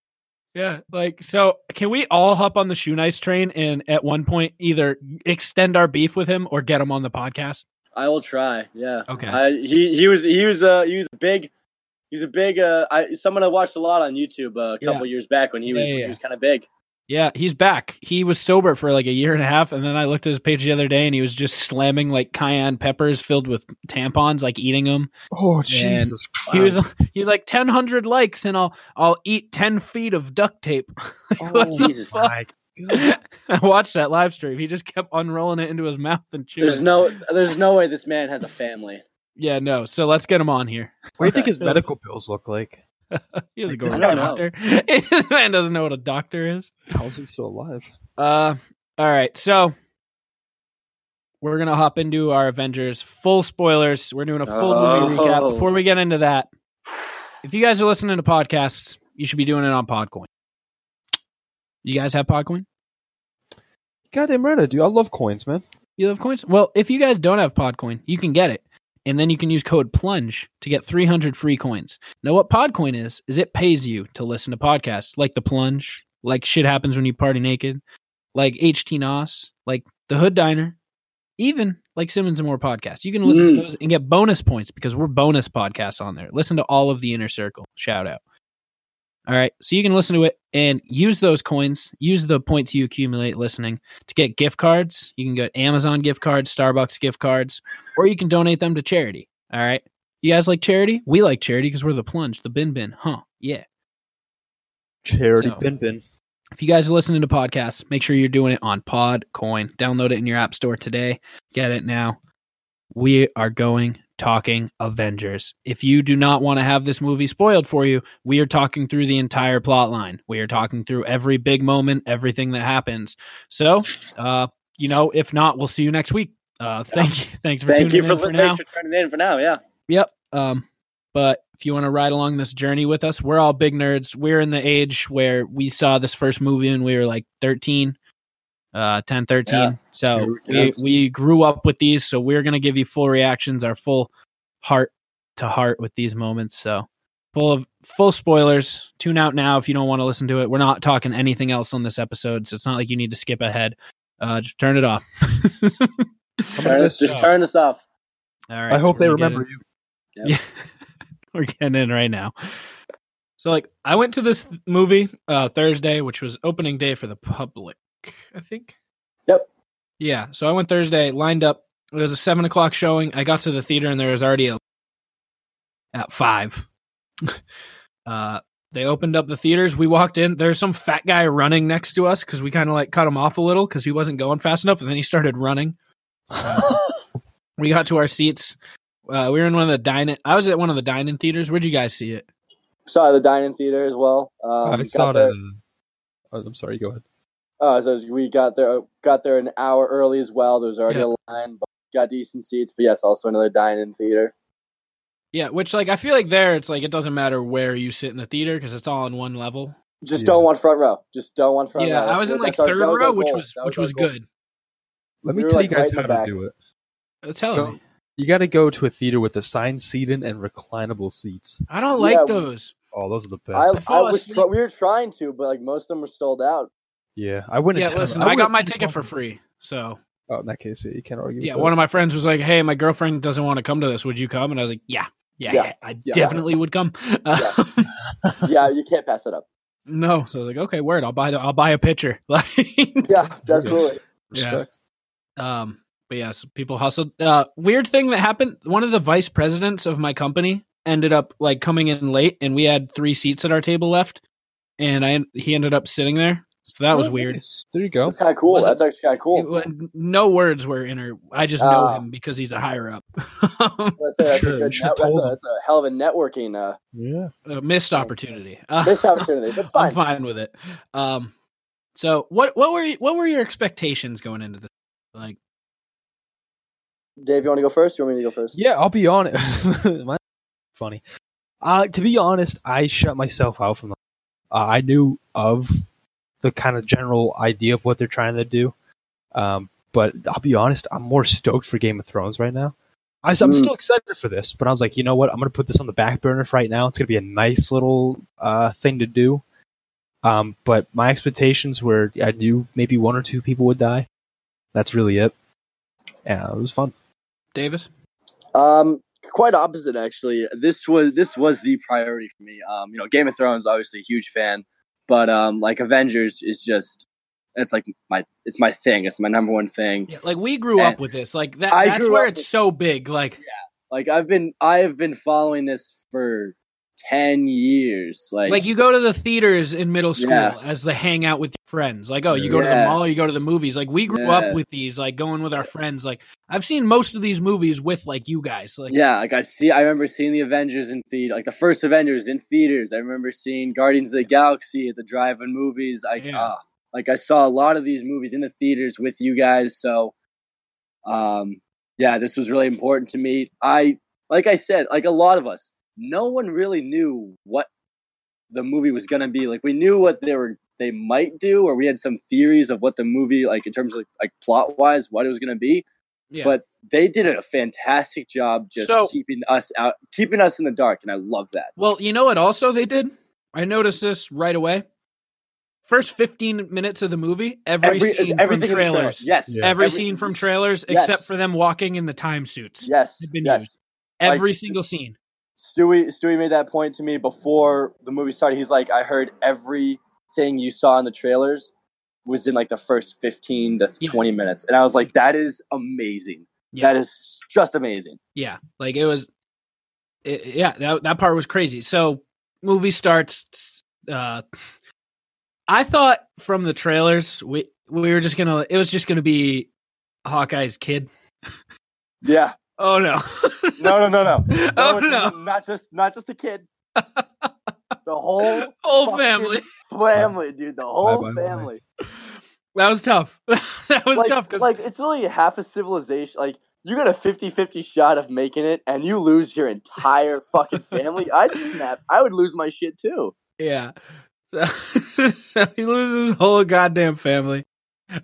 A: Yeah, like so. Can we all hop on the shoe nice train and at one point either extend our beef with him or get him on the podcast?
C: it. I will try. Yeah.
A: Okay.
C: I, Uh, he he was he was uh, he was a big he was a big uh, I, someone I watched a lot on YouTube uh, a
A: Yeah.
C: couple years back when he was
A: Yeah, yeah,
C: he was kind of big.
A: yeah, he's back. He was sober for like a year and a half, and then I looked at his page the other day, and he was just slamming like cayenne peppers filled with tampons, like eating them.
B: Oh Jesus!
A: He was he was like ten hundred likes, and I'll I'll eat ten feet of duct tape.
B: Christ.
A: what the
C: Jesus.
A: fuck?
B: My God.
A: I watched that live stream. He just kept unrolling it into his mouth and chewing.
C: There's no there's no way this man has a family.
A: yeah, no. So let's get him on here.
B: What do you think
C: Okay.
B: his medical bills look like?
A: He doesn't go
B: I
A: to a
C: don't know.
A: doctor. this man doesn't know what a doctor is.
B: How's he still alive?
A: Uh, all right. So we're gonna hop into our Avengers full spoilers. We're doing a full movie
C: Oh.
A: recap. Before we get into that, if you guys are listening to podcasts, you should be doing it on Podcoin. You guys have Podcoin?
B: Goddamn right, I do. I love coins, man.
A: You have coins? Well, if you guys don't have Podcoin, you can get it. And then you can use code plunge to get 300 free coins. Now, what Podcoin is, is it pays you to listen to podcasts like The Plunge, like Shit Happens When You Party Naked, like HT NOS, like The Hood Diner, even like Simmons and More podcasts. You can listen
C: Mm.
A: to those and get bonus points because we're bonus podcasts on there. Listen to all of the Inner Circle. Shout out. All right. So you can listen to it and use those coins, use the points you accumulate listening to get gift cards. You can get Amazon gift cards, Starbucks gift cards, or you can donate them to charity. All right. You guys like charity? We like charity because we're the plunge, the bin bin. Huh. Yeah.
B: Charity
A: So-
B: bin bin.
A: If you guys are listening to podcasts, make sure you're doing it on Podcoin. Download it in your app store today. Get it now. We are going talking Avengers. If you do not want to have this movie spoiled for you, we are talking through the entire plot line. We are talking through every big moment, everything that happens. So, uh, you know, if not, we'll see you next week. Uh, thank you. Thanks for
C: Thank
A: tuning
C: you for,
A: in for
C: li-
A: now.
C: thanks for turning in for now. Yeah.
A: Yep. Um, but if you want to ride along this journey with us, we're all big nerds. We're in the age where we saw this first movie when we were like 13, uh, 10, 13.
C: Yeah.
A: So
C: Yeah.
A: we, we grew up with these. So we're going to give you full reactions, our full heart to heart with these moments. So full of full spoilers. Tune out now if you don't want to listen to it. We're not talking anything else on this episode. So it's not like you need to skip ahead. Uh, just turn it off.
C: Turn,
B: this
C: just
B: off.
C: turn this off.
A: All right.
B: I
A: so
B: hope they
A: we're gonna get
B: remember you.
A: yeah. We're getting in right now. So like I went to this movie uh Thursday, which was opening day for the public, I think.
C: Yep.
A: Yeah. So I went Thursday, lined up. It was a seven o'clock showing. I got to the theater and there was already a at five. uh they opened up the theaters. We walked in. There's some fat guy running next to us because we kind of like cut him off a little because he wasn't going fast enough. And then he started running. we got to our seats. Uh, we were in one of the dine. I was at one of the dine-in theaters. Where'd you guys see it?
C: Saw the dining theater as well. Um,
B: I
C: got
B: saw it.
C: there-
B: at a- oh, I'm sorry. Go ahead.
C: Uh, so we got there got there an hour early as well. There was already
A: Yeah.
C: a line, but got decent seats. But yes, also another dine-in theater.
A: Yeah, which like I feel like there it's like it doesn't matter where you sit in the theater because it's all on one level.
C: Just
B: Yeah.
C: don't want front row. Just don't want front
A: yeah,
C: row.
A: I
C: That's
A: was
C: what-
A: in like
C: that's our-
A: third
C: that our
A: row, which
C: goal.
A: was
C: That
A: which
C: our
A: was
C: goal.
A: good.
B: Let
C: We
B: me
C: were,
B: tell
C: like,
B: you guys
C: right in the
B: how to
C: back.
B: do it.
A: Uh, Tell
B: Go-
A: me,
B: You got to go to a theater with assigned seating and reclinable seats.
A: I don't
C: Yeah,
A: like
C: we-
A: those.
B: Oh, those are the
C: I,
B: best.
C: I
A: fell
C: was
A: asleep.
C: tr- we were trying to, but like most of them were sold out.
B: yeah, I wouldn't.
A: Yeah,
B: attend-
A: listen, I
B: wouldn't-
A: got my ticket for free. So
B: Oh, in that case, yeah, you can't argue.
A: yeah,
B: with
A: one of my friends was like, "Hey, my girlfriend doesn't want to come to this. Would you come?" And I was like, "Yeah, yeah,
C: Yeah.
A: I
B: Yeah.
A: definitely would come." Uh,
C: yeah, you can't pass it up.
A: no, so I was like, "Okay, word. I'll buy the I'll buy a pitcher." Like,
C: Yeah, absolutely.
B: that.
A: yeah.
B: respect.
A: Um, but yeah, so people hustled. Uh, weird thing that happened. One of the vice presidents of my company ended up like coming in late, and we had three seats at our table left, and I he ended up sitting there So that was weird.
B: Oh, There you go.
C: That's kind of cool.
A: Was it-
C: That's actually kind
A: It
C: of Oh, cool.
A: wa- no words were in her. I just know
C: Ah.
A: him because he's a higher up.
C: That's a, that's a
B: Sure,
C: good
B: should've
C: net- that's, a,
B: told him.
C: that's a hell of a networking uh,
B: Yeah.
A: a missed opportunity. Uh,
C: this opportunity. That's fine.
A: I'm fine with it. Um, so what what were what were your expectations going into this? Like,
C: Dave, you want to go first? You want me to go first?
B: Yeah, I'll be honest. My- Funny. Uh, to be honest, I shut myself out from. The, uh, I knew of the kind of general idea of what they're trying to do, um, but I'll be honest, I'm more stoked for Game of Thrones right now. I, am
C: Mm.
B: still excited for this, but I was like, you know what? I'm gonna put this on the back burner for right now. It's gonna be a nice little uh, thing to do. Um, but my expectations were I knew maybe one or two people would die. That's really it. And it was fun.
A: Davis,
C: Um, quite opposite actually. This was this was the priority for me. Um, you know, Game of Thrones, obviously a huge fan, but um, like Avengers is just it's like my it's my thing. It's my number one thing.
A: yeah, like we grew
C: And
A: up with this. Like that.
C: Eh, I
A: that's
C: grew
A: where
C: up
A: it's
C: with-
A: so big. Like,
C: Like I've been I have been following this for ten years. Like,
A: like you go to the theaters in middle school
C: Yeah.
A: as the hangout with your friends. Like, oh, you go to the
C: Yeah.
A: mall, you go to the movies. Like we grew
C: Yeah.
A: up with these. Like going with our friends. Like I've seen most of these movies with like you guys. Like,
C: yeah, like I see. I remember seeing the Avengers in theater, like the first Avengers in theaters. I remember seeing Guardians of the Galaxy at the drive-in movies. I
A: Yeah.
C: uh, like I saw a lot of these movies in the theaters with you guys. So, um, yeah, this was really important to me. I like I said, like a lot of us, no one really knew what the movie was gonna be. Like we knew what they were they might do, or we had some theories of what the movie like in terms of like plot wise what it was gonna be
A: yeah.
C: But they did a fantastic job just
A: So-
C: keeping us out, keeping us in the dark, and I love that.
A: Well, you know what also they did? I noticed this right away. First 15 minutes of the movie, every, scene from
C: everything in the trailer.
A: trailers.
C: Yes,
B: Yeah.
A: Every,
C: Every-
A: scene from trailers
C: Yes.
A: except for them walking in the time suits.
C: Yes,
A: They've been
C: yes. like
A: Every
C: st-
A: single scene.
C: Stewie, Stewie made that point to me before the movie started. He's like, I heard everything you saw in the trailers was in like the first fifteen to
A: Yeah.
C: twenty minutes, and I was like, that is amazing.
A: Yeah.
C: That is just amazing.
A: Yeah. Like it was it, yeah, that that part was crazy. So, movie starts uh I thought from the trailers we we were just going to it was just going to be Hawkeye's kid.
C: Yeah.
A: Oh no.
C: No, no, no, no.
A: oh
C: it's
A: no.
C: Not just, not just a kid. The whole
A: Whole
C: fucking
A: family.
C: family, dude. The whole
B: Bye, bye, bye.
C: family.
A: That was tough. that was
C: like,
A: tough because
C: like it's really half a civilization like you got a 50-50 shot of making it and you lose your entire fucking family i'd snap i would lose my shit too
A: yeah, So he loses his whole goddamn family.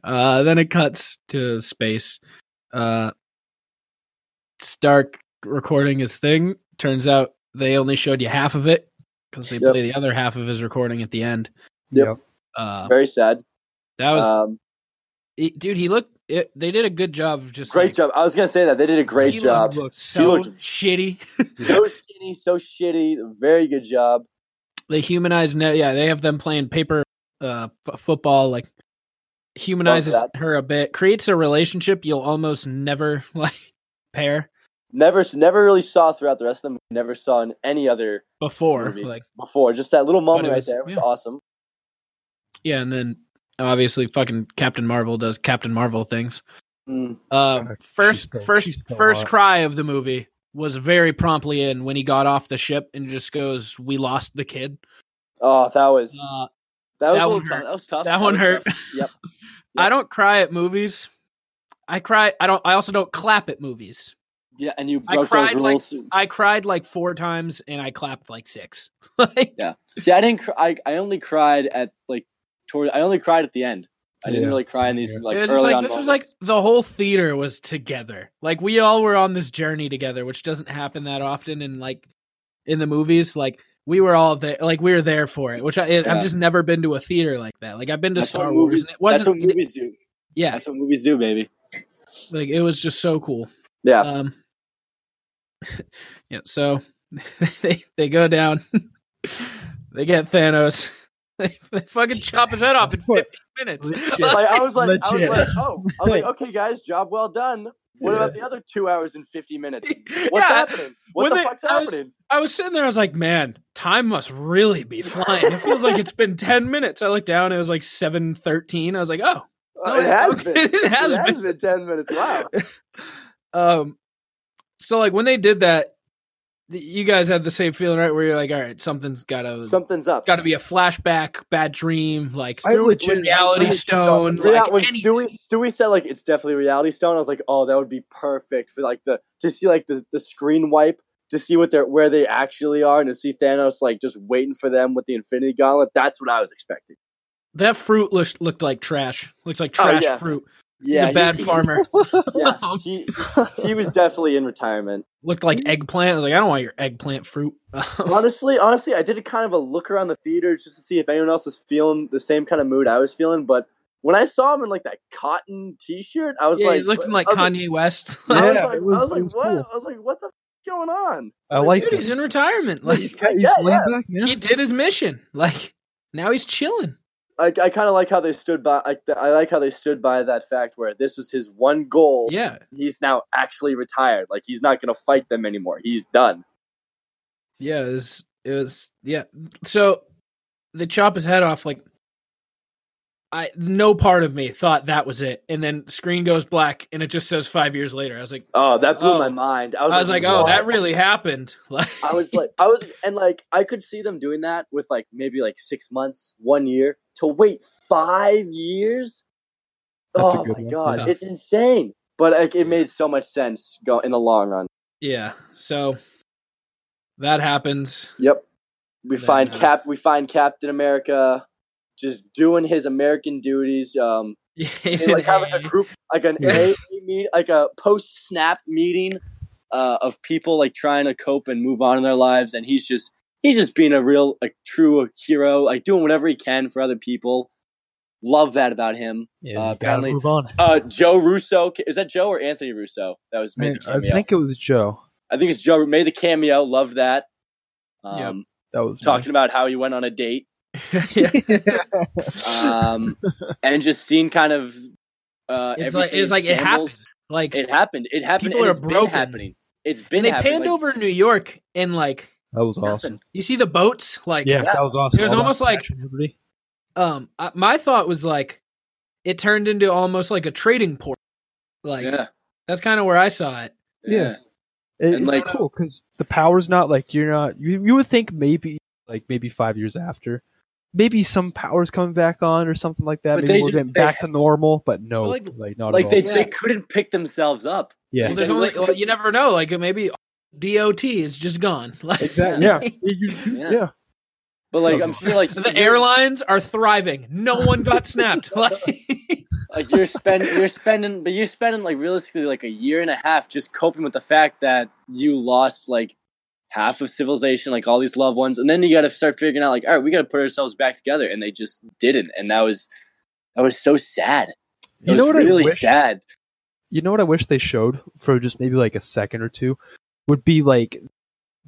A: Uh, then it cuts to space. Uh, Stark recording his thing. Turns out they only showed you half of it because they
C: Yep.
A: play the other half of his recording at the end.
C: Yep.
A: Uh,
C: very sad
A: that was
C: um,
A: it- dude. He looked. It, they did a good job of just
C: great
A: like,
C: job i was gonna say that they did a great
A: he
C: job
A: Looked so
C: looked-
A: shitty.
C: so skinny so shitty very good job
A: they humanize no yeah they have them playing paper uh f- football like humanizes
C: Love
A: her a bit creates a relationship you'll almost never like pair
C: never never really saw throughout the rest of them never saw in any other
A: before
C: Movie.
A: like
C: before just that little moment
A: it
C: right
A: was-
C: there was
A: yeah.
C: awesome
A: yeah and then obviously fucking captain marvel does captain marvel things
C: Mm,
A: um
B: Yeah,
A: first
B: she's so- she's
A: first
B: so
A: first
B: hot.
A: cry of the movie was very promptly in when he got off the ship and just goes we lost the kid
C: oh that was
A: uh,
C: that was
A: that
C: a little
A: one
C: tough
A: hurt.
C: that was tough
A: That one
C: was
A: hurt.
C: tough. Yep.
A: i
C: Yep.
A: don't cry at movies i cry i don't i also don't clap at movies
C: yeah and you
A: I
C: broke those
A: cried, like,
C: rules
A: I cried like four times and I clapped like six. like
C: See, I didn't. Cr- I I only cried at like toward. I only cried at the end. I didn't
B: Yeah,
C: really cry in
B: same
C: these
B: here.
C: like
A: it
C: early
A: was just
C: on.
A: like this was like
C: moments.
A: the whole theater was together. Like we all were on this journey together, which doesn't happen that often. And like in the movies, like we were all there, like we were there for it. Which I, I've
C: Yeah.
A: just never been to a theater like that. Like I've been to
C: That's what
A: Star Wars,
C: movies-
A: and it wasn't.
C: that's what movies do.
A: yeah,
C: That's what movies do, baby.
A: like it was just so cool.
C: Yeah.
A: Um, yeah, so they they go down. they get Thanos. They, they fucking chop his head off in 15 minutes.
B: Legit.
C: like I was like, I was
B: Legit.
C: like, oh, I was like, okay, guys, job well done. What about the other two hours and fifty minutes?
A: Yeah,
C: What's happening? What
A: when
C: the
A: they-
C: fuck's
A: I was-
C: happening?
A: I was sitting there. I was like, man, time must really be flying. It feels like it's been ten minutes. I looked down. It was like seven thirteen. I was like, oh,
C: Uh, it has
A: okay,
C: been. It
A: it has
C: has
A: been.
C: been ten minutes. Wow.
A: Um, so like when they did that, y- you guys had the same feeling, right? Where you're like, all right, something's gotta
C: Something's up.
A: got to be a flashback, bad dream, like
B: I legit
A: reality
B: I-
A: stone.
C: Real-
A: Like,
C: when
A: any-
C: Stewie Stewie said like it's definitely reality stone, I was like, oh, that would be perfect for like the to see like the, the screen wipe to see what they're where they actually are and to see Thanos like just waiting for them with the Infinity Gauntlet. That's what I was expecting.
A: that fruit looked, looked like trash. Looks like
C: Oh,
A: trash
C: yeah.
A: fruit. He's
C: Yeah,
A: a bad
C: he,
A: farmer. Um,
C: yeah, he he was definitely in retirement.
A: looked like eggplant. I was like, I don't want your eggplant fruit.
C: honestly, honestly, I did a kind of a look around the theater just to see if anyone else was feeling the same kind of mood I was feeling. But when I saw him in like that cotton T-shirt, I was
A: yeah,
C: like,
A: he's looking like
C: I was
A: Kanye West.
C: I was
B: Yeah,
C: like,
B: it was-
C: I was
B: it
C: like,
B: was
C: what?
B: cool.
C: I was like, what the f- is going on?
B: I like
A: Dude,
B: it.
A: he's in retirement. Like
B: He's, ca- he's
C: Yeah,
B: laid back, man.
A: he did his mission. Like now he's chilling.
C: I, I kind of like how they stood by. I, I like how they stood by that fact where this was his one goal.
A: Yeah,
C: He's now actually retired. Like he's not going to fight them anymore. He's done.
A: yeah. It was, it was yeah. So they chop his head off. Like I, no part of me thought that was it. And then screen goes black, and it just says five years later. I was like,
C: Oh, that blew
A: Oh.
C: my mind. I
A: I
C: was,
A: was, like, oh, that
C: really.
A: really happened. Like
C: I was like, I was, and like, I could see them doing that with like maybe like six months, one year. To wait five years,
B: That's a
C: oh
B: good
C: my
B: one.
C: god,
A: Tough.
C: it's insane. But like, it made so much sense go in the long run.
A: yeah. So that happens.
C: Yep. We
A: Then,
C: find
A: uh,
C: Cap. We find Captain America just doing his American duties. Um,
A: Yeah,
C: they,
A: he's in
C: like having a
A: A.
C: group, like an
A: Yeah.
C: AA meet, like a post snap meeting uh, of people like trying to cope and move on in their lives, and he's just he's just being a real, like true hero, like doing whatever he can for other people. Love that about him.
B: Yeah,
C: Uh,
B: you gotta
C: apparently-
B: move on.
C: Uh, Joe Russo is that Joe or Anthony Russo? That was made the
B: I
C: cameo.
B: think it was Joe.
C: I think it's Joe who made the cameo. Love that. Um,
A: Yep.
B: That was
C: Talking about how he went on a date.
A: yeah.
C: um, and just seeing kind of uh,
A: It's like-
C: everything
A: it's like it
C: samples-
A: Like
C: It happened. It happened.
A: People
C: and
A: are
C: it's been
A: broken.
C: happening. It's been.
A: and they
C: happening.
A: panned
C: like,
A: over New York and like
B: That was
C: nothing.
B: awesome.
A: you see the boats. Like
B: Yeah, that was awesome.
A: It was
B: All that
A: almost like-
B: passion, everybody.
A: um, I, my thought was like it turned into almost like a trading port. Like
C: yeah.
A: that's kind of where I saw it.
B: Yeah. It,
C: And,
B: it's
C: like-
B: cool because the power's not like you're not. You, you would think maybe like maybe five years after, maybe some powers coming back on or something like that.
C: But
B: maybe
C: they
B: we're
C: ju-
B: getting
C: they-
B: back to normal, but no,
A: Well,
B: like,
A: like-
B: not at
C: Like
B: all.
C: they,
A: Yeah.
C: they couldn't pick themselves up.
B: yeah,
A: Well, there's
C: They
A: only
C: look-
A: well, you never know. Like maybe DOT is just gone. Like
B: exactly. Yeah, You- you-
C: Yeah.
B: yeah.
C: But like
B: No.
C: I'm sure, like
A: the
C: you're-
A: airlines are thriving. No one got snapped. Like
C: Like you're spending, you're spending, but you're spending like realistically like a year and a half just coping with the fact that you lost like half of civilization, like all these loved ones, and then you got to start figuring out like, all right, we got to put ourselves back together, and they just didn't, and that was that was so sad. It
B: You know
C: was
B: what I
C: really
B: wish?
C: sad.
B: You know what I wish they showed for just maybe like a second or two would be like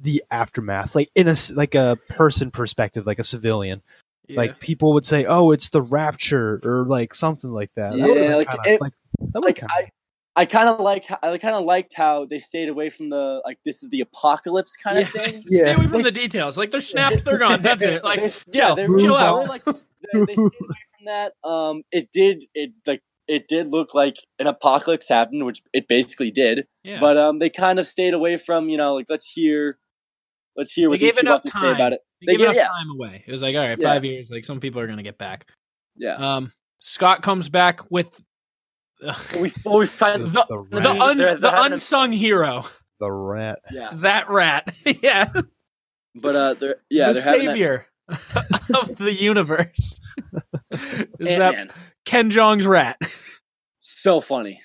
B: the aftermath, like in a s- like a person perspective, like a civilian.
A: Yeah.
B: like people would say, "Oh, it's the rapture" or like something like that.
C: Yeah,
B: that would've been
C: like,
B: kinda,
C: it-
B: like that would
C: like
B: kind
C: I, I kind of like I kind of liked how they stayed away from the like this is the apocalypse kind of
A: Yeah.
C: thing.
A: Stay
B: Yeah.
A: away from the details. Like they're snapped, they're gone. That's it. Like
C: They-
A: chill,
C: they
A: chill
B: Move
A: out.
B: on.
C: like, they, they stayed away from that. Um, it did it like it did look like an apocalypse happened, which it basically did.
A: Yeah.
C: But um, they kind of stayed away from you know like let's hear, let's hear
A: They
C: what
A: gave
C: these people
A: enough
C: have to say about
A: time.
C: it.
A: they
C: They
A: gave enough
C: gave- yeah.
A: time away. It was like, all right,
C: Yeah.
A: five years. Like some people are gonna get back.
C: Yeah,
A: Um, Scott comes back with
C: we we find
A: the
B: the
A: the,
B: rat,
C: Right.
A: un,
C: They're- they're
A: the
C: having a-
A: unsung hero,
B: the rat.
C: yeah,
A: that rat. yeah,
C: but uh, they're yeah
A: the
C: they're having that-
A: savior of the universe. Is that
C: Ant-Man.
A: Ken Jong's rat?
C: so funny.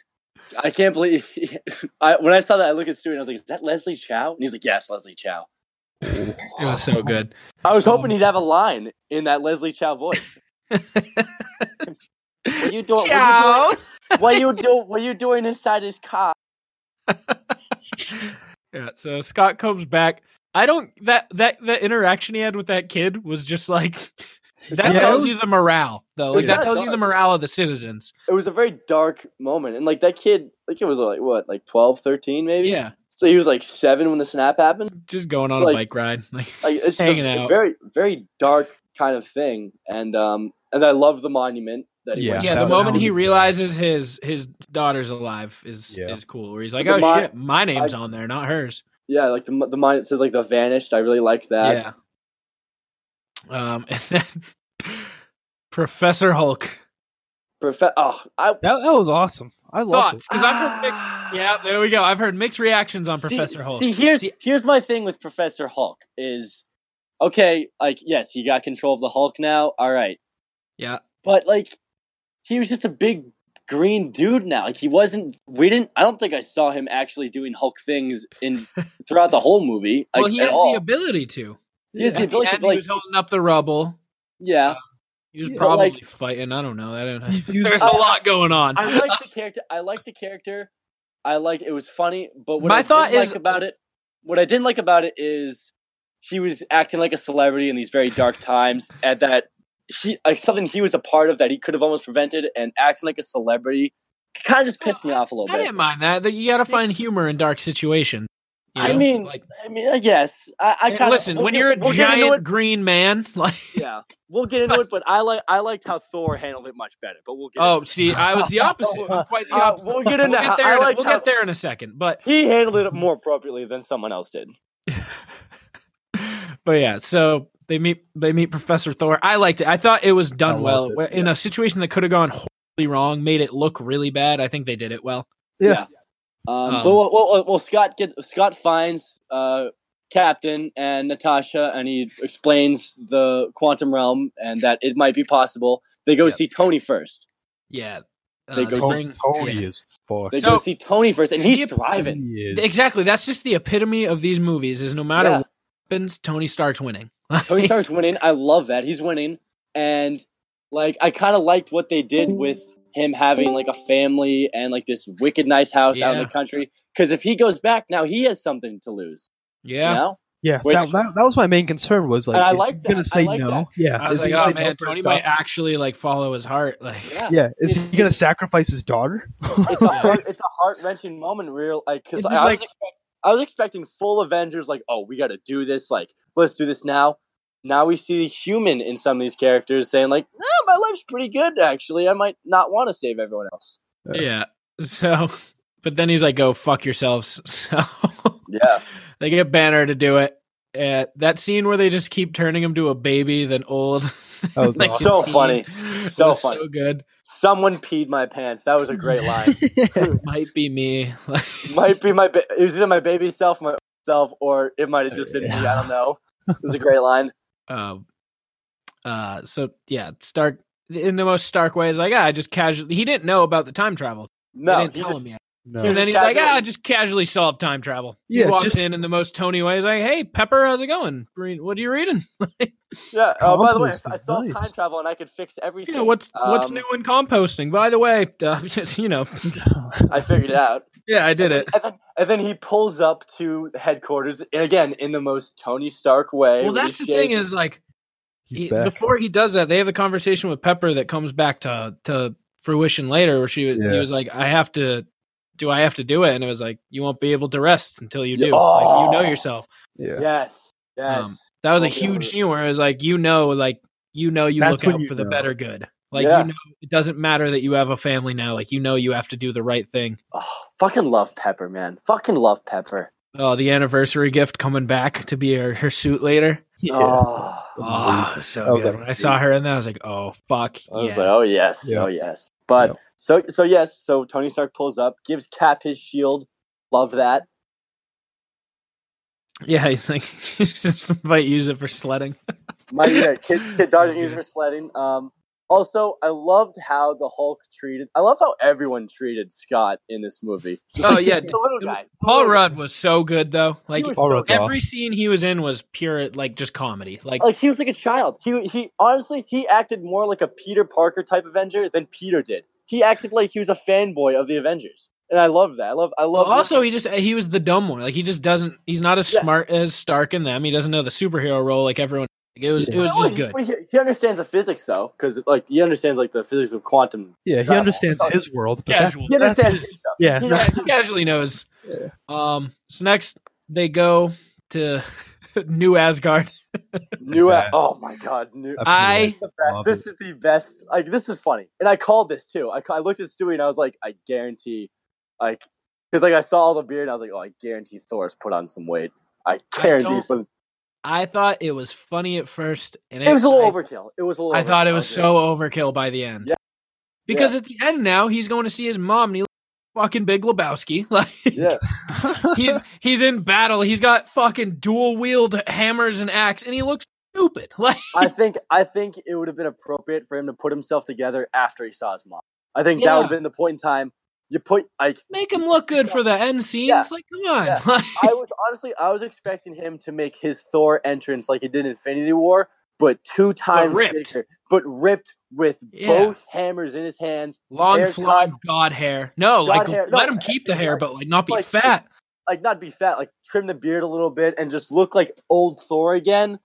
C: I can't believe I, when I saw that. I looked at Stu and I was like, "Is that Leslie Chow?" And he's like, "Yes, Leslie Chow."
A: It was so good.
C: I was hoping
A: Um,
C: he'd have a line in that Leslie Chow voice. what you doing?
A: Ciao.
C: What you doing? What you, do, what you doing inside his car?
A: yeah. So Scott comes back. I don't that that that interaction he had with that kid was just like That
B: Yeah.
A: tells you the morale, though. Like
E: It's
A: that
E: not
A: tells you
E: dark.
A: the morale of the citizens.
E: It was a very dark moment. And like that kid, like it was like what, like 12, 13 maybe?
A: Yeah,
E: So he was like seven when the snap happened.
A: just going
E: It's
A: on a
E: like-
A: bike ride, like,
E: like it's just a-
A: hanging
E: a,
A: out.
E: very very dark kind of thing and um and i love the monument that he
B: Yeah,
E: went
A: yeah,
B: that
A: the
B: would-
E: to.
A: moment
B: that
A: he
B: would be-
A: realizes his his daughter's alive is
B: Yeah.
A: is cool. Where he's like,
E: the
A: oh
E: mon-
A: shit, my name's on there, not hers.
E: yeah like the, mo- the monument says like the vanished i really liked that
A: yeah. Um, and then Professor Hulk
E: Profe- oh i
B: That, that was awesome. I loved
A: thoughts because I've heard mixed. Yeah, there we go. I've heard mixed reactions on
E: See-
A: Professor Hulk.
C: ah. See, here's
A: See-
C: here's my thing with Professor Hulk is okay, like yes, he got control of the Hulk now. All right.
A: Yeah.
C: But like he was just a big green dude now. Like he wasn't we didn't I don't think I saw him actually doing Hulk things in throughout the whole movie. Like
A: well, he
C: at
A: has
C: all.
A: the ability to.
C: he has the
A: At the
C: ability to
A: end,
C: be
A: he
C: like
A: was holding up the rubble.
C: yeah.
A: He was
B: Yeah,
C: but,
A: probably
C: like-
A: fighting. I don't know. I don't know.
B: He's using-
A: There's a lot going on.
C: I like the character. I like the character. I liked it was funny, but what
A: My
C: I
A: thought
C: didn't
A: is-
C: like about it, what I didn't like about it is he was acting like a celebrity in these very dark times, and that he like something he was a part of that he could have almost prevented, and acting like a celebrity kind of just pissed me off a little
A: I
C: bit.
A: didn't mind that. That You got to find humor in dark situations. you
C: I
A: know?
C: mean,
A: like,
C: I mean, I guess I, I
A: and
C: kind of
A: listen. when you're a giant green man, like
C: yeah, we'll get into it. But I like I liked how Thor handled it much better. But we'll get
A: oh, see, I was the opposite. I'm quite the
C: into it. Uh,
A: opposite.
C: we'll get
A: We'll
C: into
A: get
C: how
A: there.
C: I
A: in a-
C: liked
A: we'll
C: how
A: get there in a second, but
C: he handled it more appropriately than someone else did.
A: but yeah, so they meet they meet Professor Thor. I liked it. I thought it was
B: I
A: done well
B: loved it,
A: in a situation that could have gone horribly wrong, made it look really bad. I think they did it well.
B: Yeah.
C: Um,
A: Um,
C: but well, well, well, Scott gets Scott finds uh, Captain and Natasha, and he explains the quantum realm and that it might be possible. They go
B: Yeah.
C: see Tony first.
A: Yeah,
C: They
A: Uh,
C: go
B: Oh,
A: bring-
B: Tony
A: yeah.
B: is fucked.
C: They
A: So-
C: go see Tony first, and he's
A: Yeah.
C: thriving.
B: He is.
A: exactly. That's just the epitome of these movies. Is no matter
C: Yeah.
A: what happens, Tony starts winning.
C: Tony starts winning. I love that he's winning, and like I kind of liked what they did with him having like a family and like this wicked nice house out in the
A: Yeah.
C: country. Because if he goes back now, he has something to lose.
A: yeah,
C: You know?
B: Yeah,
C: Which-
B: that, that, that was my main concern. Was like,
C: And I
B: is he
C: like
B: gonna
C: that. I
B: say
C: like
B: no.
C: that.
B: Yeah,
A: I was
B: is he
A: like,
B: gonna
A: oh
B: say no
A: man,
B: for
A: Tony
B: his
A: might
B: daughter?
A: actually like follow his heart. Like,
C: Yeah.
B: Yeah, is
C: It's-
B: he gonna
C: it's-
B: sacrifice his daughter?
C: it's a heart, it's a heart wrenching moment, real like because
B: It's just
C: I, was
B: like-
C: expect, I was expecting full Avengers, like oh we got to do this, like let's do this now. Now we see the human in some of these characters saying like, oh, my life's pretty good actually. I might not want to save everyone else.
A: yeah. So, but then he's like, "Go fuck yourselves." So
C: Yeah,
A: they get Banner to do it. Uh, that scene where they just keep turning him to a baby, then old.
B: That was
A: Like,
B: awesome.
C: So
A: teen
C: funny. So
A: was
C: funny.
A: So good.
C: someone peed my pants. That was a great line.
A: Might be me. Like,
C: might be my ba- it was either my baby self, my old self, or it might have just been me. I don't know. It was a great line.
A: um, uh, so yeah, Stark in the most Stark way is like, ah, I just casually. He didn't know about the time travel. they
C: No,
A: didn't
C: he
A: tell
C: just
A: him yet.
B: No.
A: And
C: He was
A: then
C: just
A: he's like,
C: casually-
A: ah, I just casually solved time travel.
B: Yeah,
A: he walks
B: just-
A: in in the most Tony way. He's like, hey, Pepper, how's it going? Read- What are you reading?
C: yeah. Oh, by the way,
B: Compost
C: I
B: is
C: saw
B: nice.
C: time travel and I could fix everything.
A: You know, what's what's
C: Um,
A: new in composting? By the way, uh, you know,
C: Um, I figured it out.
A: yeah, I did it.
C: And then, and then he pulls up to headquarters, and again in the most Tony Stark way.
A: Well,
C: with
A: that's the
C: his
A: thing
C: shades.
A: is like he-
B: He's back.
A: before he does that, they have a conversation with Pepper that comes back to to fruition later, where she was he
B: Yeah.
A: was like, "I have to, do I have to do it?" And it was like, "You won't be able to rest until you do.
C: Oh.
A: Like, you know yourself."
B: yeah.
C: yes,
A: Um,
C: yes.
A: That was a
C: Won't be able
A: huge
C: to-
A: scene where it was like, "You know, like you know, you
B: That's
A: look
B: when
A: out
B: you
A: for the
B: know.
A: better good. Like
C: Yeah.
A: you know, it doesn't matter that you have a family now. Like you know, you have to do the right thing."
C: Oh, fucking love Pepper, man. Fucking love Pepper.
A: Oh, the anniversary gift coming back to be her, her suit later.
B: Yeah.
C: Oh,
A: Oh, so
B: Okay.
A: good. When I saw her in that, I was like, "Oh fuck!"
C: I was
A: yeah.
C: like, oh yes,
B: Yeah.
C: oh yes. But
B: Yeah.
C: so so yes. So Tony Stark pulls up, gives Cap his shield. Love that.
A: Yeah, he's like, he's just might use it for sledding.
C: My yeah, kid, kid dodging used for sledding. Um, also, I loved how the Hulk treated. I love how everyone treated Scott in this movie. Just
A: Oh,
C: like,
A: yeah.
C: the little guy.
A: Paul Rudd was so good though. Like
C: He was
B: Paul Rudd's
A: every scene he was in was pure, like just comedy. Like,
C: like he was like a child. He he honestly he acted more like a Peter Parker type Avenger than Peter did. He acted like he was a fanboy of the Avengers, and I love that. I love I love
A: also he just he was the dumb one. Like he just doesn't. He's not as
C: Yeah.
A: smart as Stark in them. He doesn't know the superhero role like everyone Like, it was it was
C: No,
A: just
C: he-
A: good.
C: He, he understands the physics though, because like he understands like the physics of quantum.
B: Yeah, he
C: travel.
B: understands
C: Oh,
B: his world. But that's-
A: Casual.
C: He understands.
B: yeah,
C: He
B: no,
A: Yeah, he casually knows.
B: Yeah.
A: Um. So next they go to New Asgard.
C: New.
B: Yeah.
C: Oh my god. New.
B: I've
A: I-
B: heard Love
C: This is the best. This
B: it.
C: is the best. Like this is funny, and I called this too. I, ca- I looked at Stewie and I was like, I guarantee, like, because like I saw all the beard and I was like, oh, I guarantee Thor's put on some weight. I guarantee. he's put-
A: I thought it was funny at first, and
C: It was a little
A: I-
C: overkill. It was a little.
A: I thought it
C: overkill.
A: was so overkill by the end.
C: Yeah.
A: Because at the end now he's going to see his mom and he looks fucking Big Lebowski. Like
C: Yeah.
A: he's he's in battle. He's got fucking dual wield hammers and axe and he looks stupid. Like
C: I think I think it would have been appropriate for him to put himself together after he saw his mom. I think that
A: Yeah.
C: would have been the point in time you put like
A: make him look good for the end scenes.
C: Yeah.
A: Like come on.
C: Yeah.
A: Like,
C: I was honestly I was expecting him to make his Thor entrance like he did in Infinity War, but two times
A: ripped.
C: bigger, but ripped with
A: Yeah.
C: both hammers in his hands.
A: long
C: hair
A: flawed god hair. No,
C: God
A: like
C: hair-
A: let
C: no,
A: him keep the hair,
C: like-
A: but like not be
C: like,
A: fat.
C: Like not be fat, like trim the beard a little bit and just look like old Thor again.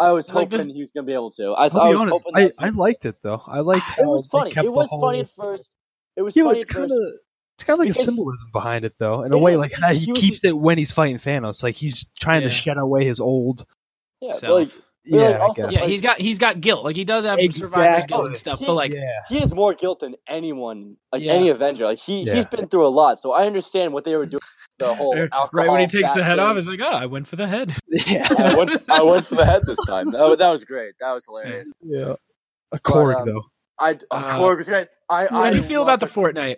C: I was
A: Like
C: hoping
A: this-
C: he was gonna be able to. I, th-
B: I'll
C: I
B: be
C: was
B: honest,
C: hoping
B: I,
C: that's-
B: I liked it though. I liked how
C: it was
B: they
C: funny.
B: kept
C: It was
B: the
C: funny
B: whole-
C: at first. It was
B: Yeah,
C: funny
B: it's
C: at
B: kind
C: first.
B: of it's kind of like a
C: Because-
B: symbolism behind it though, in a
C: It
B: way.
C: is.
B: Like how he,
C: He was
B: keeps it when he's fighting Thanos. Like he's trying
A: Yeah.
B: to shed away his old.
C: Yeah, but,
A: self.
C: like
B: Yeah,
C: But, like,
B: I
C: also,
B: guess.
A: yeah,
C: like-
A: he's got he's got guilt. Like he does have survivor's guilt
C: Exactly.
A: and stuff,
C: He-
A: but like
B: yeah.
C: he has more guilt than anyone, like
A: Yeah.
C: any Avenger. Like he
B: Yeah.
C: he's been through a lot, so I understand what they were doing. The whole alcohol.
A: right when he takes the
C: fat
A: head
C: thing.
A: off, he's like, "Oh, I went for the head."
B: yeah,
C: I went, I went for the head this time. That, wa- that was great. That was hilarious.
B: yeah. A Korg
C: um,
B: though.
C: I oh,
A: Uh,
C: Korg was great. I,
A: How
C: I
A: do you feel about the
C: loved it.
A: Fortnite?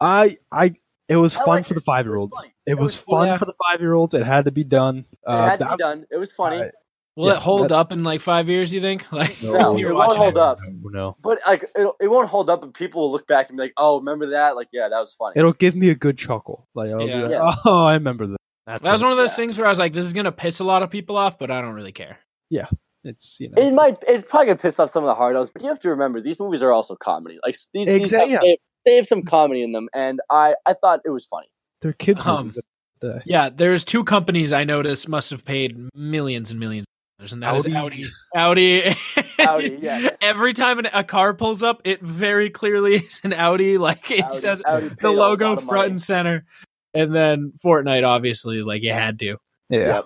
B: I I it was
C: I
B: fun
C: like
B: for the
C: it.
B: five year olds.
C: funny.
B: It,
C: It
B: was
C: was
B: fun
A: fun.
B: for the five year olds. It had to be done. Uh,
A: uh,
C: It had to
B: that-
C: be done. It was funny,
B: Alright.
A: Will
B: Yeah,
A: it hold
B: that-
A: up in like five years? You think? Like,
C: No,
A: when you're
C: it won't
A: watching
C: hold up.
B: No, no.
C: but like it, it won't hold up. And people will look back and be like, "Oh, remember that? Like, yeah, that was funny."
B: It'll give me a good chuckle. Like, I'll
A: Yeah.
B: be like
C: Yeah.
B: oh, I remember that. That's
A: That was
B: it.
A: one of those
C: Yeah.
A: things where I was like, "This is gonna piss a lot of people off," but I don't really care.
B: It's you know.
C: It might. It's probably gonna piss off some of the hardos, but you have to remember these movies are also comedy. Like s- these, these have,
B: Exact- yeah.
C: they, they have some comedy in them, and I, I thought it was funny.
B: They're kids.
A: Um,
B: movies. Uh,
A: Yeah, there's two companies I noticed must have paid millions and millions. of dollars, And that is
B: Audi.
A: Audi. Audi.
C: Audi, yes.
A: Every time an, a car pulls up, it very clearly is an Audi. Like it
C: Audi-
A: says
C: Audi paid a
A: the logo
C: lot of
A: front
C: money.
A: and center. And then Fortnite, obviously, like you had to.
B: yeah.
A: Um,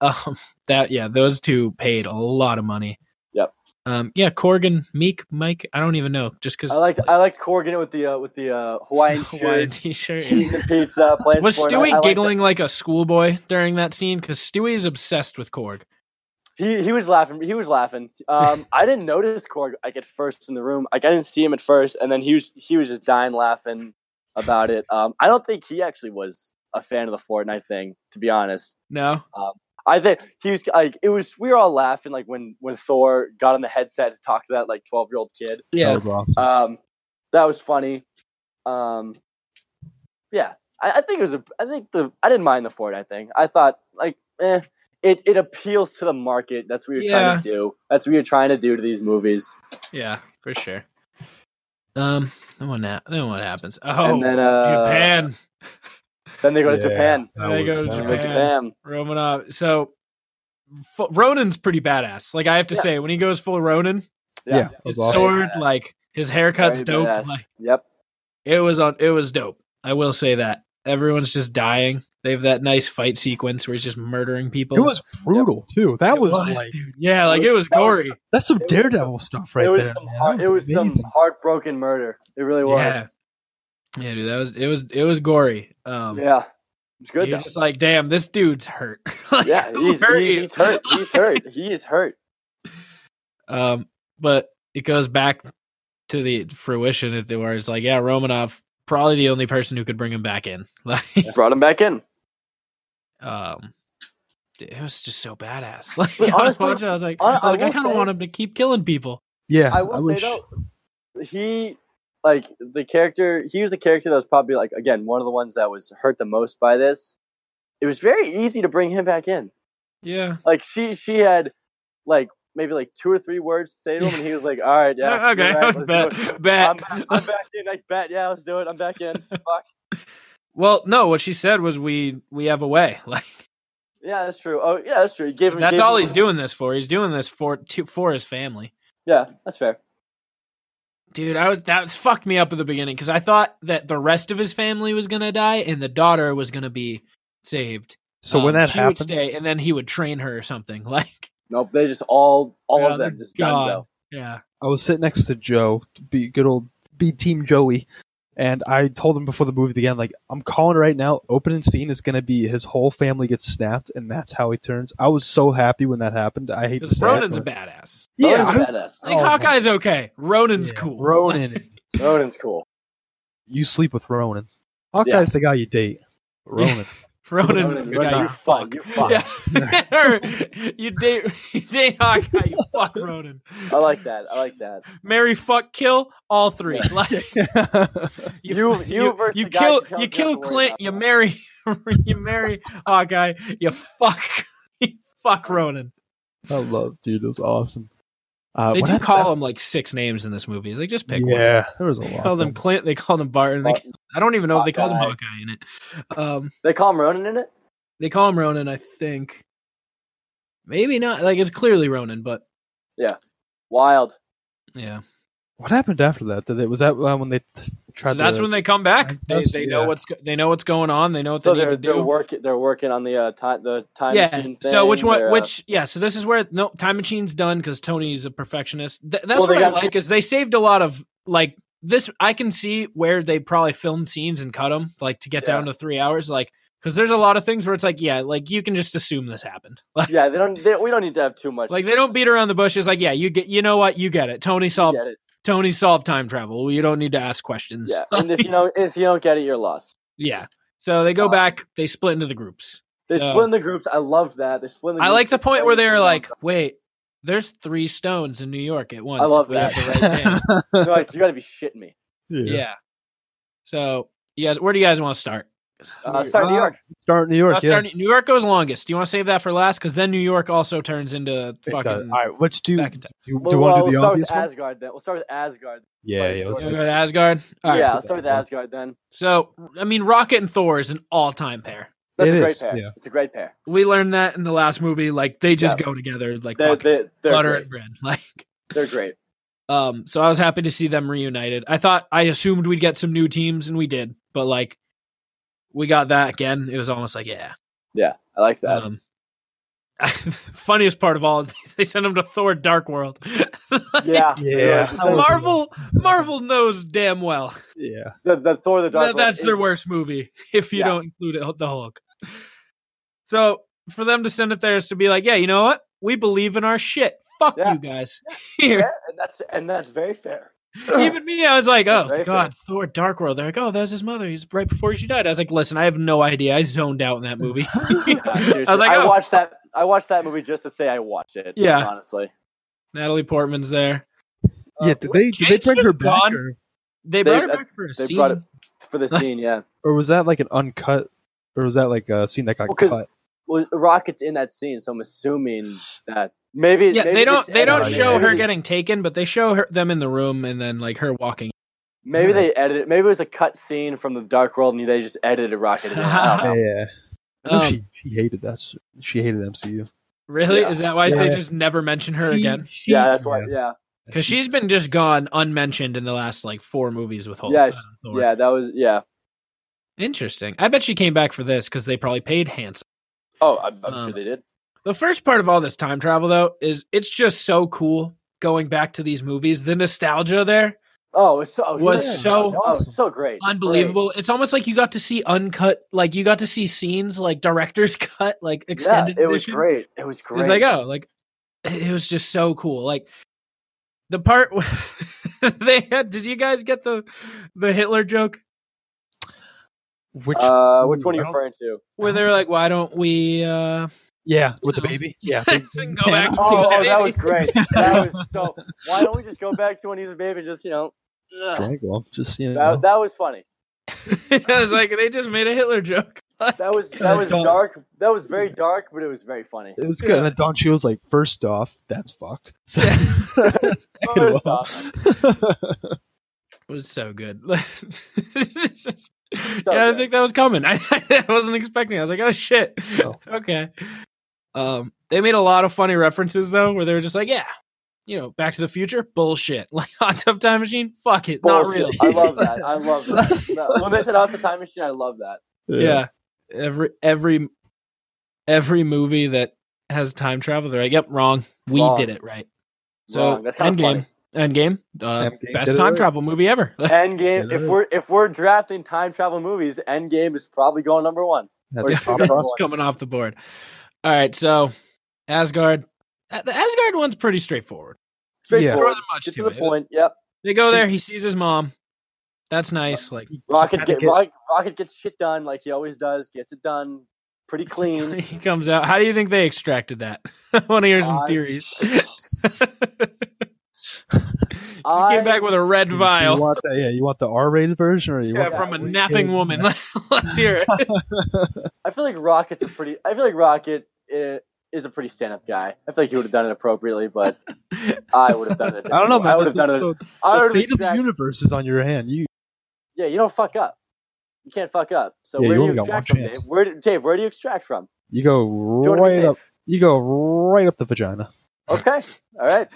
A: that yeah, those two paid a lot of money.
C: Yep.
A: Um, yeah, Corgan, Meek, Mike. I don't even know, just because
C: I liked I liked Corgan with the uh, with the uh, Hawaiian
A: Hawaiian
C: shirt,
A: t-shirt. yeah.
C: eating the pizza, playing.
A: Was
C: Fortnite. I
A: Stewie
C: liked
A: giggling like a schoolboy during that scene? Because Stewie is obsessed with Korg.
C: it. He he was laughing. He was laughing. Um, I didn't notice Corg like at first in the room. Like I didn't see him at first, and then he was he was just dying laughing about it. Um, I don't think he actually was a fan of the Fortnite thing, to be honest.
A: No,
C: I think he was like it was. We were all laughing like when when Thor got on the headset to talk to that like twelve year old kid.
A: yeah,
B: That was awesome.
C: Um, that was funny. Um, yeah, I, I think it was. A, I think the I didn't mind the Fortnite thing. I thought like eh, it it appeals to the market. That's what you're trying to do. That's what you're trying to do to these movies.
A: Oh, yeah, for sure. Um, then what? Na- then what happens? Oh,
C: and then uh,
A: Japan.
C: Then they go to
B: Yeah,
C: Japan.
B: that
A: They go
B: was-
A: to
C: They
B: that
C: go
B: was-
C: to Japan.
A: Romanov. uh, So F- Ronin's pretty badass. Like I have to
C: Yeah.
A: say, when he goes full Ronin,
B: Yeah,
C: Yeah,
B: that was
A: his
B: awesome.
A: sword,
C: Badass.
A: like his haircut's
C: Very
A: dope.
C: badass.
A: Like,
C: Yep.
A: It was on. It was dope. I will say that everyone's just dying. They have that nice fight sequence where he's just murdering people.
B: It was brutal too. That
A: It
B: was, like
A: dude. yeah, like
C: was-
A: it was
C: that was
A: gory.
B: that's some
C: it was-
B: daredevil stuff right
C: it was
B: there.
C: some
B: man.
C: heart,
B: That
C: it was some
B: amazing.
C: heartbroken murder. It really was.
A: yeah, yeah, dude. That was it. Was it was gory. Um,
C: Yeah, it's good
A: You're
C: though.
A: just like, damn, this dude's hurt. Like,
C: Yeah,
A: who
C: he's,
A: hurt
C: he's,
A: you?
C: he's hurt. He's hurt. He is hurt.
A: Um, but it goes back to the fruition at the- where it's like, yeah, Romanov probably the only person who could bring him back in. Like,
C: Brought him back in.
A: um, it was just so badass. Like,
C: But
A: I was
C: honestly,
A: watching, I was like,
C: I-
A: I,
C: I
A: was like, I
C: will
A: kind of
C: say-
A: want him to keep killing people.
B: Yeah,
C: I will
B: wish-
C: say though, he like the character. He was the character that was probably like again one of the ones that was hurt the most by this. It was very easy to bring him back in.
A: Yeah.
C: Like she, she had like maybe like two or three words to say to him, and he was like, "All right, yeah,
A: Uh, okay.
C: you're right, let's do it.
A: bet. bet.
C: I'm, back- I'm back in. I bet. Yeah, let's do it. I'm back in. Fuck.
A: well, no, what she said was we we have a way. Like
C: Yeah, that's true. Oh, yeah, that's true. He gave him.
A: That's
C: gave
A: all
C: him-
A: he's doing this for. He's doing this for to, for his family.
C: Yeah, that's fair.
A: Dude, I was that was fucked me up at the beginning because I thought that the rest of his family was gonna die and the daughter was gonna be saved.
B: So when
A: Um,
B: that
A: she would
B: happened,
A: stay, and then he would train her or something. Like,
C: Nope, they just all all
A: Yeah,
C: of them just
A: God.
C: Dunzo.
A: yeah,
B: I was sitting next to Joe, be good old be Team Joey, and I told him before the movie began, like I'm calling right now. Opening scene is going to be his whole family gets snapped, and that's how he turns. I was so happy when that happened. I hate to
A: because
B: say
A: Ronan's a
B: it, but
A: badass.
C: Ronin's
B: Yeah.
C: badass.
A: I think
B: Oh, my-
A: Hawkeye's okay. Ronan's cool.
B: Ronan,
C: Ronin's cool.
B: you sleep with Ronan. Hawkeye's the guy you date. Ronan.
A: Ronan,
C: Ronan,
A: the guy
C: Ronan,
A: you
C: you
A: fuck.
C: fuck, you fuck.
A: Yeah. you date, you date Hawkeye. You fuck Ronan.
C: I like that. I like that.
A: Marry, fuck, kill all three. Like,
C: You- you versus
A: you
C: the guy
A: kill
C: who tells
A: you
C: you
A: kill
C: not to worry
A: Clint.
C: about
A: You
C: that.
A: marry you marry Hawkeye. You fuck you
C: Uh,
A: fuck Ronan.
B: I love, dude. It was awesome. Uh,
A: They
B: what
A: do
B: happened
A: call him like six names in this movie. It's Like just pick one.
B: Yeah, there was a
A: They
B: lot.
A: called him Clint. They called him Barton. They,
C: Barton.
A: I don't even know if they called him
C: Hawkeye.
A: Hawkeye in it. Um,
C: They call him Ronin in it.
A: they call him Ronan, I think. Maybe not. Like it's clearly Ronan, but
C: Wild.
A: yeah.
B: What happened after that? Did they, was that uh, when they t- tried?
A: So that's
B: to,
A: when they come back. They
B: That's-
A: they know
B: yeah.
A: what's go- they know what's going on. They know what
C: so
A: they need
C: they're
A: to do.
C: they're working they're working on the uh, time the time
A: yeah.
C: machine thing.
A: So which one?
C: They're, uh,
A: which yeah. So this is where no time machine's done because Tony's a perfectionist. Th- that's
C: Well, they
A: what I
C: got-
A: like is they saved a lot of like this. I can see where they probably filmed scenes and cut them like to get
C: Yeah.
A: down to three hours. Like because there's a lot of things where it's like yeah, like you can just assume this happened. Like,
C: yeah, they don't. They, we don't need to have too much.
A: like they don't beat around the bush. It's like yeah, you get you know what you get it. Tony solved
C: get it.
A: Tony solved time travel. You don't need to ask questions.
C: Yeah, and if you know if you don't get it, you're lost.
A: Yeah. So they go
C: Uh,
A: back. They split into the groups.
C: They
A: So-
C: split in the groups. I love that. They split. In the
A: I
C: groups.
A: like the point where they were
C: Yeah.
A: like, "Wait, there's three stones in New York at once.
C: love
A: We have
C: that.
A: to write down."
C: They're like, "You got to be shitting me."
A: yeah. So, you guys, where do you guys want to start?
C: Uh, sorry, New York.
B: Start New York.
A: I'll
B: yeah.
A: start- New York goes longest. Do you want to save that for last? Because then New York also turns into
B: It does.
A: fucking
B: All right, let's do.
A: back in time.
B: Do,
C: Well,
B: do you
C: well,
B: want
C: we'll
B: to do the
C: start
B: obvious
C: with
B: one?
C: Asgard then. We'll start with Asgard.
B: Yeah,
C: Let's
B: yeah. Let's
C: start
A: Go
B: just,
C: with
A: to Asgard. All right.
C: yeah,
B: let's
C: let's start with
B: do that.
C: Asgard then.
A: So, I mean, Rocket and Thor is an all-time pair.
C: That's
B: It
C: a great
B: is,
C: pair.
B: yeah.
C: It's a great pair.
A: We learned that in the last movie. Like they just
C: Yeah.
A: go together like
C: They're
A: fucking
C: they're, they're
A: butter
C: great.
A: and bread. Like
C: They're great.
A: Um, so I was happy to see them reunited. I thought I assumed we'd get some new teams, and we did, but like we got that again. It was almost like yeah.
C: I like that.
A: Um, funniest part of all, is they sent him to Thor: Dark World.
C: yeah,
B: Yeah. Uh,
C: Like, so
A: Marvel, Marvel knows damn well
B: yeah.
C: the, the Thor the Dark
A: that that's
C: World
A: their
C: is-
A: worst movie if you
C: Yeah.
A: don't include it, the Hulk. So for them to send it there is to be like, yeah, you know what? We believe in our shit. Fuck
C: Yeah.
A: you guys. Here,
C: Yeah, and that's and that's very fair.
A: even me, I was like,
C: That's
A: oh
C: very
A: god, Thor Dark World. They're like, oh, that's his mother. He's right before she died. I was like, listen, I have no idea. I zoned out in that movie.
C: Nah, Uh, seriously,
A: I was like, oh,
C: watched that. I watched that movie just to say I watched it.
A: Yeah.
C: honestly,
A: Natalie Portman's there.
B: yeah. Did they, did they
A: James
B: bring
A: is
B: her back,
A: gone.
B: or,
A: They
C: They-
A: brought it
C: uh,
A: back for a
C: they
A: scene.
C: brought it for the scene. Yeah,
B: or was that like an uncut, or was that like a scene that got
C: Well, 'cause-
B: cut?
C: well, Rocket's in that scene, so I'm assuming that maybe
A: yeah,
C: maybe
A: they don't
C: it's
A: they don't
C: edited.
B: yeah.
A: show
C: Maybe
A: her
C: they-
A: getting taken, but they show her them in the room and then like her walking.
C: Maybe they edited. Maybe it was a cut scene from the Dark World, and they just edited Rocket. In. I don't know.
B: Yeah. I know
A: Um,
B: Oh, she, she hated that. s- She hated MCU.
A: Really?
C: Yeah.
A: Is that why they
B: Yeah.
A: just never mention her
B: She-
A: again?
B: she-
C: Yeah, that's why. Yeah,
A: Because she's been just gone unmentioned in the last like four movies with Hulk.
C: Yeah,
A: uh,
C: she-
A: Thor.
C: yeah, that was yeah.
A: Interesting. I bet she came back for this because they probably paid handsome.
C: Oh, I'm, I'm
A: Um,
C: sure they did.
A: The first part of all this time travel, though, is it's just so cool going back to these movies. The nostalgia there,
C: Oh, it's so oh,
A: was
C: it's
A: so
C: oh, it's so great, It's
A: unbelievable. It's almost like you got to see uncut, like you got to see scenes like director's cut, like
C: great. Yeah,
A: extended.
C: it was
A: edition.
C: great. It was
A: It
C: great.
A: was like oh, like it was just so cool. Like the part where they had. Did you guys get the the Hitler joke
B: Which?
C: uh, which one are you
B: Well,
C: referring to?
A: where they're like, why don't we uh
B: Yeah, with the
A: No.
B: baby. Yeah.
A: go back? to
C: Oh,
A: the
C: oh, that
A: baby?
C: was great. That was so. Why don't we just go back to when he was a baby? Just you know, ugh.
B: Strangle. Just you know.
C: that, that was funny.
A: I was like, they just made a Hitler joke.
C: That was that was
A: Yeah.
C: dark. That was very dark, but it was very funny.
B: it was good. And then Don Cheadle was like, first off, that's fucked. So,
C: First off,
A: It was so good. yeah, I didn't think that was coming. I, I wasn't expecting. It. I was like, oh shit.
B: No.
A: okay. Um, they made a lot of funny references though, where they were just like, yeah, you know, Back to the Future, bullshit. Like Hot Tub Time Machine, fuck it,
C: Bullshit.
A: not real.
C: I love that. I love that. No, when they said off the time machine, I love that.
A: yeah. Every every every movie that has time travel, they're like, yep, wrong. We
C: Wrong.
A: did it right. So
C: Wrong.
A: end
C: That's kinda
A: Endgame, Endgame, uh,
B: Endgame did
A: best
B: it
A: time
B: right.
A: travel movie ever.
C: Endgame.
B: Yeah,
C: If we're if we're drafting time travel movies, Endgame is probably going number one.
B: That's
C: Or
B: the
C: shoot
B: top
C: it
B: roster.
C: all.
A: coming off the board. All right, so Asgard. Uh, The Asgard onene's pretty straightforward. There
C: Straightforward.
A: wasn't much to,
C: Get to the
A: it.
C: point. Yep.
A: They go there. He sees his mom. That's nice.
C: Uh,
A: Like
C: Rocket
B: Gotta
C: get,
B: get-
C: Rocket, Rocket gets shit done like he always does. Gets it done pretty clean.
A: he comes out. How do you think they extracted that? I want to hear some
C: I-
A: theories. he
C: I-
A: came back with a red
B: You-
A: vial
B: You want the, yeah, you want the R-rated version, or you
A: yeah,
B: want
C: that
A: from a
C: we
A: napping
B: could-
A: woman. Let's hear it.
C: I feel like Rocket's a pretty. I feel like Rocket i- is a pretty stand-up guy. I feel like he would have done it appropriately, but I would have done it. a
B: I don't
C: different
B: know,
C: way.
B: man.
C: I would have done it.
B: The,
C: I would
B: the fate of the
C: have
B: universe is on your hand. You
C: Yeah, you don't fuck up. You can't fuck up. So
B: Yeah,
C: where
B: you
C: do
B: only
C: you
B: got one
C: extract from,
B: chance.
C: Dave? Where, do- Dave? Where do you extract from?
B: you go
C: If you want to be
B: right up.
C: safe.
B: You go right up the vagina.
C: Okay. All right.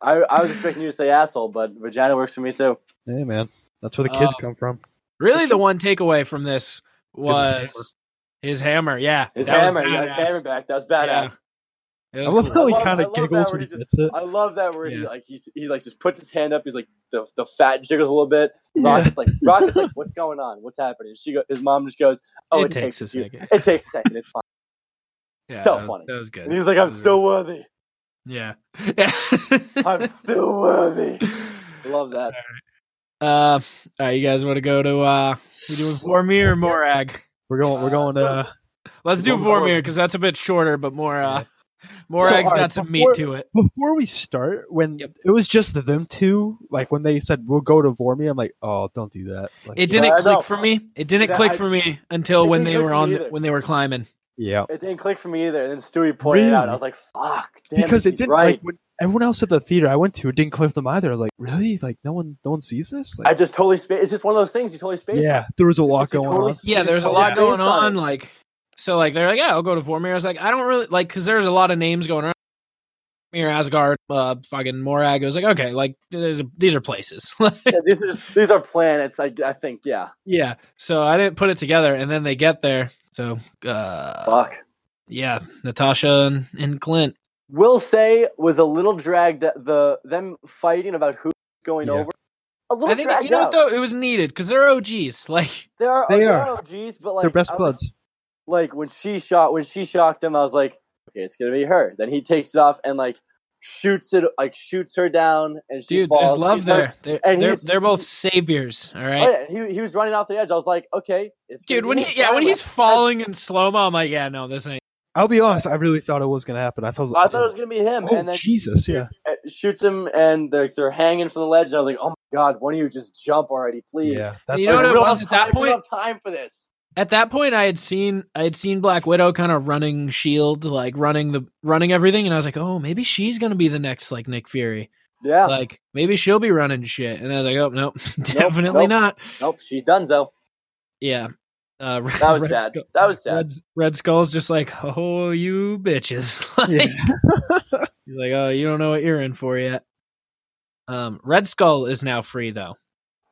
C: I, I was expecting you to say asshole, but vagina works for me too.
B: Hey, man, that's where the kids
A: Uh,
B: come from.
A: Really, the one takeaway from this was his hammer. Yeah,
C: His
A: that was
C: hammer, yeah, his
A: badass.
C: hammer back. That was badass.
A: It
B: I
A: was
B: love
A: cool.
B: how he
C: I love-
B: kind
C: I
B: of
C: love that
B: giggles
C: where
B: when he
C: he
B: gets it.
C: I love that where he
A: Yeah.
C: like he's he like just puts his hand up. He's like the the fat jiggles a little bit.
B: Yeah.
C: Rocket's like Rocket's like, what's going on? What's happening? She go, his mom just goes, oh, it, takes, a few.
A: second.
C: It takes a second. It's fine.
A: Yeah,
C: so
A: that was-
C: funny.
A: That was good.
C: And he was like, I'm still worthy.
A: Yeah.
C: I'm still worthy. I love that.
A: uh, all right, you guys want to go to uh, we doing Vormir or Morag?
B: We're going. We're going. Uh,
A: Let's do
C: Go for
A: Vormir
C: it.
A: because that's a bit shorter, but more uh,
B: So,
A: Morag's
B: all right,
A: got some meat
B: before-
A: to it.
B: before we start, when
A: Yep.
B: it was just them two, like when they said we'll go to Vormir, I'm like, oh, don't do that. Like,
A: It didn't
C: I know.
A: click for me. It didn't
C: Yeah,
A: click
C: I-
A: for me until
C: it
A: when
C: didn't
A: they
C: click
A: were
C: for me
A: on the,
C: either.
A: when they were climbing.
B: Yeah.
C: It didn't click for me either. And then Stewie pointed it out. I was like, fuck, damn
B: because
C: it,
B: it
C: he's
B: didn't
C: right.
B: like when everyone else at the theater I went to it didn't click with them either. Like really, like no one no one sees this.
C: I
B: Like,
C: just totally space. It's just one of those things you totally space.
B: yeah, there was a
C: It's
B: lot
C: just a
B: going
C: totally
B: on.
C: space-
A: Yeah,
C: it's
A: there's a
C: totally
A: lot going
C: spaced on
A: on.
C: it.
A: Like, so like they're like, yeah, I'll go to Vormir. I was like, I don't really like because there's a lot of names going around. Mir Asgard, uh, fucking Morag. I was like, okay, like there's a, these are places.
C: Yeah, this is these are planets. I, I think yeah.
A: yeah, so I didn't put it together, and then they get there. So, uh,
C: Fuck.
A: yeah, Natasha and, and Clint.
C: Will say was a little dragged. The them fighting about who's going
B: Yeah.
C: over. A little
A: I think
C: dragged
A: you know
C: out.
A: what, though it was needed because they're OGs. Like,
C: There are
B: They
C: there
B: are.
C: are OGs, but like
B: Their best
C: I was
B: buds.
C: Like, like when she shot when she shocked him, I was like, okay, it's gonna be her. Then he takes it off and like shoots it like shoots her down, and she
A: dude,
C: falls.
A: there's love
C: She's like-
A: there. They're,
C: and
A: they're,
C: he's-
A: they're both saviors. All right.
C: Oh, yeah, he, he was running off the edge. I was like, okay, it's gonna
A: Dude,
C: be
A: when
C: her.
A: he yeah when
C: Finally.
A: he's falling in slow mo, I'm like, yeah, no, this ain't.
B: I'll be honest, I really thought it was gonna happen. I thought
C: I thought it was gonna be him,
B: Oh,
C: and then
B: Jesus,
C: shoots-
B: yeah.
C: uh, shoots him, and they're, they're hanging from the ledge. And I was like, oh my god, why don't you just jump already, please?
B: Yeah,
A: You know
B: that's
C: Like,
A: what it
C: we don't
A: was
C: have
A: at that
C: time- we
A: point?
C: don't have time for this.
A: At that point, I had seen I had seen Black Widow kind of running Shield, E like running the running everything, and I was like, oh, maybe she's gonna be the next like Nick Fury,
C: Yeah,
A: like maybe she'll be running shit. And I was like, oh, nope, definitely
C: nope.
A: not.
C: nope, she's done. So
A: Yeah, uh,
C: that was sad. That was sad.
A: Red, Red Skull's just like, oh, you bitches.
B: Yeah.
A: Like, He's like, oh, you don't know what you're in for yet. Um, Red Skull is now free though,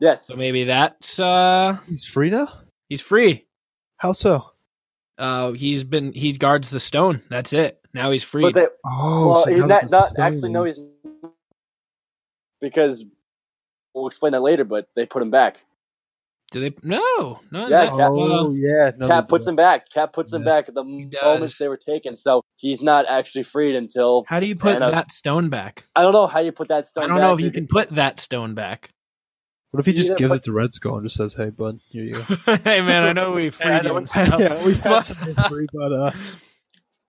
C: Yes,
A: so maybe that's uh,
B: he's free now.
A: he's free.
B: How so?
A: Uh, he's been he guards the stone. That's it. Now he's free.
C: but they
B: Oh,
C: well,
B: so
C: he-
B: now
C: not,
B: there's
C: not
B: a
C: actually. No,
B: story.
C: he's because we'll explain that later. But they put him back.
A: Do they? No, uh, no.
C: Yeah,
A: that-
C: Cap-
B: Oh yeah, no,
C: Cap
B: they
C: uh, puts him back. Cap puts him
B: Yeah.
C: back at the
A: does.
C: moments they were taken. So he's not actually freed until
A: how do you put
C: Thanos.
A: that stone back?
C: I don't know how you put that stone.
A: I don't
C: back.
A: know if you can put that stone back.
B: What if he
C: he's
B: just
C: gonna
B: gives
C: put-
B: it to Red Skull and just says, "Hey, bud, here you." go."
A: hey man, I know we freed you
C: know
A: and
C: it's-
A: stuff.
B: yeah, we had some history, but uh,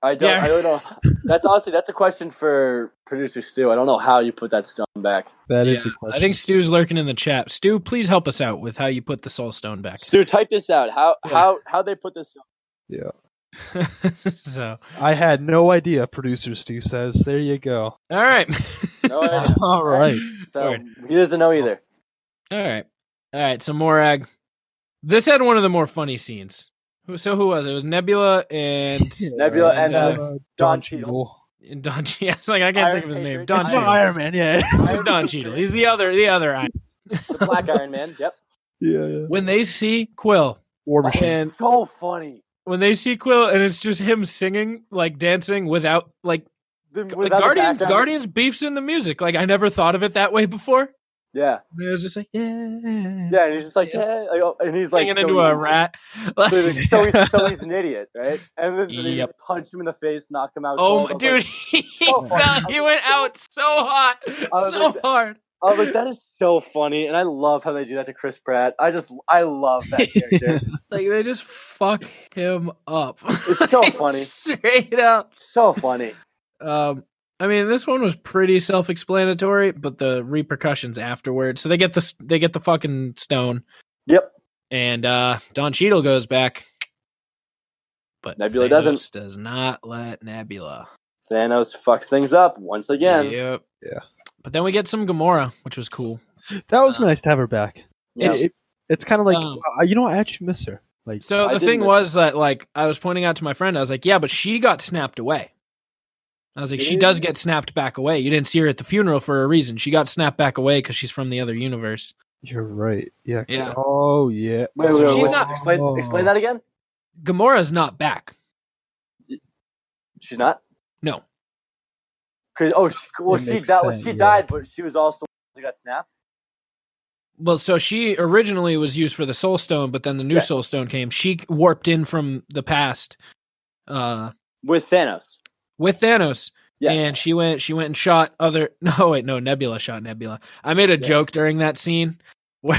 C: I don't.
A: Yeah.
C: I really don't. That's honestly that's a question for producer Stu. I don't know how you put that stone back.
B: that is
A: Yeah,
B: a question.
A: I think Stu's lurking in the chat. Stu, please help us out with how you put the soul stone back.
C: Stu, type this out. How
A: Yeah.
C: how how they put this? Stone.
A: so,
B: I had no idea. Producer Stu says, "There you go."
A: all right.
C: No idea.
B: All right.
C: So
A: Word.
C: he doesn't know either.
A: All right. All right. So Morag, uh, This had one of the more funny scenes. Who- So who was it? It was Nebula and
F: Nebula and, uh, Don Cheadle.
A: and Don Cheadle. Yeah, it's like I can't
C: Iron
A: think of his name.
C: Patriot.
A: Don
B: It's
C: It's
B: not
A: Cheadle.
B: Iron Man, yeah.
A: It's Don Cheadle. He's the other. The other. Iron.
C: the Black Iron Man. Yep.
B: yeah, yeah.
A: When they see Quill,
B: War
C: Oh,
B: Machine.
A: And-
C: so funny.
A: when they see Quill, and it's just him singing, like dancing without, like,
C: The,
A: like
C: without the
A: Guardian,
C: background-
A: Guardians beefs in the music. Like I never thought of it that way before.
C: Yeah,
A: And it was just like yeah,
C: yeah, and he's just like, yeah, like, oh, and he's like,
A: singing
C: so
A: into
C: he's-
A: a rat.
C: So he's, so he's so he's an idiot, right? And then they
A: Yep.
C: just punch him in the face, knock him out.
A: Oh,
C: cold. I
A: my,
C: was
A: dude,
C: like-
A: he
C: so funny.
A: fell. He went out so hot,
C: was
A: so
C: like-
A: hard.
C: I was like, that is so funny, and I love how they do that to Chris Pratt. I just, I love that character.
A: Like they just fuck him up.
C: It's so
A: Like,
C: funny.
A: straight up.
C: so funny.
A: Um, I mean, this one was pretty self-explanatory, but the repercussions afterwards. So they get the they get the fucking stone,
C: Yep.
A: and uh, Don Cheadle goes back. But
C: Nebula
A: Thanos
C: doesn't.
A: Does not let Nebula.
C: Thanos fucks things up once again.
A: Yep.
B: Yeah.
A: But then we get some Gamora, which was cool.
B: that was
A: uh,
B: nice to have her back.
C: Yeah.
A: It's-
B: It- it's kind of like
A: Um,
B: uh, you know I actually miss her. Like
A: So
C: I
A: the
C: didn't
A: thing
C: miss
A: was that like I was pointing out to my friend, I was like, "Yeah, but she got snapped away." I was like, "She does get snapped back away. You didn't see her at the funeral for a reason. She got snapped back away because she's from the other universe."
B: you're right. Yeah.
A: Yeah.
B: Oh yeah. Oh.
C: Wait, wait,
A: She's
C: wait, wait.
A: not- Oh.
C: Explain, explain that again.
A: Gamora's not back.
C: She's not.
A: No,
C: Chris, oh, she, well,
B: It
C: she
B: makes
C: died. Well, she
B: sense, yeah.
C: died, but she was also she got snapped.
A: Well, so she originally was used for the Soul Stone, but then the new
C: Yes.
A: Soul Stone came. She warped in from the past uh,
C: with Thanos.
A: with Thanos,
C: Yes.
A: and she went. She went and shot other. No, wait, no. Nebula shot Nebula. I made a
C: Yeah.
A: joke during that scene where,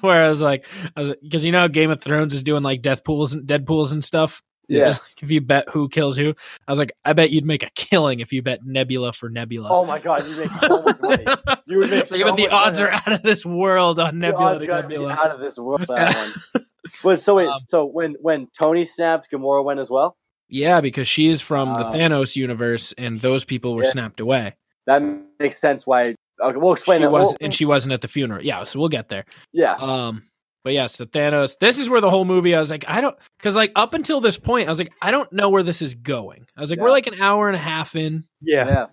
A: where I was like, I was because you know how Game of Thrones is doing like death pools and dead pools and stuff. It
C: yeah.
A: was like, if you bet who kills who, I was like, I bet you'd make a killing if you bet Nebula for Nebula.
C: Oh my god, you make so much money. You would make
A: Like,
C: so
A: but the
C: much
A: odds
C: money.
A: are out of this world on
C: The
A: Nebula
C: odds
A: to
C: gotta be
A: Nebula.
C: out of this world. That one. But so wait,
A: Um,
C: so when when Tony snapped, Gamora went as well.
A: Yeah, because she is from the
C: Uh,
A: Thanos universe, and those people were
C: yeah.
A: snapped away.
C: That makes sense. Why? Okay, we'll explain
A: she
C: that.
A: was,
C: We'll-
A: and she wasn't at the funeral. Yeah, so we'll get there.
C: yeah,
A: Um, but yeah, so Thanos. This is where the whole movie. I was like, I don't, because like up until this point, I was like, I don't know where this is going. I was like, we're
C: Yeah.
A: like an hour and a half in.
B: Yeah.
C: yeah.
A: And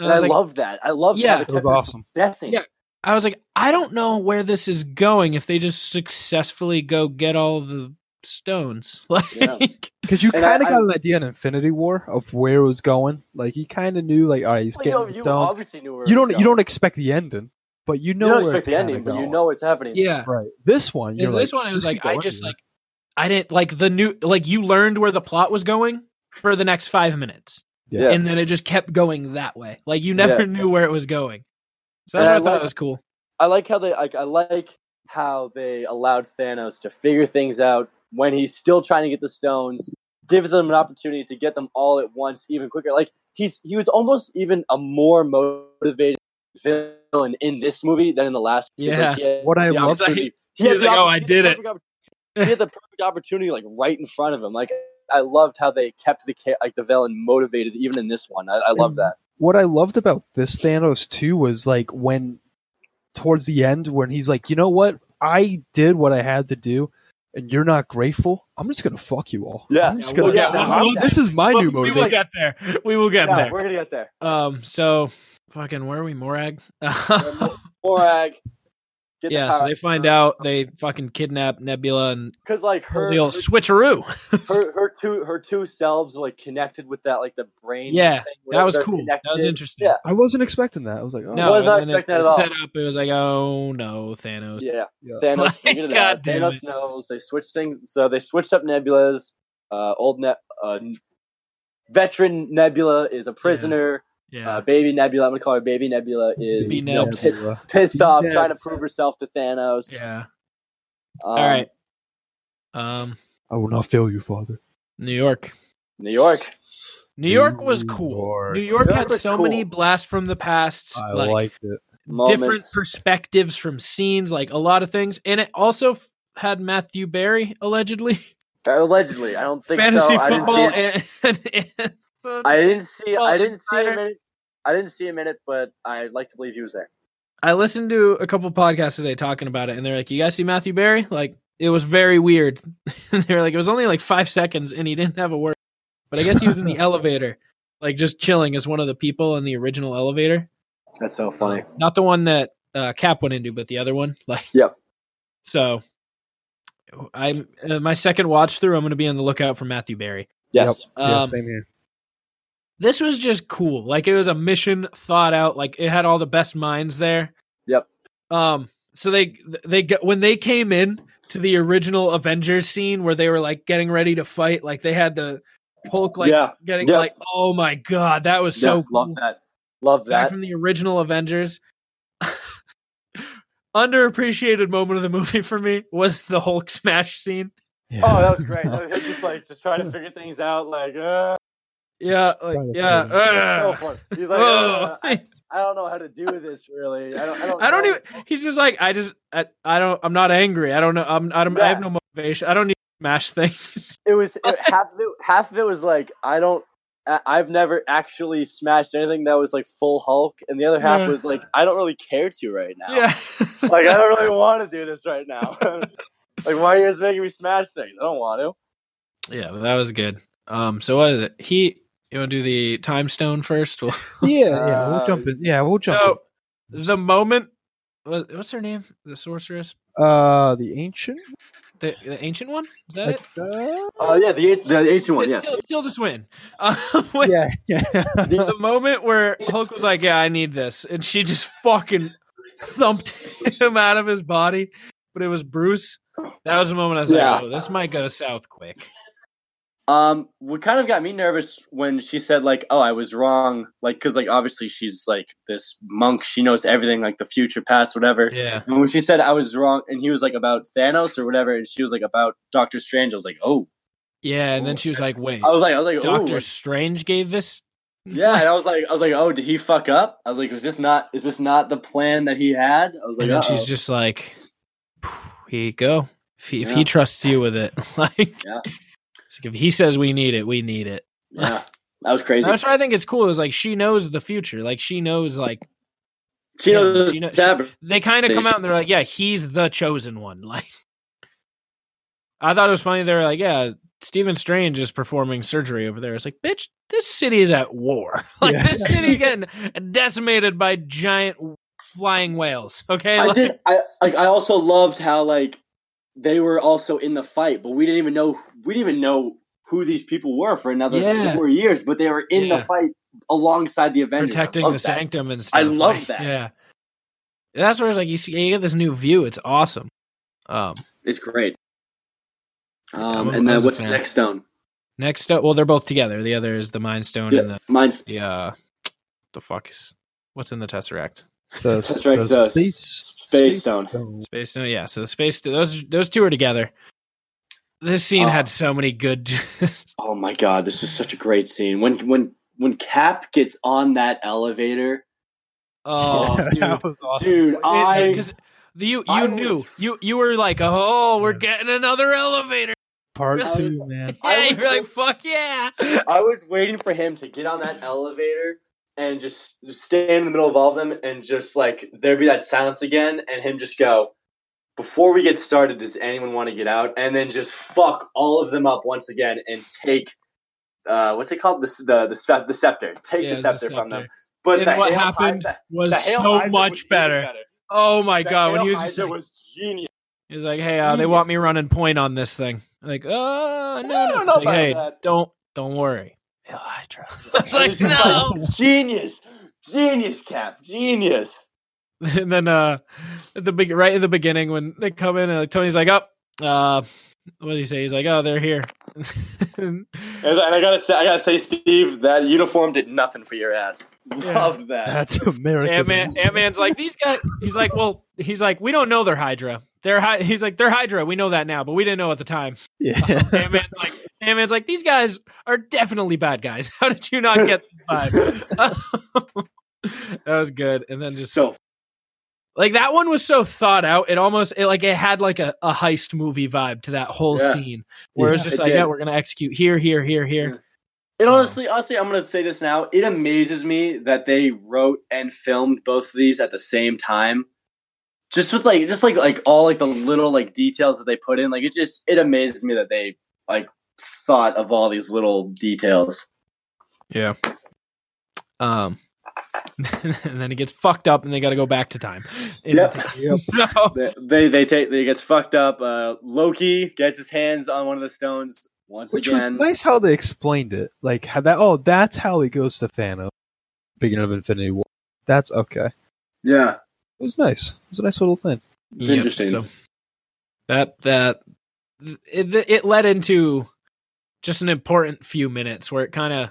C: And
A: I
C: I,
A: was like,
C: love that. I love
A: Yeah.
C: that.
B: It was awesome.
C: Guessing.
A: Yeah. I was like, I don't know where this is going. If they just successfully go get all the stones, like,
C: Yeah.
B: Because you
C: And
B: kind
C: I-
B: of got
C: I-
B: an idea in Infinity War of where it was going. Like you kind of knew, like all right, he's
C: Well, you,
B: getting
C: know,
B: the
C: you
B: stones.
C: obviously knew where
B: You
C: it was
B: don't you
C: going.
B: don't expect the ending, but you know
C: you don't
B: where
C: expect
B: it's
C: the ending,
B: kinda
C: but you
B: going.
C: know what's happening.
A: yeah.
B: right. This one, you're
A: Is
B: like,
A: this one? I was
B: could
A: like,
B: go
A: I just
B: anywhere.
A: like, I didn't like the new, like you learned where the plot was going for the next five minutes.
C: Yeah.
A: and then it just kept going that way. Like you never
C: Yeah.
A: knew where it was going. So
C: And
A: that's
C: I
A: what I
C: like-
A: thought was cool.
C: I like how they like I like how they allowed Thanos to figure things out when he's still trying to get the stones, gives them an opportunity to get them all at once even quicker. Like he's he was almost even a more motivated villain in this movie than in the last. He's
A: Yeah.
C: Like, he had
B: What I
C: the
B: love-
C: opportunity-
A: He
C: he had
A: was
C: the
A: like, "Oh, I
C: opportunity-
A: did it."
C: perfect opportunity- He had the perfect opportunity like right in front of him. Like I loved how they kept the ca- like the villain motivated even in this one. I, I
A: Mm-hmm.
C: love
B: And-
C: that.
B: what I loved about this Thanos too was like when towards the end when he's like, you know what, I did what I had to do, and you're not grateful. I'm just gonna fuck you all.
C: Yeah.
B: I'm just
A: Yeah,
B: gonna,
A: well, yeah,
B: I'm-
A: well, yeah.
B: this is my new
A: we
B: motivation.
A: will get there. We will get
C: Yeah,
A: there.
C: we're gonna get there.
A: Um. So fucking where are we, Morag?
C: Morag. Get the
A: yeah. So
C: power.
A: they find out they fucking kidnap Nebula and
C: because like
A: her,
C: uh, her
A: the
C: her,
A: old switcheroo.
C: her her two her two selves are, like connected with that like the brain.
A: Yeah,
C: thing,
A: That
C: whatever,
A: was
C: they're
A: cool. That was
C: connected.
A: interesting.
C: Yeah.
B: I wasn't expecting that. I was like, oh,
A: No,
C: Was not
A: and then it-
C: expecting that at
A: it
C: all.
A: Set up. It was like, oh no, Thanos.
C: Yeah,
B: Yeah.
C: Thanos figured it out.
A: God damn
C: Thanos
A: it.
C: knows. They switched things, so they switched up Nebula's uh, old ne- uh, veteran Nebula is a prisoner.
A: Yeah.
C: Uh, baby Nebula, I'm gonna call her Baby Nebula, is
A: Baby
C: you know,
A: Nebs.
C: pissed,
B: Nebula.
C: pissed off,
B: Nebs.
C: trying to prove herself to Thanos.
A: yeah.
C: Um,
A: All right. Um.
B: I will not fail you, father.
A: New York.
C: New York.
A: New York was
B: New
A: cool.
B: York.
A: New York
C: New York
A: had
C: was
A: so
C: cool.
A: many blasts from the past.
B: I
A: like,
B: liked it.
C: Moments.
A: different perspectives from scenes, like a lot of things. And it also f- had Matthew Berry allegedly
C: Allegedly, I don't think
A: fantasy
C: so. I didn't see
A: football
C: it.
A: and, and, and- I,
C: I didn't see.
A: Well,
C: I didn't see
A: Insider-
C: him. In it. I didn't see him in it, but I'd like to believe he was there.
A: listened to a couple podcasts today talking about it, and they're like, "You guys see Matthew Berry? Like, It was very weird. They're like, it was only like five seconds, and he didn't have a word. But I guess he was in the elevator, like just chilling as one of the people in the original elevator.
F: That's so funny.
A: Not the one that uh, Cap went into, but the other one. Like,
F: Yep.
A: So, I'm uh, my second watch through. I'm going to be on the lookout for Matthew Barry.
F: Yes.
B: Yep. Yeah,
A: Um,
B: same here.
A: this was just cool. Like it was a mission thought out. Like it had all the best minds there.
F: Yep.
A: Um. So they they got when they came in to the original Avengers scene where they were like getting ready to fight. Like they had the Hulk like
F: yeah.
A: getting
F: Yeah.
A: like oh my god that was so
F: yeah.
A: cool.
F: Love that. Love
A: Back
F: that.
A: from the original Avengers. Underappreciated moment of the movie for me was the Hulk smash scene.
B: Yeah.
C: Oh, that was great. Him just like just trying to figure things out. Like, uh,
A: Yeah, like,
B: Kinda
A: yeah.
B: cool.
A: uh,
C: so fun. He's like,
A: oh.
C: uh, I, I don't know how to do this really. I don't. I don't,
A: I don't
C: know.
A: even. He's just like I just I, I don't. I'm not angry. I don't know. I'm. I don't. I have
C: Yeah.
A: no motivation. I don't need to smash things.
C: It was it, half. Of it, half of it was like I don't. I- I've never actually smashed anything that was like full Hulk, and the other half
A: Yeah.
C: was like I don't really care to right now.
A: Yeah.
C: Like I don't really want to do this right now. like why are you guys making me smash things? I don't want to.
A: yeah. But that was good. Um. So what is it? He. You want to do the time stone first? Well,
B: Yeah, yeah, we'll
C: Uh,
B: jump in. Yeah, we'll jump.
A: so the moment. what- What's her name? The sorceress.
B: in. Uh, the ancient.
A: The, the ancient one. Is that
B: Like,
A: it?
B: uh,
C: Oh yeah, the the ancient one. Yes.
A: Til- Tilda Swinton. Um, when-
B: yeah, yeah.
A: The moment where Hulk was like, "Yeah, I need this," and she just fucking thumped him out of his body, but it was Bruce. That was the moment I was
C: Yeah.
A: like, "Oh, this might go south quick."
C: Um, what kind of got me nervous when she said like, "Oh, I was wrong," like because like obviously she's like this monk, she knows everything, like the future, past, whatever.
A: Yeah,
C: And when she said I was wrong, and he was like about Thanos or whatever, and she was like about Doctor Strange, I was like, "Oh,"
A: yeah. And then she was like, "Wait,
C: I was like, I was like, "Oh."
A: Doctor Strange gave this."
C: Yeah, and I was like, I was like, oh, did he fuck up? I was like, is this not is this not the plan that he had? I was like,
A: and then
C: oh,
A: she's just like, "Phew, "Here you go. If he, if
C: Yeah.
A: he trusts you with it, like,
C: Yeah.
A: it's like, if he says we need it, we need it."
C: yeah, that was crazy.
A: That's why I think it's cool. Is like she knows the future. Like she knows like
C: she knows,
A: she knows-
C: Tab-
A: they kind of
C: They
A: come
C: s-
A: out and they're like, "Yeah, he's the chosen one." Like, I thought it was funny. They're like, "Yeah, Stephen Strange is performing surgery over there." It's like, bitch, this city is at war. Like,
B: Yeah.
A: this city's getting decimated by giant flying whales. Okay,
C: I
A: Like,
C: did. I like. I also loved how like they were also in the fight, but we didn't even know. We didn't even know who these people were for another
A: Yeah.
C: four years. But they were in
A: Yeah.
C: the fight alongside the Avengers,
A: protecting
C: I
A: the
C: love that.
A: sanctum and stuff.
C: I love
A: Like,
C: that.
A: Yeah, that's where it's like you see you get this new view. It's awesome. Um,
C: It's great. Um,
A: I'm-
C: and
A: I'm
C: then
A: a
C: what's the
A: fan.
C: next stone?
A: next up, well, they're both together. The other is the Mind Stone and
C: Yeah,
A: the
C: mine's
A: the uh, the fuck is what's in the Tesseract.
B: The,
C: Tesseract uh, space, space stone.
A: Space no, yeah. So the space those those two are together. This scene
C: Oh.
A: had so many good.
C: Oh my god, this was such a great scene. When when when Cap gets on that elevator,
A: oh,
B: Yeah,
A: dude,
B: that was awesome.
C: dude,
A: It-
C: I
A: 'cause you you
C: I was-
A: knew you you were like, oh, we're
B: Yeah.
A: getting another elevator.
B: Part
A: I
B: two, man.
C: I
A: Yeah, you
C: was-
A: were like, fuck yeah.
C: I was waiting for him to get on that elevator and just stand in the middle of all of them and just like there be that silence again and him just go, Before we get started, does anyone want to get out? And then just fuck all of them up once again and take uh, what's it called? The s- the the, spe- the scepter. Take
A: Yeah,
C: the
A: it's
C: scepter, from them. But
A: And
C: the
A: what
C: Hail
A: happened
C: Hydra-
A: was
C: the Hail
A: so
C: Hydra was
A: much
C: even
A: better. Oh my
C: The
A: god, when
C: Hail
A: he was
C: Hydra
A: just like,
C: was genius.
A: he was like, hey, uh, they want me
C: genius.
A: running point on this thing. Like, oh no,
C: I
A: no.
C: don't
A: It's
C: know
A: like,
C: about
A: hey,
C: that.
A: don't don't worry. Hell, I try. It's
C: I
A: like
C: was just
A: no.
C: like, genius, genius, Cap, genius.
A: and then uh at the big right in the beginning when they come in and like, Tony's like up uh what did he say he's like oh they're here
C: And I gotta say, I gotta say, Steve, that uniform did nothing for your ass.
A: Yeah.
C: Loved that.
B: That's America.
A: Ant-Man, Ant-Man's like these guys he's like well he's like we don't know they're Hydra they're hy- he's like they're Hydra we know that now but we didn't know at the time
B: Yeah.
A: Ant-Man's like Ant-Man's like these guys are definitely bad guys how did you not get the vibe that was good and then just
C: so
A: like that one was so thought out it almost it like it had like a, a heist movie vibe to that whole
C: Yeah.
A: scene where it's
B: Yeah,
A: just
C: it
A: like
C: did.
A: yeah we're gonna execute here here here here
C: Yeah. it honestly, honestly, I'm gonna say this now. It amazes me that they wrote and filmed both of these at the same time, just with like just like like all like the little like details that they put in like it just it amazes me that they like thought of all these little details
A: Yeah. Um, and then it gets fucked up, and they got to go back to time. in the
C: Yep.
A: time.
B: Yep.
A: So
C: they they, they take they gets fucked up uh loki gets his hands on one of the stones once
B: Which was
C: again
B: nice how they explained it. Like how that. Oh, that's how he goes to Thanos. Beginning of Infinity War. That's okay.
C: yeah
B: It was nice. It was a nice little thing.
C: it's
A: Yep,
C: interesting
A: so that that it, it led into just an important few minutes where it kind of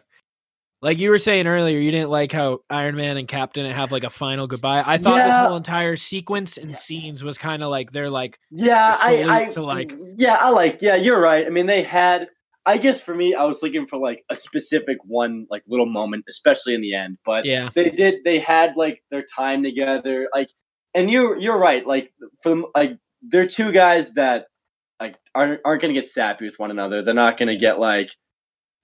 A: like you were saying earlier, you didn't like how Iron Man and Cap didn't have like a final goodbye. I thought
C: Yeah.
A: this whole entire sequence and scenes was kind of like they're like
C: Yeah,
A: salute
C: I, I
A: to, like-
C: yeah, I like yeah, you're right. I mean, they had. I guess for me, I was looking for like a specific one, like little moment, especially in the end. But
A: yeah
C: they did. They had like their time together, like, and you you're right. Like for them, like they're two guys that like aren't aren't gonna get sappy with one another. They're not gonna get like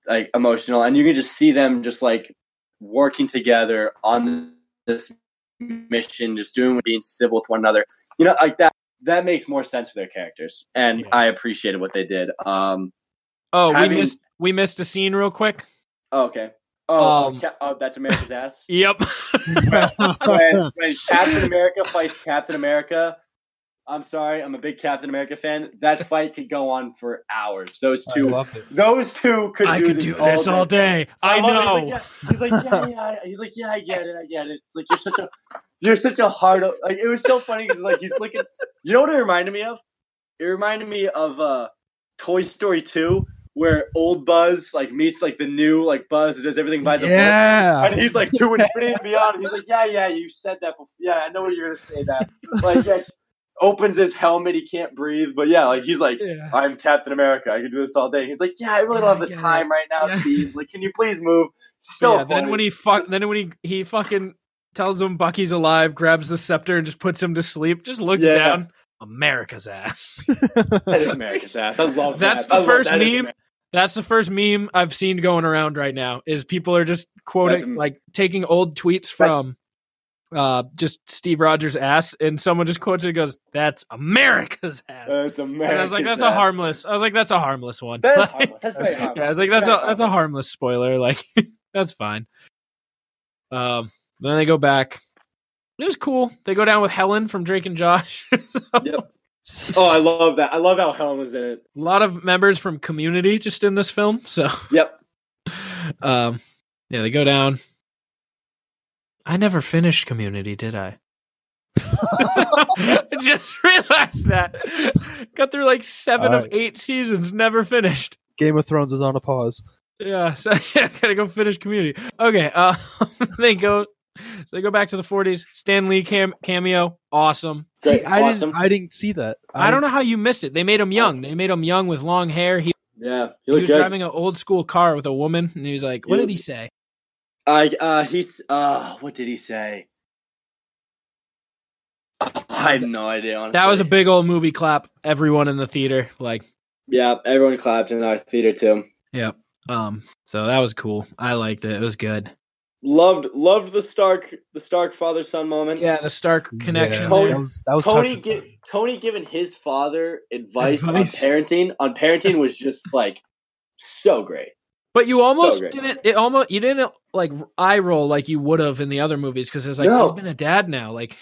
C: like emotional, and you can just see them just like working together on this mission, just doing being civil with one another. You know, like that. That makes more sense for their characters, and
A: Yeah.
C: I appreciated what they did. Um,
A: oh
C: having-
A: we missed we missed a scene real quick
C: okay. Oh,
A: Um,
C: Ca- oh, that's America's ass.
A: yep
C: when, when Captain America fights Captain America, I'm sorry, I'm a big Captain America fan. That fight could go on for hours. Those two,
B: loved it.
C: those two could
A: I
C: do
A: could
C: this
A: do
C: all
A: this
C: day.
A: all day I,
C: love
A: know
C: it. He's like, yeah, he's like, yeah, yeah. I- He's like, yeah, I get it, I get it. It's like you're such a, you're such a hard. Like it was so funny because like he's looking. You know what it reminded me of? It reminded me of uh, Toy Story Two, where old Buzz like meets like the new like Buzz that does everything by the book.
B: yeah.
C: And he's like to infinity and beyond. He's like, yeah, yeah, you said that before. Yeah, I know you're gonna say that. Like, yes, opens his helmet, he can't breathe. But yeah, like he's like,
A: yeah.
C: I'm Captain America. I can do this all day. He's like, yeah, I really
A: Yeah,
C: don't have
A: I
C: the
A: get it.
C: time right now,
A: Yeah.
C: Steve. Like, can you please move? So
A: yeah,
C: funny.
A: then when he fuck then when he he fucking tells him Bucky's alive grabs the scepter and just puts him to sleep just looks
C: Yeah.
A: down America's ass
C: that is America's ass. I love
A: That's
C: that.
A: the
C: I love
A: first
C: that is
A: meme.
C: Amer-
A: That's the first meme I've seen going around right now. Is people are just
C: That's
A: quoting
C: am-
A: like taking old tweets from uh just Steve Rogers' ass, and someone just quotes it and goes, "That's America's ass."
C: That's America's
A: and I was like, "That's
C: ass.
A: a harmless." I was like, "That's a harmless one."
C: That is
A: Like,
C: harmless. That's very harmless.
A: yeah, I was like,
C: It's
A: "That's
C: very
A: a that's a harmless spoiler." Like, that's fine. Um, then they go back. It was cool. They go down with Helen from Drake and Josh. So,
C: Oh, I love that. I love how Helen was in it.
A: a lot of members from Community just in this film. So.
C: Yep.
A: um yeah they go down i never finished community did i I just realized that got through like seven of
B: Alright.
A: eight seasons never finished
B: Game of Thrones is on a pause.
A: yeah so yeah, gotta go finish community okay uh they go so they go back to the 40s stan lee cam- cameo awesome
C: Great.
B: See, I
C: awesome.
B: didn't. I didn't see that.
A: i don't know how you missed it they made him young they made him young with long hair he,
C: yeah.
A: he
C: You look
A: was
C: good.
A: driving an old school car with a woman and he was like what
C: You
A: did he
C: look-
A: say
C: I uh he's uh what did he say? I have no idea. Honestly,
A: That was a big old movie clap. Everyone in the theater, like,
C: yeah. Everyone clapped in our theater too.
A: um, so that was cool. I liked it. It was good.
C: Loved loved the Stark the Stark father son moment.
A: Yeah, the Stark connection.
B: Yeah.
C: Tony-
A: there.
B: That was, that was
C: Tony
B: touching.
C: gi- Tony giving his father advice,
A: Advice.
C: on parenting on parenting was just like so great.
A: But you almost
C: great.
A: didn't. It almost you didn't like eye roll like you would have in the other movies because it's like
C: No.
A: he's been a dad now. Like,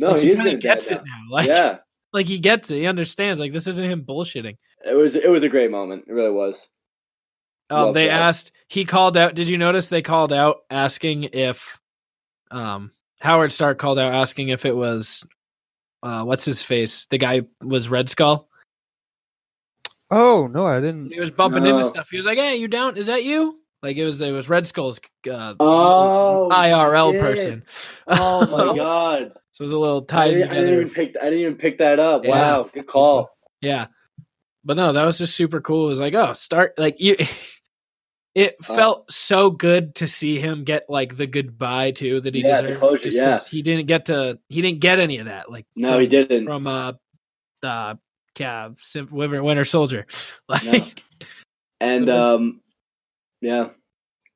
C: No,
A: like,
C: he is
A: kinda
C: gonna dad
A: gets
C: now.
A: it now. Like,
C: Yeah,
A: like he gets it. He understands. Like this isn't him bullshitting.
C: it was it was a great moment. It really was.
A: Um,
C: Love
A: they
C: that.
A: asked. He called out. Did you notice they called out asking if, um, Howard Stark called out asking if it was, uh, what's his face? The guy was Red Skull.
B: Oh no, I didn't.
A: He was bumping into
C: No.
A: stuff. He was like, "Hey, you down? Is that you?" Like it was it was Red Skull's uh,
C: Oh,
A: IRL
C: shit.
A: person.
C: Oh my god!
A: so it was a little
C: I
A: tied
C: didn't, I didn't
A: together.
C: even pick I didn't even pick that up.
A: Yeah.
C: Wow, good call.
A: yeah, but no, that was just super cool. It was like, oh, start like you. It
C: Uh,
A: felt so good to see him get like the goodbye too that he
C: Yeah, the
A: deserved.
C: closure,
A: just 'cause he didn't get to he didn't get any of that. Like
C: No, he
A: from-
C: didn't.
A: from uh, uh, yeah, Sim- Winter, Winter Soldier. Like
C: and
A: So it was-
C: um, yeah,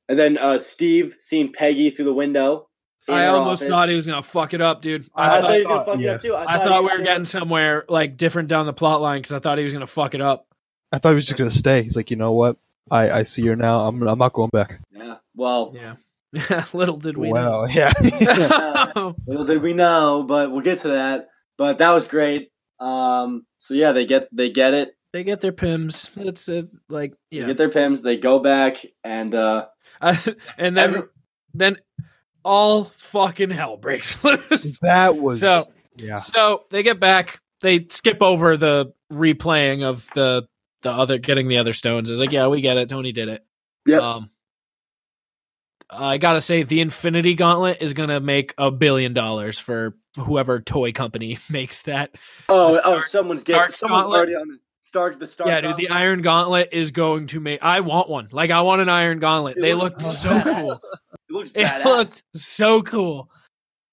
C: and then uh, Steve seeing Peggy through the window. in
A: I
C: her
A: almost
C: office.
A: thought he was gonna fuck it up, dude.
C: I,
A: I,
C: thought he was
A: thought,
C: gonna fuck it
B: yeah.
C: up too.
A: I thought we
C: he was
A: were
C: gonna-
A: getting somewhere like different down the plot line because I thought he was gonna fuck it up.
B: I thought he was just gonna stay. He's like, you know what? I, I see her now. I'm I'm not going back.
C: Yeah. Well,
A: Yeah. Little did we
B: wow. Yeah.
A: know.
C: little did we know, but we'll get to that. But that was great. Um. So yeah, they get they get it.
A: they get their pims. It's uh, like
C: They
A: yeah,
C: get their pims. They go back and uh,
A: I- and then
C: Every-
A: then all fucking hell breaks loose.
B: that was.
A: So-
B: yeah.
A: So they get back. They skip over the replaying of the the other getting the other stones. It's like, yeah, we get it. Tony did it.
C: Yep.
A: Um, I gotta say, the Infinity Gauntlet is gonna make a billion dollars for whoever toy company makes that.
C: oh oh,
A: Stark-
C: someone's
A: Stark
C: getting someone's
A: Scotland?
C: already on the Stark the Stark.
A: yeah, dude, the Iron Gauntlet is going to make. I want one. Like, I want an Iron Gauntlet.
C: It
A: they
C: looks
A: looked
C: so
A: so
C: badass.
A: cool.
C: It looks
A: It
C: badass.
A: looked so cool.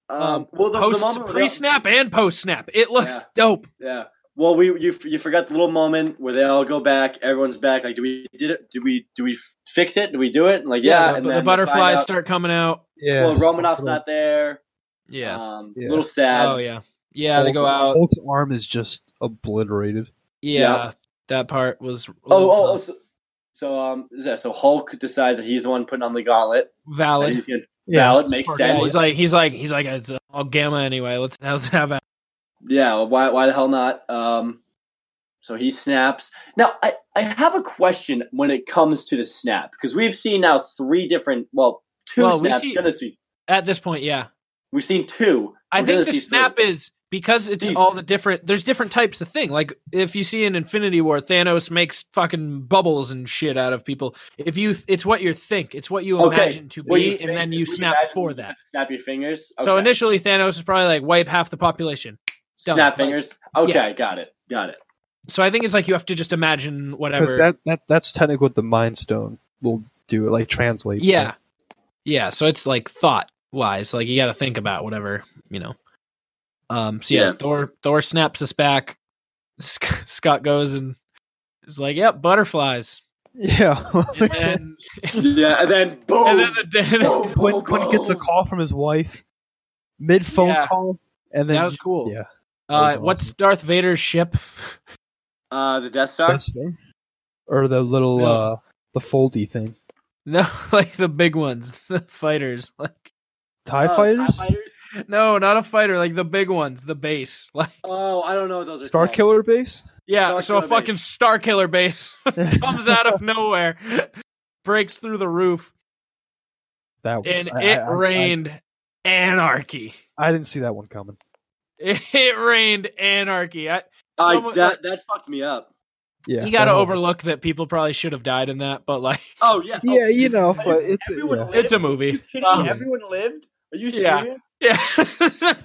C: um, well, the, the
A: post
C: moment where they-
A: pre snap and post snap. It looked
C: Yeah.
A: dope.
C: Yeah. Well, we you you forgot the little moment where they all go back. Everyone's back. Like, do we did it? Do we do we f- fix it? Do we do it? And like, yeah.
A: the,
C: and
A: the
C: then they find
A: butterflies
C: out-
A: start coming out.
B: Yeah.
C: Well, Romanoff's not there.
A: Yeah.
C: Um,
B: Yeah.
C: A little sad.
A: Oh yeah, yeah. They go
B: Hulk's-
A: out.
B: Hulk's arm is just obliterated.
A: Yeah,
C: yeah.
A: that part was.
C: Oh, oh, oh, so, so um, yeah. So Hulk decides that he's the one putting on the gauntlet. And
A: valid.
C: he's gonna
B: Yeah.
C: valid makes
A: Yeah,
C: sense.
A: he's like, he's like, he's like, it's all gamma anyway. Let's let's have it.
C: Yeah, well, why why the hell not? Um, so he snaps. Now I, I have a question when it comes to the snap because we've seen now three different well two
A: Well, we
C: snaps.
A: see-
C: Goodness, we
A: at this point. Yeah,
C: we've seen two.
A: I
C: We're
A: think
C: gonna
A: the
C: see three.
A: snap is because it's
C: Dude.
A: all the different. There's different types of thing. Like if you see in Infinity War, Thanos makes fucking bubbles and shit out of people. If you, it's what you think, it's what you
C: Okay,
A: imagine to
C: What
A: be,
C: think
A: and then
C: is
A: you
C: we
A: snap
C: imagine
A: for
C: you just
A: that.
C: have to Snap your fingers.
A: So
C: Okay.
A: initially, Thanos is probably like wipe half the population. done,
C: snap
A: like-
C: fingers. Okay, got it, got it.
A: So I think it's like you have to just imagine whatever.
B: Because that, that that's technically what the Mind Stone will do. It like translates.
A: Yeah. Yeah. So it's like thought wise. Like you gotta think about whatever, you know. Um so yes,
C: Yeah.
A: Thor Thor snaps us back. Sc- Scott goes and is like, Yep, butterflies.
B: Yeah.
A: And then
C: Yeah, and then boom.
A: and then the day
C: boom,
B: when
C: boom,
B: when he gets a
C: boom.
B: call from his wife, mid phone
A: Yeah.
B: call, and then
A: that was cool.
B: Yeah.
A: Uh
B: That was
A: what's
B: awesome.
A: Darth Vader's ship?
C: Uh, the Death Star.
B: Death Star? or the little
A: No.
B: uh the foldy thing.
A: No, like the big ones, the fighters. Like
B: Tie
C: Oh,
B: fighters,
A: no, not a fighter, like the big ones, the base. Like
C: Oh, I don't know what those are.
B: Star
C: called.
B: Killer base.
A: yeah,
C: Star
A: so a
C: Killer
A: fucking
C: base.
A: Star Killer base comes out of nowhere, breaks through the roof,
B: that was,
A: and
B: I-
A: it
B: I- I-
A: rained anarchy.
B: I, didn't see that one coming.
A: It rained anarchy. I,
C: I-
A: Someone-
C: that that fucked me up.
B: Yeah,
A: you got to
B: that one-
A: overlook that people probably should have died in that, but like,
C: Oh yeah. Oh,
B: Yeah, you know, but it's
C: Everyone
B: yeah.
C: lived?
A: it's a
C: you
A: movie.
C: kidding
A: Um,
C: me? Everyone lived. Are you serious?
A: Yeah. Yeah. Oh So-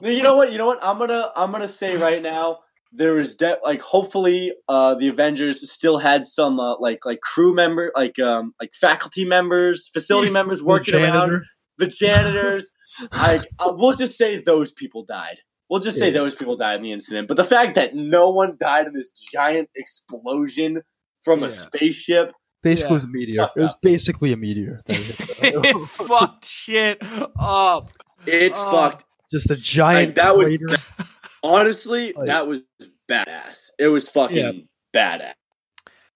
C: No, you know what? You know what? I'm gonna I'm gonna say
B: Mm-hmm.
C: right now there is de- like hopefully uh the Avengers still had some uh, like like crew member like um like faculty members facility members working
B: The
C: around
B: janitor.
C: the janitors like uh, we'll just say those people died we'll just say
B: Yeah.
C: those people died in the incident but the fact that no one died in this giant explosion from
A: Yeah.
C: a spaceship
A: Yeah.
B: Basically, it was a meteor. It was basically a meteor. that hit them.
A: it fucked shit up.
C: it
B: Uh,
A: Oh.
C: fucked
B: Just a giant.
C: Like, that was-
B: crater.
C: honestly
B: Like-
C: that was badass it was fucking badass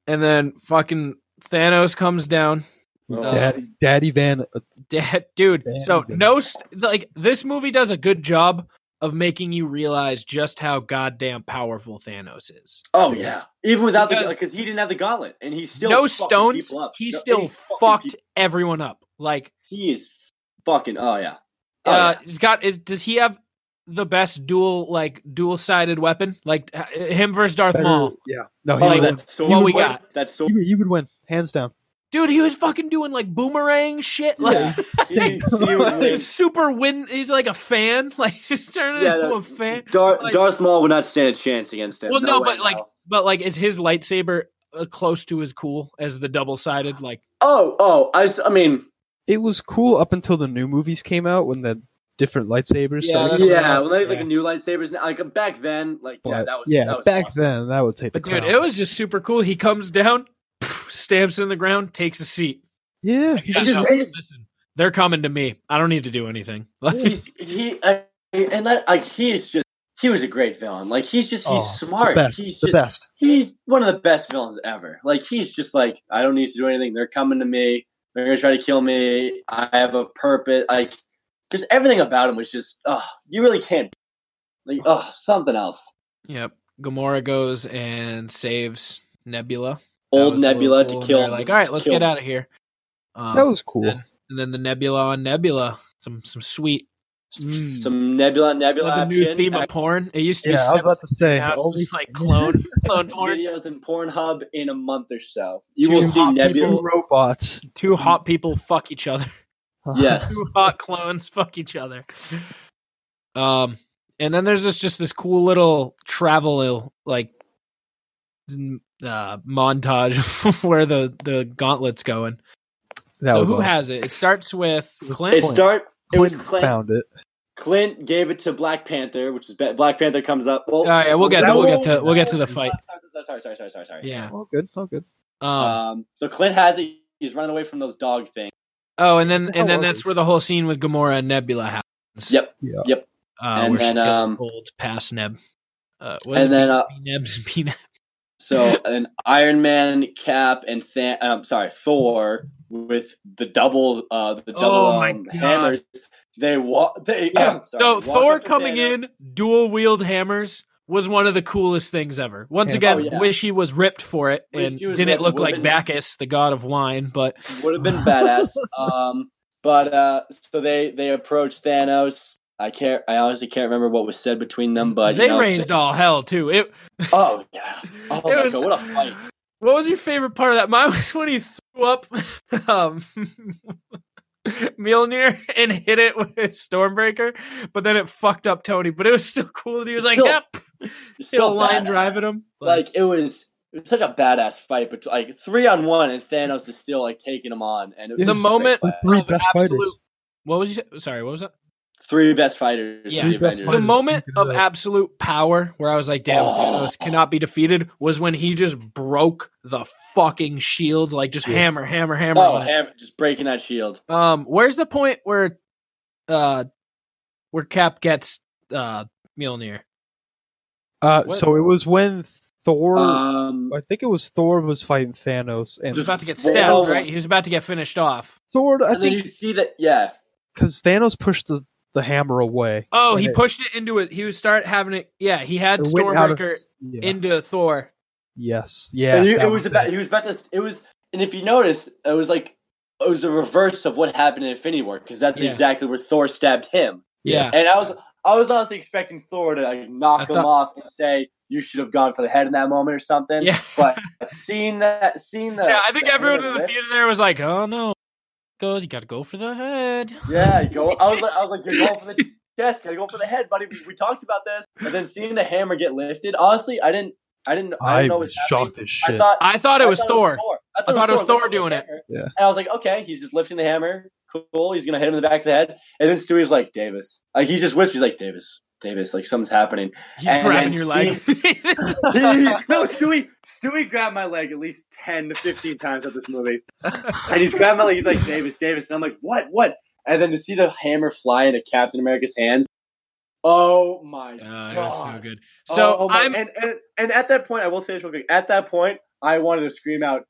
A: And then fucking Thanos comes down.
B: Daddy, Daddy Van. uh,
A: Dad, dude.
B: Damn,
A: so
B: dude.
A: no, st- like this movie does a good job of making you realize just how goddamn powerful Thanos is.
C: Oh yeah, even without the
A: Because-
C: because he didn't have the gauntlet, and he's still
A: no
C: fucking
A: stones.
C: people up.
A: He
C: No,
A: still
C: he's fucking
A: fucked
C: people-
A: everyone up. Like,
C: He is fucking. Oh yeah. Oh,
A: uh,
C: yeah.
A: he's got. Is, does he have the best dual like dual sided weapon? Like h- him versus Darth Maul.
B: Yeah. No, he
C: Oh,
B: would win.
C: that's so.
A: what we
C: important.
A: got.
C: That's so.
B: You, would- you would win, hands down.
A: Dude, he was fucking doing like boomerang shit. Like
C: He, he would win.
A: he's super win. He's like a fan. Like just turning
C: Yeah,
A: into
C: no,
A: a fan.
C: Dar-
A: Like-
C: Darth Maul would not stand a chance against him.
A: Well, no,
C: way,
A: but, like- But like, is his lightsaber uh, close to as cool as the double sided? Like,
C: Oh, oh, I, s- I mean,
B: It was cool up until the new movies came out when the different lightsabers.
A: Yeah,
B: started.
A: that's-
C: yeah, well, they had, like
A: yeah.
C: a new lightsabers. Now. Like back then, like
B: But,
C: yeah, that was
B: yeah,
C: that was
B: back
C: awesome.
B: then that would take.
A: but
B: the
A: dude,
B: crown.
A: it was just super cool. He comes down, stamps in the ground, takes a seat.
B: yeah. he
C: He
B: just-
C: just-
A: Listen. they're coming to me. I don't need to do anything.
C: he's he I, and that like he's just he was a great villain. Like he's just he's
B: Oh,
C: smart.
B: the best,
C: he's
B: the
C: just
B: best.
C: he's one of the best villains ever. Like he's just like I don't need to do anything. They're coming to me. They're gonna try to kill me. I have a purpose. Like just everything about him was just oh, you really can't. Like oh, something else.
A: yep. Gamora goes and saves Nebula. That
C: Old
A: was really
C: Nebula
A: cool,
C: to
A: and
C: kill.
A: they're Like, all right, let's
C: kill
A: get
C: him.
A: out of here. Um,
B: That was cool.
A: and, and then the Nebula on Nebula, some some sweet. Mm.
C: some Nebula Nebula
A: the new
C: action.
A: theme of
C: Action
A: porn. It used to
B: Yeah,
A: be
B: I was about to say.
A: now it's
B: holy-
A: just like clone clone porn.
C: videos and Pornhub in a month or so. You
A: Two
C: will see
A: hot
C: Nebula.
B: Two robots.
A: Two hot people fuck each other.
C: Yes.
A: Two hot clones fuck each other. Um, and then there's this just this cool little travel like uh, montage of where the the gauntlet's going.
B: That
A: so
B: was
A: who
B: awesome.
A: has it? It starts with Clint.
C: It start. It was
B: Clint
C: Clint.
B: found it.
C: Clint gave it to Black Panther, which is ba- Black Panther comes up. Well,
A: All right, we'll get
C: that
A: we'll
C: was-
A: get to we'll get to the fight.
C: Sorry, sorry, sorry, sorry, sorry, sorry.
A: Yeah.
B: All good. All good.
A: Um,
C: Um, so Clint has it. He's running away from those dog things.
A: oh, and then and
B: how
A: then
B: are
A: that's where the whole scene with Gamora and Nebula happens.
C: Yep.
A: Uh,
C: And
A: where she
C: then,
A: goes
C: um,
A: old past Neb. Uh, what is
C: And
A: it?
C: then, uh,
A: Neb's peanut.
C: so an Iron Man cap and Than- um, sorry, Thor with the double, uh, the double
A: Oh my
C: um,
A: God.
C: hammers. They walk. They sorry,
A: So
C: walk
A: Thor
C: up to
A: coming
C: Thanos.
A: in, dual wield hammers was one of the coolest things ever. Once
B: Yeah.
A: again,
C: Oh, yeah.
A: Wishy was ripped for it and
C: Wishy was
A: didn't
C: ripped.
A: look
C: Would've
A: like
C: been-
A: Bacchus, the god of wine, but
C: would have been badass. Um, but uh, so they they approached Thanos. I can't. I honestly can't remember what was said between them, but
A: they
C: you know,
A: raised all hell too. It
C: Oh yeah. Oh
A: it
C: my
A: was-
C: god! What a fight.
A: What was your favorite part of that? Mine was when he threw up um, Mjolnir and hit it with Stormbreaker, but then it fucked up Tony. But it was still cool that he was like,
C: Still-
A: "Yep,
C: It's
A: still line
C: badass.
A: driving him."
C: Like it was. It was such a badass fight, but like three on one, and Thanos is still like taking him on. And it was
A: the
C: a great
A: moment
C: fight.
B: Three
A: of
B: best
A: absolute-
B: fighters.
A: What was you? Sorry, what was that?
C: three best fighters.
A: Yeah.
C: of the
B: Three best
C: Avengers.
A: The
B: fighters.
A: moment of absolute power where I was like, "Damn,
C: Oh.
A: Thanos cannot be defeated," was when he just broke the fucking shield, like just
B: Yeah.
A: hammer, hammer, hammer.
C: oh,
A: on it.
C: hammer, just breaking that shield.
A: Um, where's the point where, uh, where Cap gets uh Mjolnir?
B: Uh,
A: What?
B: so it was when Thor.
C: Um,
B: I think it was Thor was fighting Thanos, and
A: He was about to get
C: Well,
A: stabbed,
C: hold on.
A: right? He was about to get finished off.
B: Thor. I
C: and then
B: think
C: you see that, yeah,
B: because Thanos pushed the, the hammer away.
A: Oh, he
B: Right.
A: pushed it into it. He was start having it. Yeah, he had
B: It went out of-
A: Stormbreaker
B: yeah.
A: into Thor.
B: yes. Yeah.
C: And you-
B: that
C: it was about
B: it.
C: he was about to it was and if you notice it was like it was a reverse of what happened in Infinity War because that's
A: Yeah.
C: exactly where Thor stabbed him.
A: Yeah.
C: And I was I was honestly expecting Thor to like knock
A: I
C: him
A: thought-
C: off and say you should have gone for the head in that moment or something.
A: Yeah.
C: But seeing that seeing the
A: Yeah, I think
C: the
A: everyone
C: hammer
A: in the
C: lift-
A: theater there was like, "Oh no, goes you got to go for the head."
C: Yeah, go. I was like, I was like, you're going for the chest, gotta go for the head, buddy. We, we talked about this, and then seeing the hammer get lifted. Honestly, I didn't, I didn't, I,
B: I
C: didn't know what
B: was
C: was happening.
B: shocked as
C: I
B: shit.
C: thought
A: I thought it was Thor.
C: I
A: I thought it was Thor
C: lifting the
A: doing it.
C: hammer.
B: Yeah.
C: And I was like, okay, he's just lifting the hammer. Cool. He's gonna hit him in the back of the head. And then Stewie's like, Davis. Like he just whispers, like, Davis, Davis, like something's happening.
A: He's
C: And
A: grabbing
C: then
A: your leg.
C: no, Stewie, Stewie grabbed my leg at least ten to fifteen times at this movie. And he's grabbing my leg, he's like, Davis, Davis. And I'm like, what, what? And then to see the hammer fly into Captain America's hands. Oh my
A: Ah, it was
C: god.
A: so good. So
C: Oh, oh my-
A: I'm
C: and, and and at that point, I will say this real quick. At that point, I wanted to scream out,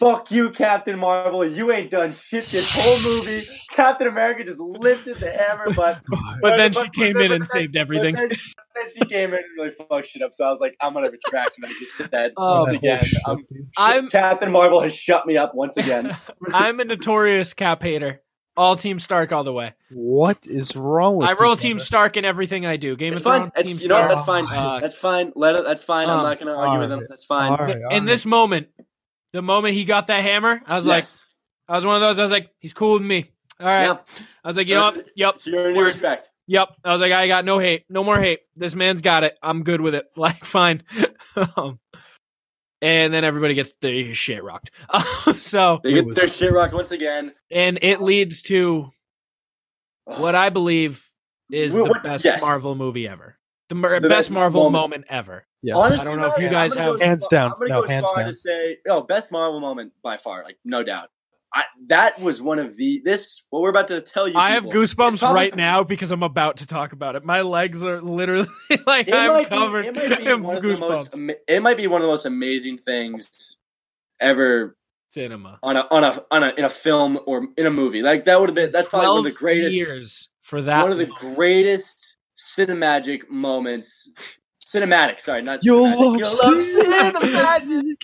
C: "Fuck you, Captain Marvel! You ain't done shit this whole movie." Captain America just lifted the hammer, but
A: but then she
C: but-
A: came
C: but-
A: in
C: but
A: and
C: then-
A: saved
C: but
A: everything.
C: Then, then she came in and really fucked shit up. So I was like, "I'm gonna retract what I just said."
A: Oh,
C: once
B: That
C: again,
B: whole
C: um, I'm,
B: shit, dude.
A: I'm-
C: Captain Marvel has shut me up once again.
A: I'm a notorious Cap hater. All Team Stark all the way.
B: what is wrong with?
A: I roll
B: you,
A: Team
B: brother?
A: Stark in everything I do. Game
C: it's
A: of Thrones.
C: fine. It's
A: Team
C: you know
A: Stark.
C: what? That's fine.
A: Uh,
C: that's fine. Let it. That's fine.
A: um,
C: I'm not gonna argue with him.
B: alright.
C: That's fine.
B: All right, all
A: in
B: right.
A: this moment, the moment he got that hammer, I was like,
C: Yes.
A: I was one of those. I was like, he's cool with me. All right.
C: Yeah.
A: I was like, yup, yup,
C: You're in
A: Word.
C: respect.
A: yup. I was like, I got no hate, no more hate. This man's got it. I'm good with it. Like, fine. um, and then everybody gets their shit rocked. so,
C: They
B: It
C: get
B: was-
C: their shit rocked once again.
A: and it leads to what I believe is
C: Wh-
A: the
C: what-
A: best
C: yes.
A: Marvel movie ever. The, mer-
C: The
A: best
C: best
A: Marvel moment
C: moment.
A: ever.
B: Yes.
C: Honestly,
A: I don't know if
C: no,
A: you guys
C: I'm gonna
A: have-
C: go as
B: Hands
C: far-
B: down.
C: I'm gonna
B: No,
C: go as
B: hands
C: far
B: down.
C: to say, oh, best Marvel moment by far, like no doubt. I, that was one of the this what we're about to tell you.
A: I have
C: people,
A: goosebumps
C: it's probably-
A: right now because I'm about to talk about it. My legs are literally like
C: It
A: I'm
C: might,
A: covered
C: be, it might be
A: in
C: one of the
A: goosebumps.
C: most. ama- It might be one of the most amazing things ever
A: Cinema.
C: on a on a on a in a film or in a movie. Like that would have been that's probably one of the
A: 12
C: greatest
A: years for that.
C: one of the
A: moment.
C: greatest cinemagic moments. Cinematic, sorry, not
B: You'll
C: cinematic.
B: love
C: You'll
B: cinematic.
C: love cinemagic.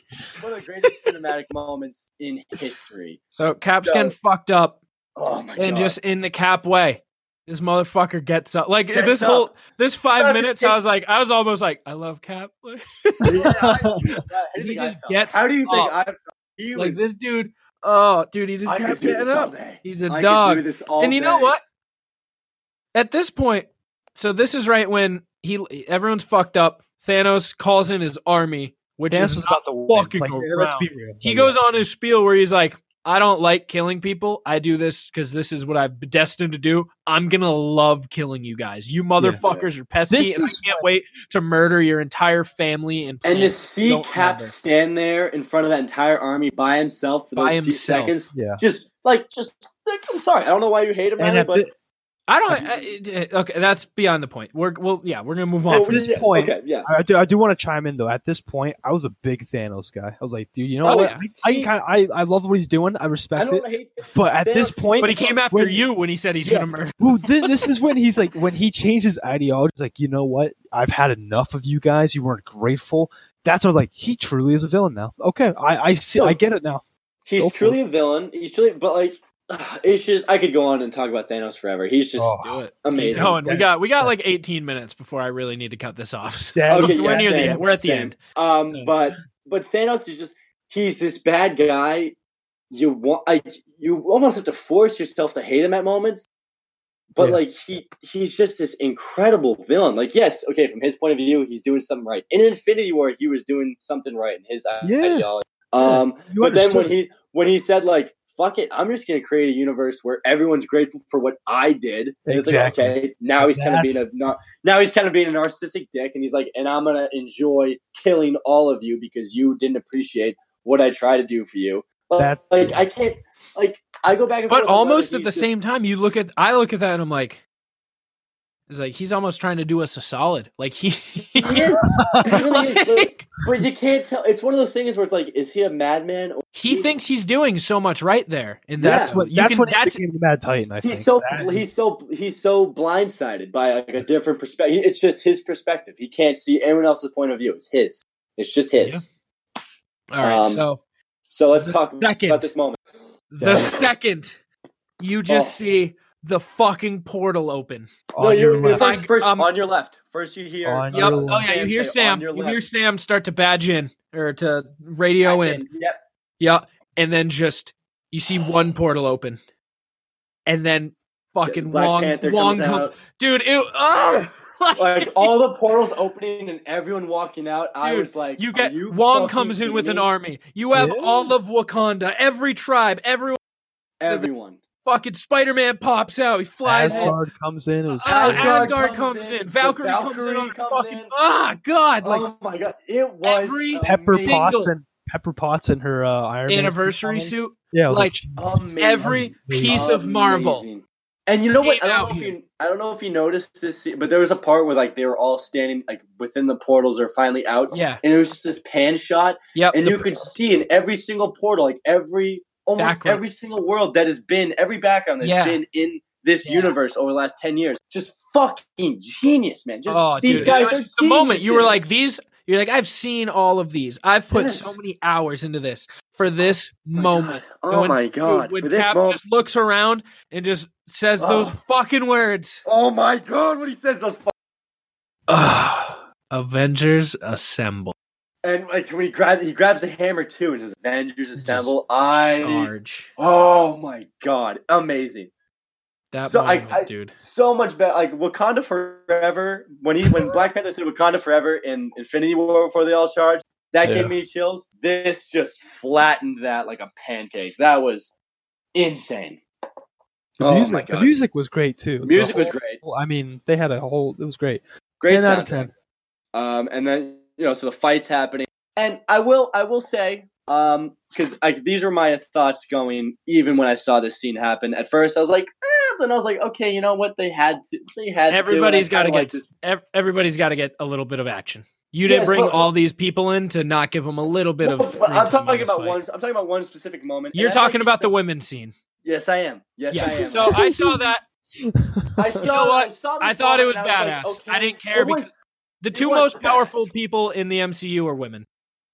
C: One of the greatest cinematic moments in history.
A: So Cap's
C: So-
A: getting fucked up
C: Oh my
A: and
C: god!
A: just in the Cap way. This motherfucker gets up. Like
C: Gets
A: this
C: up.
A: whole this
C: About
A: five
C: to
A: minutes,
C: kick-
A: I was like, I was almost like, I love Cap.
C: Yeah, I- how do you
A: He
C: think I
A: just
C: felt?
A: gets
C: How do you think I?
A: up.
C: felt? He
A: like
C: was,
A: this dude. Oh, dude, he just
C: I
A: kept
C: could do
A: getting
C: this
A: up.
C: all day.
A: He's a
C: I
A: dog.
C: Could do this all
A: and you know
C: day.
A: what? At this point, so this is right when he everyone's fucked up. Thanos calls in his army, which
B: Thanos
A: is
B: is
A: not
B: about to win.
A: fucking
B: Like,
A: around.
B: let's be real.
A: he
B: Like,
A: goes on his spiel where he's like, I don't like killing people. I do this because this is what I'm destined to do. I'm gonna love killing you guys. You motherfuckers are pesky,
B: This
A: and I
B: is
A: can't wait to murder your entire family and
C: And
A: planet.
C: to see
A: Don't
C: Cap
A: remember.
C: stand there in front of that entire army by himself for those
A: By
C: few
A: himself.
C: seconds,
B: Yeah.
C: just like, just like, I'm sorry, I don't know why you hate him,
B: And
C: Riley,
B: at
C: but
B: thi-
A: I don't. I, it- okay, that's beyond the point. We're well, yeah, we're gonna move on.
C: Well,
A: from
B: we-
A: this.
B: this point-
C: okay, yeah,
B: I do, I do want to chime in though. At this point, I was a big Thanos guy. I was like, dude, you know
C: Oh,
B: what?
A: yeah.
B: I, I can kind of, I, I love what he's doing. I
C: I
B: respect
C: don't
B: it.
C: hate.
B: But at this
C: Thanos-
B: point,
A: But he came after
B: when-
A: you when he said he's
B: Yeah.
A: gonna murder.
B: Well, thi- this is when he's like, when he changed his ideology, he's like, you know what? I've had enough of you guys. You weren't grateful. That's when I was like, he truly is a villain now. Okay, I, I see, I get it now.
C: He's
B: Go for
C: truly a villain. He's truly, but like, it's just I could go on and talk about Thanos forever. He's just
B: Oh,
A: Do it.
C: amazing.
A: No, and we
B: Yeah.
A: got we got like 18 minutes before I really need to cut this off. So
B: That-
C: Okay,
A: we're
C: yeah,
A: near the
C: same,
A: end. We're at the
C: same.
A: end.
C: Um,
A: So-
C: but but Thanos is just he's this bad guy. You want like you almost have to force yourself to hate him at moments. But
B: Yeah.
C: like he he's just this incredible villain. Like yes, okay, from his point of view, he's doing something right. In Infinity War, he was doing something right in his i-
B: Yeah.
C: ideology. Um,
B: You
C: but then when
B: understood.
C: he when he said like fuck it i'm just going to create a universe where everyone's grateful for what i did and it's like
B: Exactly.
C: okay now he's kind of being a
B: That's-
C: nar- now he's kind of being a narcissistic dick and he's like and i'm going to enjoy killing all of you because you didn't appreciate what i try to do for you like,
B: That-
C: like i can't like i go back and
A: But
C: forth on whether
A: almost at
C: he's
A: the
C: just-
A: same time, you look at I look at that and I'm like, it's like he's almost trying to do us a solid. Like he,
C: he is, he really is, but,
A: like,
C: but you can't tell it's one of those things where it's like is he a madman or
A: he thinks he's doing so much right there, and
C: Yeah.
A: that's
B: that's
A: what
B: what
A: you
B: that's
A: can.
B: when
A: that's
B: he became the Mad Titan. I think
C: he's so
B: That-
C: he's so he's so blindsided by like a different perspective. It's just his perspective. He can't see anyone else's point of view. It's his. It's just his.
A: all right.
C: um,
A: so
C: So let's
A: The
C: talk
A: second-
C: about this moment.
A: the second you just
C: Oh.
A: see the fucking portal open.
B: on
C: no,
B: your
C: you
B: left.
C: first,
A: I-
C: first
A: um,
C: on your left. First you hear.
B: On
C: uh,
A: Yep.
B: your
A: Oh yeah, you hear
C: say,
A: Sam.
C: "On your
A: You
C: left."
A: hear Sam start to badge in or to radio
C: I
A: in.
C: said, Yep.
A: Yeah, and then just you see one portal open, and then fucking
C: Black
A: Wong,
C: Panther
A: Wong
C: comes
A: come-
C: out.
A: dude. Ew, oh,
C: Like all the portals opening and everyone walking out. I
A: Dude,
C: was like,
A: you
C: are
A: get
C: you
A: Wong
C: fucking
A: comes in
C: kidding
A: with an
C: me?
A: army. You have
B: Yeah.
A: all of Wakanda, every tribe, everyone.
C: Everyone.
A: Fucking Spider Man pops out. He flies in.
B: Asgard comes in. It was
A: Uh, Asgard,
C: Asgard
A: comes,
C: comes
A: in.
C: in, the
A: Valkyrie, comes in
C: Valkyrie
A: on the
C: comes
A: fucking.
C: in.
A: Ah, God! Like
C: oh my god! It was
A: every
B: Pepper
C: amazing.
B: Potts
A: Single.
B: and Pepper Potts and her uh, Iron Man
A: anniversary
B: suit.
A: suit.
B: Yeah, it was
A: like,
B: Um,
C: Amazing.
A: Every
B: Amazing.
A: piece of Marvel.
C: Amazing. And you know what? I
A: Came
C: don't
A: out
C: know, if
A: here.
C: you, I don't know if you noticed this, se- but there was a part where like they were all standing like within the portals. They're finally out,
A: Yeah.
C: and it was just this pan shot,
A: Yep.
C: and
A: the-
C: you could see in every single portal, like every almost
A: Backward.
C: every single world that has been every background that's
A: Yeah.
C: been in this
A: Yeah.
C: universe over the last ten years. Just fucking genius, man. Just these
A: Oh, dude,
C: guys
A: it
C: are
A: was the moment you were
C: geniuses.
A: like these. You're like I've seen all of these. I've put
C: Yes.
A: so many hours into this for this
C: Oh my
A: moment.
C: God. Oh
A: When-
C: my god!
A: Dude, when
C: For this
A: Cap
C: moment.
A: just looks around and just says those
C: Oh.
A: fucking words.
C: Oh my god! What he says those
A: Avengers assemble.
C: And like when he grabs, he grabs a hammer too, and says "Avengers Assemble." I
A: Charge.
C: oh my god, amazing!
A: That
C: So I-
A: moment,
C: I-
A: dude.
C: So much better. Like Wakanda Forever. When he when Black Panther said Wakanda Forever in Infinity War before they all charged, that
B: Yeah.
C: gave me chills. This just flattened that like a pancake. That was insane.
B: The
C: oh
B: music,
C: my
B: the
C: god,
B: music was great too. The
C: music was
B: whole-
C: great.
B: I mean, they had a whole. It was great.
C: Great
B: ten out of
C: soundtrack.
B: ten.
C: Um, and then you know, so the fights happening. And I will, I will say, Um, because these were my thoughts going even when I saw this scene happen. At first, I was like, eh, then I was like, okay, you know what? They had to. They had.
A: Everybody's
C: got to
A: get
C: like this.
A: ev- everybody's got to get a little bit of action. You didn't
C: Yes,
A: bring
C: but-
A: all these people in to not give them a little bit
C: Well,
A: of.
C: but
A: room
C: I'm
A: to
C: talking
A: minus
C: about
A: fight.
C: one. I'm talking about one specific moment. and
A: You're
C: I like
A: talking about
C: this-
A: the women's scene.
C: Yes, I am. Yes, I am.
A: So I saw that.
C: I saw.
A: what?
C: I saw. This
A: I thought it was
C: moment and I
A: badass.
C: like, okay.
A: I didn't care
C: It was-
A: because the
C: it
A: two
C: was
A: most
C: badass.
A: powerful people in the MCU are women.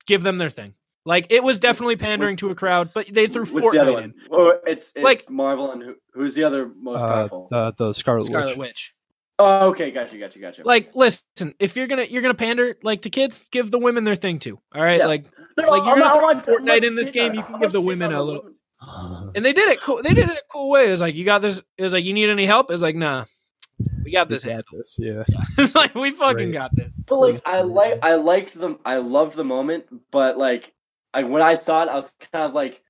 A: Give them their thing. Like it was definitely pandering to a crowd, but they threw
C: What's the other
A: Fortnite in.
C: one? Oh, it's it's
A: Like-
C: Marvel and who, who's the other most
B: Uh,
C: powerful?
B: the, the Scarlet,
A: Scarlet
B: Witch.
A: Witch.
C: oh, okay, gotcha, gotcha, gotcha.
A: Like, listen, if you're gonna you're gonna pander like to kids, give the women their thing too. All right,
C: Yeah.
A: like,
C: No,
A: like, you're
C: I'm
A: gonna
C: not-
A: throw
C: I'm not- I'm
A: Fortnite
C: not
A: in this
C: shitting on-
A: game, you can
C: I'm
A: give
C: not
A: the
C: shitting
A: women
C: on
A: a
C: the
A: little-
C: women.
B: Uh,
A: and they did it cool. They did it in a cool way. It was like, you got this. It was like, you need any help? It was like, nah, we got this handled.
B: Yes, yeah.
A: it's like we fucking
B: Right.
A: got this.
C: But like I like I liked them I loved the moment, but like I when I saw it, I was kind of like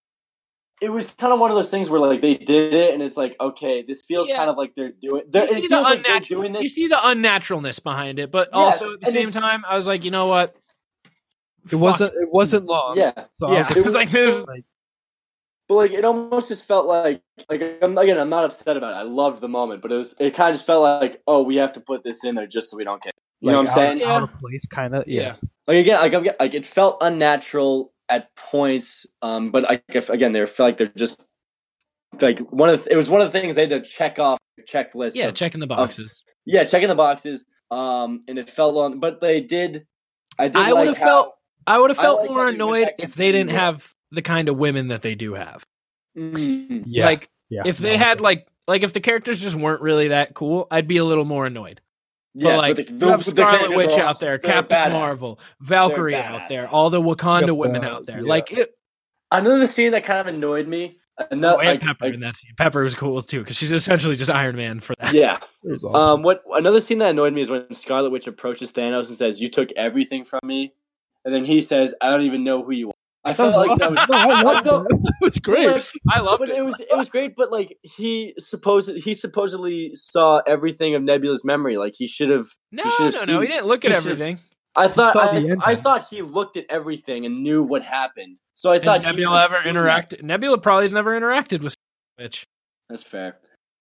C: it was kind of one of those things where like they did it and it's like okay, this feels
A: Yeah.
C: kind of like they're doing they're,
A: You
C: it
A: see,
C: feels
A: the
C: like they're
A: unnatural-
C: doing
A: you
C: this.
A: see the unnaturalness behind it, but
C: Yes,
A: also at the
C: and
A: same
C: it's-
A: time, I was like, you know what?
B: It wasn't. It wasn't long.
C: Yeah.
B: So I
A: Yeah,
B: was
A: it was like this.
B: like,
C: But like it almost just felt like like I'm, again I'm not upset about it. I loved the moment, but it was it kind of just felt like oh we have to put this in there just so we don't get you know
B: like,
C: what I'm saying
B: Out, out of place, kind of. Yeah.
A: Yeah.
C: like again like I'm, like it felt unnatural at points um but I if, again they felt like they're just like one of the, it was one of the things they had to check off their checklist
A: Yeah,
C: of-
A: checking the boxes.
C: yeah checking the boxes um and it felt on but they did I did
A: I
C: like
A: would've
C: how-
A: felt- I would have
C: I
A: felt
C: like
A: more
C: that they went
A: annoyed
C: back to
A: if they didn't
C: Blue.
A: have the kind of women that they do have.
C: Mm,
B: Yeah.
A: Like
B: yeah.
A: if they
B: No,
A: had like like if the characters just weren't really that cool, I'd be a little more annoyed.
C: yeah
A: but like
C: but the,
A: you have
C: the
A: Scarlet
C: characters
A: Witch
C: are
A: out
C: awesome.
A: there,
C: They're
A: Captain
C: badass.
A: Marvel, Valkyrie out
C: badass.
A: there, all the Wakanda
B: Yep,
A: women
B: uh,
A: out there.
B: yeah.
A: Like it,
C: another scene that kind of annoyed me
A: oh,
C: another
A: and
C: like,
A: Pepper
C: like,
A: in that scene. Pepper was cool too because she's essentially just Iron Man for that.
C: yeah
B: it was awesome.
C: Um, what another scene that annoyed me is when Scarlet Witch approaches Thanos and says, "You took everything from me," and then he says, "I don't even know who you are." I felt like that was
B: no, I loved
C: No,
B: it. It was great.
C: like,
A: I loved
C: but
A: it.
C: it was it was great. But like he supposed he supposedly saw everything of Nebula's memory. Like he should have.
A: No,
C: You
A: no,
C: should've
A: no. He
C: seen-
A: didn't look at
C: you should've-
A: everything.
C: I thought
B: saw
C: I,
B: the end
C: I
B: time.
C: thought he looked at everything and knew what happened. So I
A: Has
C: thought he
A: Nebula
C: had
A: ever
C: seen
A: interacted? Nebula probably's never interacted with Witch.
C: that. That's fair.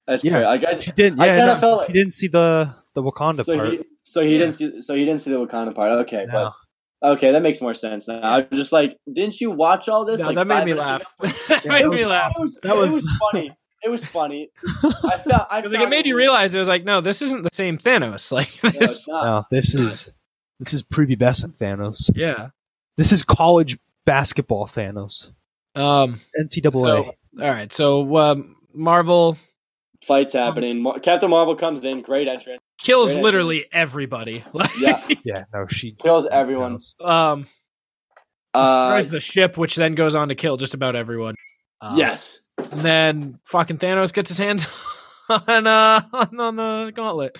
C: That's
B: Yeah.
C: fair. Like, I,
B: She didn't.
C: I
B: Yeah,
C: kinda
B: no,
C: felt like-
B: she didn't see the the Wakanda
C: so
B: part.
C: he so he
A: Yeah.
C: didn't see so he didn't see the Wakanda part. Okay,
B: No.
C: but Okay, that makes more sense now. I was just like, didn't you watch all this?
A: No,
C: like
A: that made
C: five
A: me
C: minutes
A: laugh.
C: ago?
A: that
B: Yeah,
A: made
C: that
A: me
C: was-
A: laugh
C: It was,
B: That
C: it
B: was-
C: was funny. It was funny. I felt I
A: because
C: felt
A: like, it made you realize it was like, no, this isn't the same Thanos. Like,
C: No,
A: this,
C: it's not.
B: no, this is this is prepubescent Thanos.
A: yeah.
B: This is college basketball Thanos.
A: Um.
B: NCAA.
A: So, all right. So, um, Marvel
C: Fights happening. Mar- Captain Marvel comes in. Great entrance.
A: kills
C: Great
A: literally
C: entrance.
A: everybody. Like,
C: Yeah,
B: yeah, no, she
C: kills everyone.
B: Thanos.
A: um,
C: Uh,
A: destroys the ship, which then goes on to kill just about everyone. Um,
C: yes.
A: And then fucking Thanos gets his hands on uh on, on the gauntlet.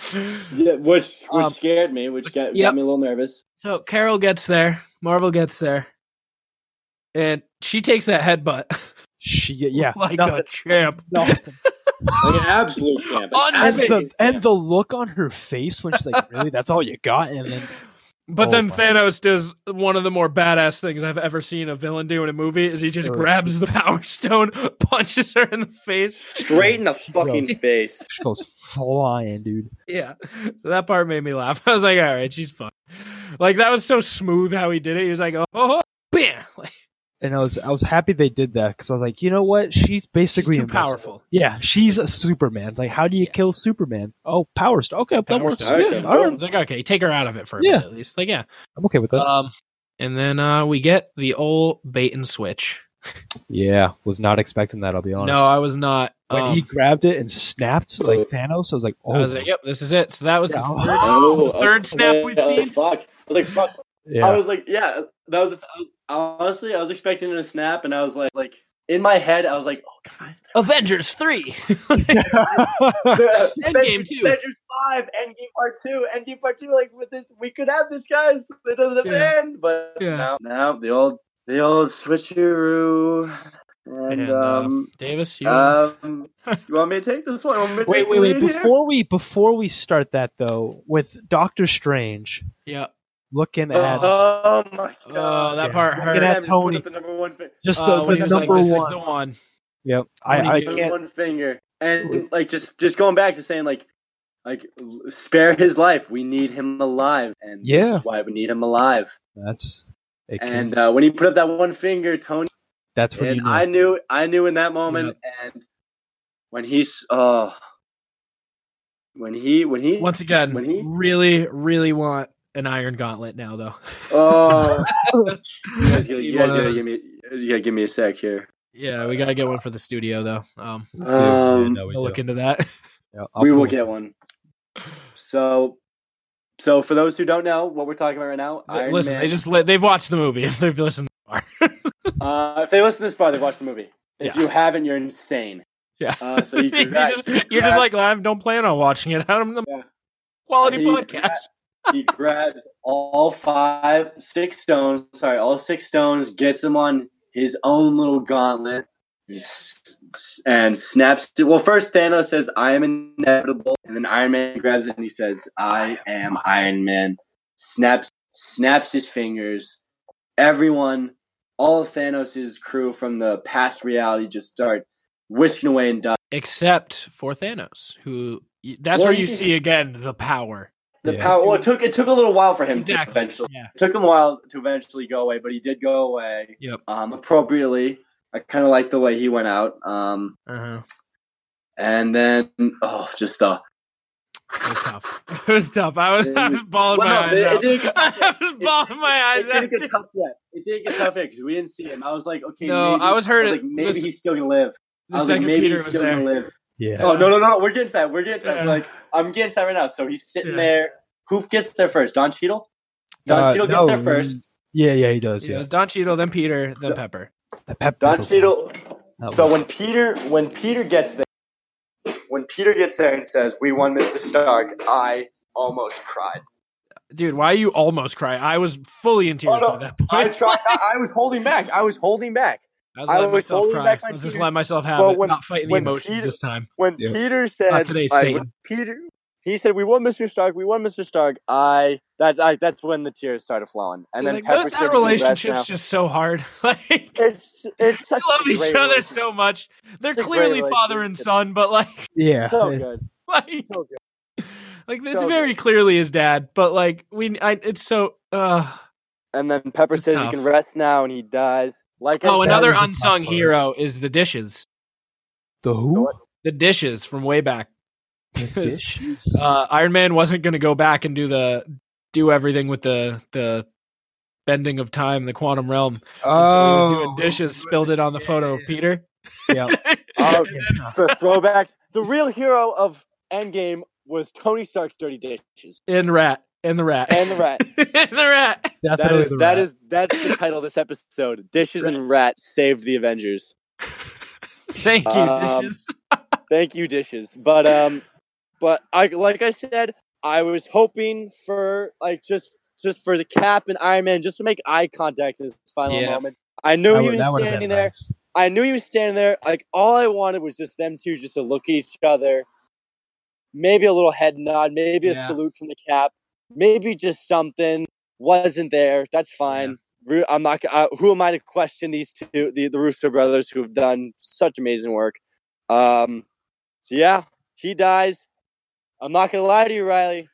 C: Yeah, which which
A: Um,
C: scared me. Which got,
A: yep.
C: got me a little nervous.
A: So Carol gets there. Marvel gets there. And she takes that headbutt
B: She yeah.
A: like a
B: nothing,
A: champ.
B: nothing.
C: Like an absolute champ.
A: And Epic.
B: and
C: An
B: the
C: absolute
B: and
C: champ.
B: the look on her face when she's like, "Really? That's all you got?" And then
A: But
B: Oh
A: then
B: my.
A: Thanos does one of the more badass things I've ever seen a villain do in a movie is he just
B: Sure.
A: grabs the power stone, punches her in the face.
C: straight in the fucking
B: Gross.
C: face.
B: she goes flying, dude.
A: Yeah. So that part made me laugh. I was like, all right, she's fun. Like that was so smooth how he did it. He was like, oh, oh, oh, bam. Like,
B: And I was I was happy they did that because I was like, you know what? She's
A: she's
B: basically
A: too
B: invincible.
A: powerful.
B: Yeah, she's a Superman. Like, how do you kill Superman? Oh, Power Stone. Okay, that
A: Power
B: works.
A: Stone.
B: Yeah,
C: Okay.
B: all
A: I
B: right.
A: was like, okay, take her out of it for a
B: Yeah.
A: minute at least. Like, yeah.
B: I'm okay with that.
A: Um, and then uh, we get the old bait and switch.
B: Uh, yeah, was not expecting that. I'll be honest.
A: No, I was not.
B: when
A: Um,
B: he grabbed it and snapped like Thanos, I was like, "Oh,
A: I was like, yep, this is it. So that was
B: Yeah.
A: the third.
C: Oh,
A: Third snap we've
C: I was like,
A: seen.
C: Fuck. I was like, fuck.
B: yeah."
C: I was like, yeah, that was honestly, I was expecting it to snap, and I was like, like in my head, I was like, oh guys,
A: Avengers 3. "Oh,
C: they're-
A: Endgame
C: Avengers,
A: too.
C: Avengers Five, Endgame Part Two, Endgame Part Two. Like with this, we could have this, guys. It doesn't have
A: Yeah.
C: to end, but
A: Yeah.
C: now, now the old, the old switcheroo, and,
A: And, uh,
C: um,
A: Davis, you.
C: um, you want me to take this one? You want me to
B: wait,
C: take
B: wait,
C: the
B: wait!
C: lead here?
B: Before we before we start that though, with Doctor Strange,
A: yeah.
B: looking
A: Uh-huh.
B: at
C: Oh my
A: Oh,
C: god!
A: that
B: Yeah.
A: part
B: Look at
A: hurt.
B: that.
C: Adam just put
B: Tony.
C: up the number one fi-
B: just
A: Uh,
B: the,
A: when
B: the
A: he was like,
B: number
A: "This is
B: one.
A: the one."
B: Yep. I, I
A: Tony,
C: number
B: can't.
C: one finger, and like just just going back to saying like like spare his life. We need him alive, and this
B: Yeah.
C: is why we need him alive.
B: That's it can-
C: And uh, when he put up that one finger, Tony.
B: that's when
C: and
B: you know.
C: I knew, I knew in that moment, and when he's, oh, when he, when he,
A: Once again,
C: when he,
A: really, really want an iron gauntlet now, though.
C: oh, you guys, gotta,
A: He
C: you guys gotta
A: was-
C: give me, you gotta give me a sec here.
A: yeah, we gotta get one for the studio, though. Um,
B: We do.
C: Um,
B: Yeah, no, we
A: I'll
B: do.
A: look into that.
B: Yeah, I'll
C: we will
B: pull-
C: get one. So, so for those who don't know what we're talking about right now, Iron
A: Listen,
C: Man.
A: they just li- they've watched the movie. If they've listened, that far.
C: uh, if they listen this far, they've watched the movie. If
A: Yeah.
C: you haven't, you're insane.
A: yeah.
C: Uh, so you
A: You're
C: congrats-
A: just- you're just
C: congrats-
A: like I don't plan on watching it. I'm the
C: Yeah.
A: quality
C: He-
A: podcast.
C: he grabs all five, six stones. Sorry, all six stones. Gets them on his own little gauntlet, s- s- and snaps. it- Well, first Thanos says, "I am inevitable," and then Iron Man grabs it and he says, "I am Iron Man." Snaps, snaps his fingers. Everyone, all of Thanos' crew from the past reality, just start whisking away in dust.
A: Except for Thanos, who that's
C: Well,
A: where
C: he
A: you
C: did-
A: see again the power.
C: The
B: Yeah.
C: power. Well, it took it took a little while for him to
A: Exactly.
C: eventually.
A: Yeah.
C: It took him a while to eventually go away, but he did go away
A: Yep.
C: um, appropriately. I kind of like the way he went out. Um,
A: Uh-huh.
C: and then, oh, just the
A: It was tough. It was tough. I was, I
C: It
A: was
C: was-
A: bawling
C: Well,
A: my
C: no,
A: eyes
C: it- it
A: out.
C: didn't get tough
A: I
C: yet.
A: was bawling my eyes
C: it didn't get
A: out.
C: tough yet. It didn't get tough yet because we didn't see him. I was like, okay,
A: No,
C: maybe.
A: I was hurt
C: like,
A: at-
C: maybe
A: listen-
C: he's still gonna live.
A: The
C: I was like,
A: second
C: maybe
A: Peter
C: he's
A: was
C: still
A: there.
C: gonna live.
B: Yeah.
C: Oh no, no, no! We're getting to that. We're getting to that.
A: Yeah.
C: Like I'm getting to that right now. So he's sitting
A: Yeah.
C: there. Who gets there first? Don Cheadle. Don
B: Uh,
C: Cheadle gets
B: no,
C: there first.
B: Yeah, yeah, he does.
A: Yeah, it
B: Yeah.
A: was Don Cheadle, then Peter, then Pepper.
B: Pep-
C: Don
B: Pep-
C: Cheadle.
B: that
C: So
B: was-
C: when Peter when Peter gets there, when Peter gets there and says, "We won, Mr. Stark," I almost cried.
A: Dude, why you almost cry? I was fully in tears
C: Oh, no.
A: by that point.
C: I tried. I, I was holding back. I was holding back.
A: I was,
C: I
A: letting
C: was
A: myself
C: holding
A: cry.
C: back my
A: I was just
C: tears.
A: letting myself have
C: But
A: it,
C: when-
A: not fighting the
C: when
A: emotions
C: Peter-
A: this time.
C: When
B: Yeah.
C: Peter said,
A: today,
C: I-
A: Satan.
C: when Peter, he said, "We won, Mr. Stark. We won, Mr. Stark." I that I, that's when the tears started flowing, and then
A: Like,
C: Pepper
A: that,
C: said,
A: that
C: "Congrats now."
A: relationship's just so hard. like,
C: It's it's
A: they
C: such a
A: love
C: great
A: each other
C: relationship.
A: so much. They're
C: It's a great
A: clearly father and
C: relationship.
A: son, but like,
B: yeah.
C: So
B: yeah.
C: good.
A: like,
C: So good.
A: like it's
C: So
A: very clearly his dad. But like, we, I, it's so. uh
C: And then Pepper
A: It's
C: says,
A: tough.
C: "You can rest now," and he dies. Like I
A: Oh,
C: said,
A: another
B: was a tough
A: unsung
B: one.
A: hero is the dishes.
B: The who?
A: The dishes from way back.
B: The
A: Because,
B: dishes?
A: uh, Iron Man wasn't going to go back and do the do everything with the the bending of time, the quantum realm. And so he was doing dishes, spilled it on the photo of Peter.
B: Yeah.
C: Oh,
A: And then-
C: So throwbacks. The real hero of Endgame was Tony Stark's dirty dishes
A: and rat and the rat
C: and the rat.
A: and the rat.
C: That
B: Definitely
C: is
B: the
C: that
B: rat.
C: is that's the title of this episode. Dishes and rat saved the Avengers.
A: Thank you.
C: Um,
A: dishes.
C: Thank you, dishes. But um, but I like I said, I was hoping for like just just for the cap and Iron Man just to make eye contact in his final
A: Yeah.
C: moments. I knew
B: That
C: he
B: would-
C: was
B: that would've
C: standing
B: been
C: there.
B: nice.
C: I knew he was standing there. Like all I wanted was just them two just to look at each other. Maybe a little head nod, maybe a
A: Yeah.
C: salute from the cap, maybe just something. Wasn't there. That's fine. Ru- I'm not. I, who am I to question these two, the, the Rooster brothers, who have done such amazing work? Um, so yeah, he dies. I'm not gonna lie to you, Riley.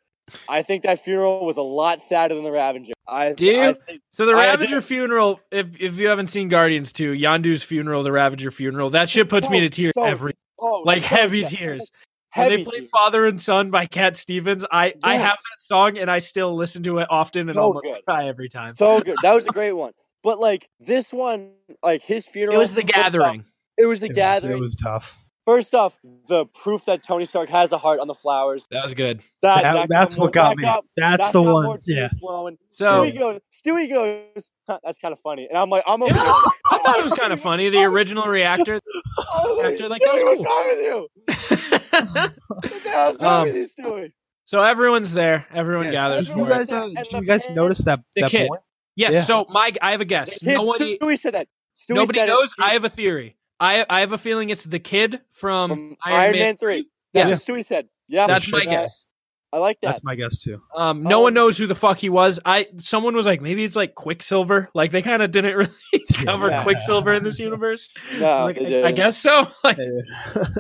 C: I think that funeral was a lot sadder than the Ravenger. I
A: Do you?
C: I think-
A: So the
C: I- I
A: Ravager funeral. If if you haven't seen Guardians two, Yandu's funeral, the Ravager funeral, that shit puts me to tears
C: So-
A: every
C: oh,
A: like
C: so
A: heavy
C: sad.
A: tears. When
C: Heavy
A: they play
C: tears.
A: Father and Son by Cat Stevens, I I have
C: Yes.
A: that song and I still listen to it often and
C: So
A: almost
C: good.
A: cry every time.
C: So good. That was a great one. But like this one, like his
A: It
C: funeral.
A: was the
C: first off-
A: gathering.
C: It was the
B: It was-
C: gathering.
B: It was tough.
C: first off, the proof that Tony Stark has a heart on the flowers.
A: That was good.
C: That,
B: That-
C: that
B: that's
C: more-
B: what got
C: that
B: me.
C: Got,
B: That's
C: that
B: the
C: got More
B: one. Yeah.
C: tears flowing.
A: So
C: Stewie goes. Stewie goes. "Huh, that's kind of funny. And I'm like, I'm.
A: Yeah,
C: Over here.
A: I thought it was kind of funny. The original reactor.
C: I was like,
A: Actor, like,
C: Stewie,
A: that's
C: what's
A: cool."
C: wrong with you? What the hell's wrong
A: Um,
C: with you, Stewie?
A: so everyone's there. Everyone
B: Yeah.
A: gathers
C: Everyone
B: You
A: for it.
B: guys, uh,
C: And
B: did
C: the
B: you guys
C: band-
B: notice that,
A: The
B: that
A: kid.
B: point?
A: Yes.
B: Yeah.
A: So my, I have a guess.
C: Kid,
A: Nobody,
C: Stewie said that. Stewie
A: e nobody
C: said it.
A: knows.
C: He's
A: I have a theory. I I have a feeling it's the kid from,
C: from Iron Man three. That's what Stewie said. Yeah.
A: That's my
B: Yeah.
A: guess.
C: I like that.
B: That's my guess too.
A: Um, no
C: Oh.
A: one knows who the fuck he was. I someone was like, maybe it's like Quicksilver. Like they kind of didn't really cover
B: Yeah.
A: Quicksilver in this universe.
C: No,
A: I, was like,
C: Uh, they
A: I- I
C: didn't.
A: guess so. Like,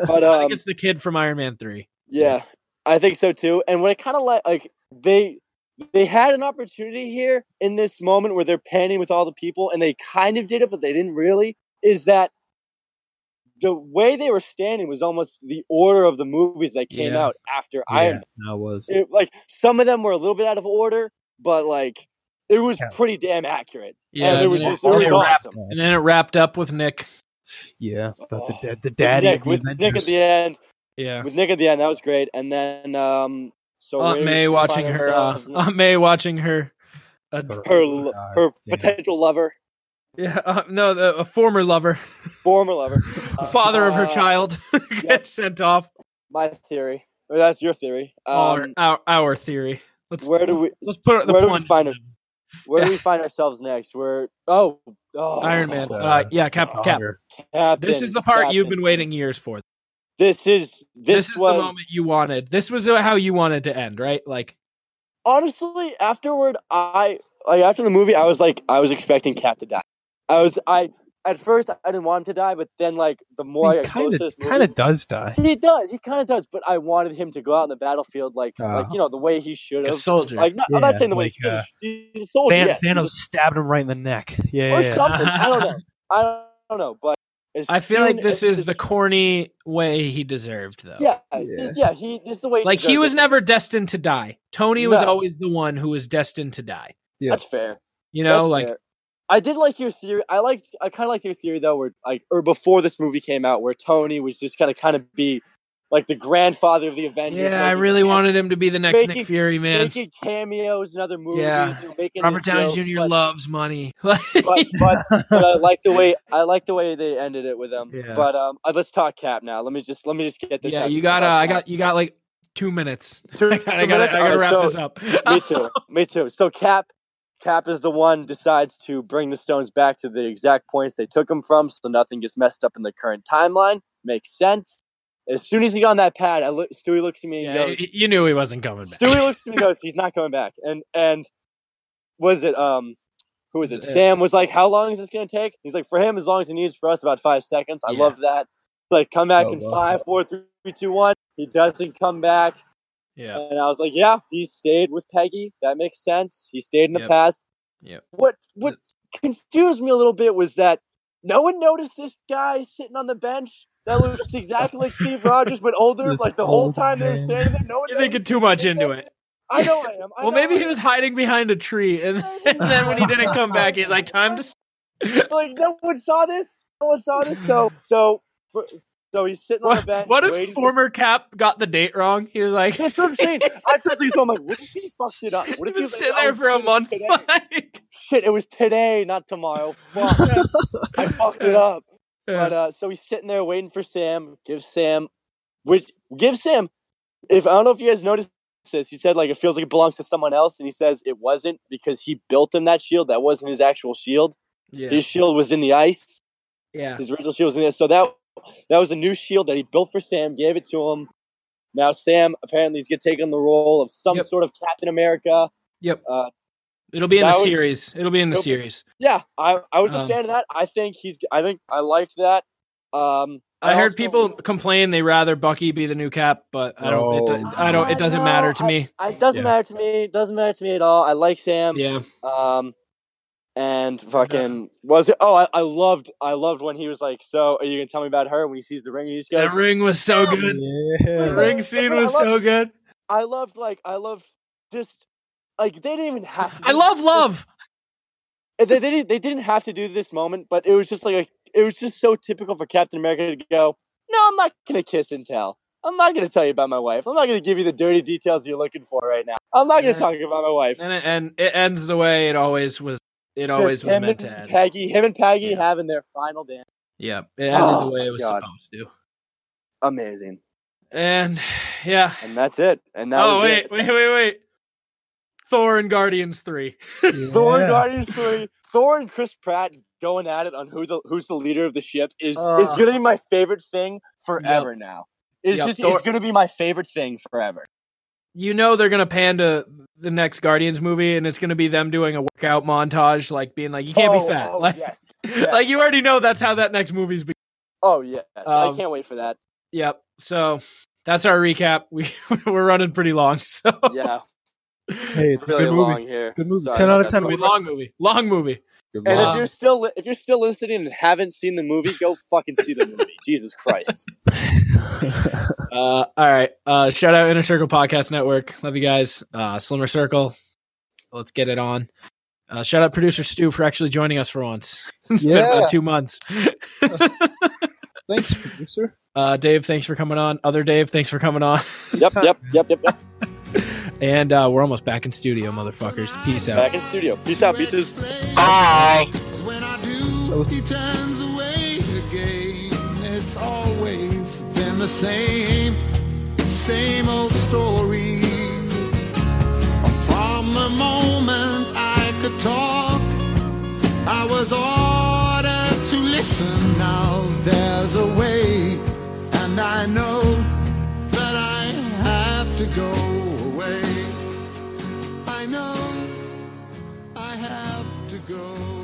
C: But
A: I
C: um,
A: think it's the kid from Iron Man Three.
C: Yeah, I think so too. And what I kind of like, like they they had an opportunity here in this moment where they're panning with all the people, and they kind of did it, but they didn't really. Is that the way they were standing was almost the order of the movies that came
A: Yeah.
C: out after Iron.
B: Yeah, I was.
C: Man. It- like some of them were a little bit out of order, but like it was
B: Yeah.
C: pretty damn accurate.
A: Yeah,
C: and it
A: and
C: was
A: then
C: just it was
A: it wrapped-
C: awesome.
A: and then it wrapped up with Nick.
B: Yeah, but the,
C: Oh,
B: da- the daddy
C: Nick,
B: of the
C: with Nick at
B: Avengers.
C: the end.
A: Yeah.
C: with Nick at the end. That was great. And then um so
A: Aunt
C: we
A: May
C: find
A: watching her. Uh,
C: ourselves in
A: Aunt May watching her. Uh,
C: her
B: Oh
C: lo- her potential lover,
A: yeah, uh, no, the, a former lover,
C: former lover, Uh,
A: father of her
C: uh,
A: child, gets
C: yep.
A: sent off.
C: My theory. Or that's your theory.
A: our,
C: Um,
A: our our theory. Let's
C: where do we?
A: let's put it- the
C: where do we
A: plunge.
C: find her? Where do we find ourselves next? We're oh, oh
A: Iron Man.
B: Uh,
A: Uh, yeah, Cap. Cap.
C: Captain,
A: This is the part you've
C: Captain.
A: been waiting years for.
C: This is
A: This,
C: this,
A: is
C: was
A: the moment you wanted. This was how you wanted to end, right? Like,
C: honestly afterward. I like after the movie, I was like, I was expecting Cap to die. I was I at first I didn't want him to die, but then like the more I got close to this movie,
B: Kind of does die.
C: He does. He kind of does. But I wanted him to go out in the battlefield like, like
B: Uh-huh.
C: you know, the way he should
A: like a
C: have.
A: soldier.
C: Like, not, I'm not
B: Yeah,
C: saying the way
B: like,
C: he should.
B: uh,
C: he's a soldier.
B: Thanos,
C: Oh, yes, he's a-
B: Thanos stabbed him right in the neck. Yeah,
C: or
B: yeah, yeah.
C: something. I don't know. I don't know. But as
A: I feel like
C: soon
A: this
C: as-
A: is the corny way he deserved, though.
C: Yeah,
B: Yeah.
C: this- yeah. He this is the way.
A: Like he
C: deserved
A: was
C: it.
A: never destined to die. Tony was
C: No.
A: always the one who was destined to die.
B: Yeah.
C: That's fair.
A: You
C: That's
A: know, like
C: fair. I did like your theory. I liked. I kind of liked your theory though, where like or before this movie came out, where Tony was just gonna kind of be like the grandfather of the Avengers.
A: yeah, I
C: making
A: really
C: cam-
A: wanted him to be the next
C: Making-
A: Nick Fury man.
C: making cameos in other movies.
A: Yeah.
C: you know, making
A: Robert
C: his
A: Downey
C: jokes,
A: Jr.
C: but-
A: loves money.
C: but, but, but I like the way I like the way they ended it with them.
B: Yeah.
C: But um, uh, let's talk cap now. Let me just let me just get this.
A: yeah,
C: out
A: you
C: of-
A: got. Uh,
C: about
A: I
C: Cap.
A: got. You got like two minutes.
C: Two
A: I gotta, I
C: minutes?
A: gotta, I gotta
C: Alright,
A: wrap
C: so-
A: this up.
C: me too. Me too. So cap, cap is the one decides to bring the stones back to the exact points they took them from, so nothing gets messed up in the current timeline. Makes sense. As soon as he got on that pad, I look, Stewie looks at me and
A: Yeah,
C: goes,
A: y- you knew he wasn't coming back.
C: Stewie looks at me and goes, he's not coming back. And and was it um who was it?
A: Yeah.
C: Sam was like, How long is this gonna take? He's like, for him, as long as he needs for us, about five seconds. I
A: Yeah.
C: love that. Like, come back
B: Oh,
C: in
B: wow.
C: five, four, three, two, one. He doesn't come back.
A: Yeah.
C: And I was like, Yeah, he stayed with Peggy. That makes sense. He stayed in the
A: Yep.
C: past.
A: Yep.
C: What what confused me a little bit was that no one noticed this guy sitting on the bench. That looks exactly like Steve Rogers, but older.
B: This
C: like the whole
B: old
C: time they were
B: man.
C: standing there, no one.
A: You're thinking
C: noticed
A: too
C: him
A: much
C: sitting there.
A: into it.
C: I know I am. I
A: Well,
C: know
A: maybe
C: I
A: he
C: am.
A: was hiding behind a tree, and, and then when he didn't come back, he's like, "Time to." s-"
C: like no one saw this. No one saw this. So so for, so he's sitting on the
A: What,
C: bench.
A: what if
C: waiting for-
A: former Cap got the date wrong? He was like,
C: That's what I'm saying. That's what I'm saying. So I'm like, what if he fucked it up? What if
A: he
C: he
A: was
C: like,
A: sitting
C: oh,
A: there for a
C: shit, it was
A: month.
C: Today.
A: like-
C: Shit, it was today, not tomorrow. Fuck, I fucked it up. But uh, so he's sitting there waiting for Sam. Give Sam, which give Sam. If I don't know if you guys noticed this, he said like it feels like it belongs to someone else, and he says it wasn't because he built him that shield. That wasn't his actual shield.
A: yeah,
C: His shield was in the ice.
A: yeah.
C: His original shield was in there. So that that was a new shield that he built for Sam, gave it to him. Now Sam apparently is gonna take on the role of some
A: Yep.
C: sort of Captain America.
A: Yep.
C: Uh,
A: It'll be in the
C: that was-
A: series. It'll be in the
C: Nope.
A: series.
C: Yeah, I, I was
A: Um,
C: a fan of that. I think he's I think I liked that. Um
A: I, heard
C: also-
A: people complain they rather Bucky be the new Cap, but I don't. It, do-
B: Oh.
A: I don't. It doesn't
C: No,
A: matter to me.
C: I, it doesn't
B: Yeah.
C: matter to me. It doesn't matter to me at all. I like Sam.
A: Yeah,
C: Um and fucking was it oh I, I loved I loved when he was like, So are you gonna tell me about her when he sees the ring and he just goes
A: that ring was so good. The
B: yeah.
A: ring scene was so good.
C: I loved like I loved just like they didn't even have to
A: I
C: do- eh,
A: love love.
C: they, they didn't they didn't have to do this moment, but it was just like a, it was just so typical for Captain America to go, "No, I'm not gonna kiss and tell. I'm not gonna tell you about my wife. I'm not gonna give you the dirty details you're looking for right now. I'm not
A: Yeah.
C: gonna talk about my wife."
A: And it, and it ends the way it always was. It always
C: Just
A: was
C: him
A: meant
C: and
A: to end.
C: Peggy, him and Peggy
A: Yeah.
C: having their final dance.
A: Yeah, it ended
C: Oh
A: the way
C: my
A: it was
C: God.
A: supposed to.
C: Amazing.
A: And yeah.
C: And that's it. And that
A: oh
C: was
A: wait,
C: it.
A: wait, wait, wait. Thor and Guardians Three.
C: Thor and
B: Yeah.
C: Guardians Three, Thor and Chris Pratt going at it on who the who's the leader of the ship is is
B: Uh.
A: Ugh.
C: gonna be my favorite thing forever now. It's
A: Yep,
C: just
A: Thor-
C: it's gonna be my favorite thing forever.
A: you know they're gonna pan to the next Guardians movie, and it's gonna be them doing a workout montage, like being like, "You can't be
C: Oh,
A: fat."
C: oh,
A: like,
C: yes. yes.
A: like you already know that's how that next movie's. Be-
C: oh yes.
A: Um,
C: I can't wait for that.
A: yep. So that's our recap. We we're running pretty long. So
C: Yeah.
B: Hey, it's a
C: really
B: good movie.
C: long here.
B: Good movie.
C: Sorry
B: 10
C: about
B: out of
C: that,
B: 10.
C: folks.
B: We
A: long movie, long movie.
B: Good
C: And
B: luck.
A: Um,
C: if you're still li- if you're still listening and haven't seen the movie, go fucking see the movie. Jesus Christ.
A: Uh, all right. Uh, shout out Inner Circle Podcast Network. Love you guys. Uh, Slimmer Circle. Let's get it on. Uh, shout out producer Stu for actually joining us for once. It's been
B: Yeah.
A: about two months.
B: Thanks, producer.
A: Uh, Dave, thanks for coming on. Other Dave, thanks for coming on.
C: Yep, yep, yep, yep, yep.
A: And uh, we're almost back in studio, motherfuckers. Peace out.
C: Back in studio. Peace out, beaches.
G: Bye. When I do, he turns away again. It's always been the same, same old story. From the moment I could talk, I was ordered to listen. Now there's a way, and I know that I have to go away. I know. I have to go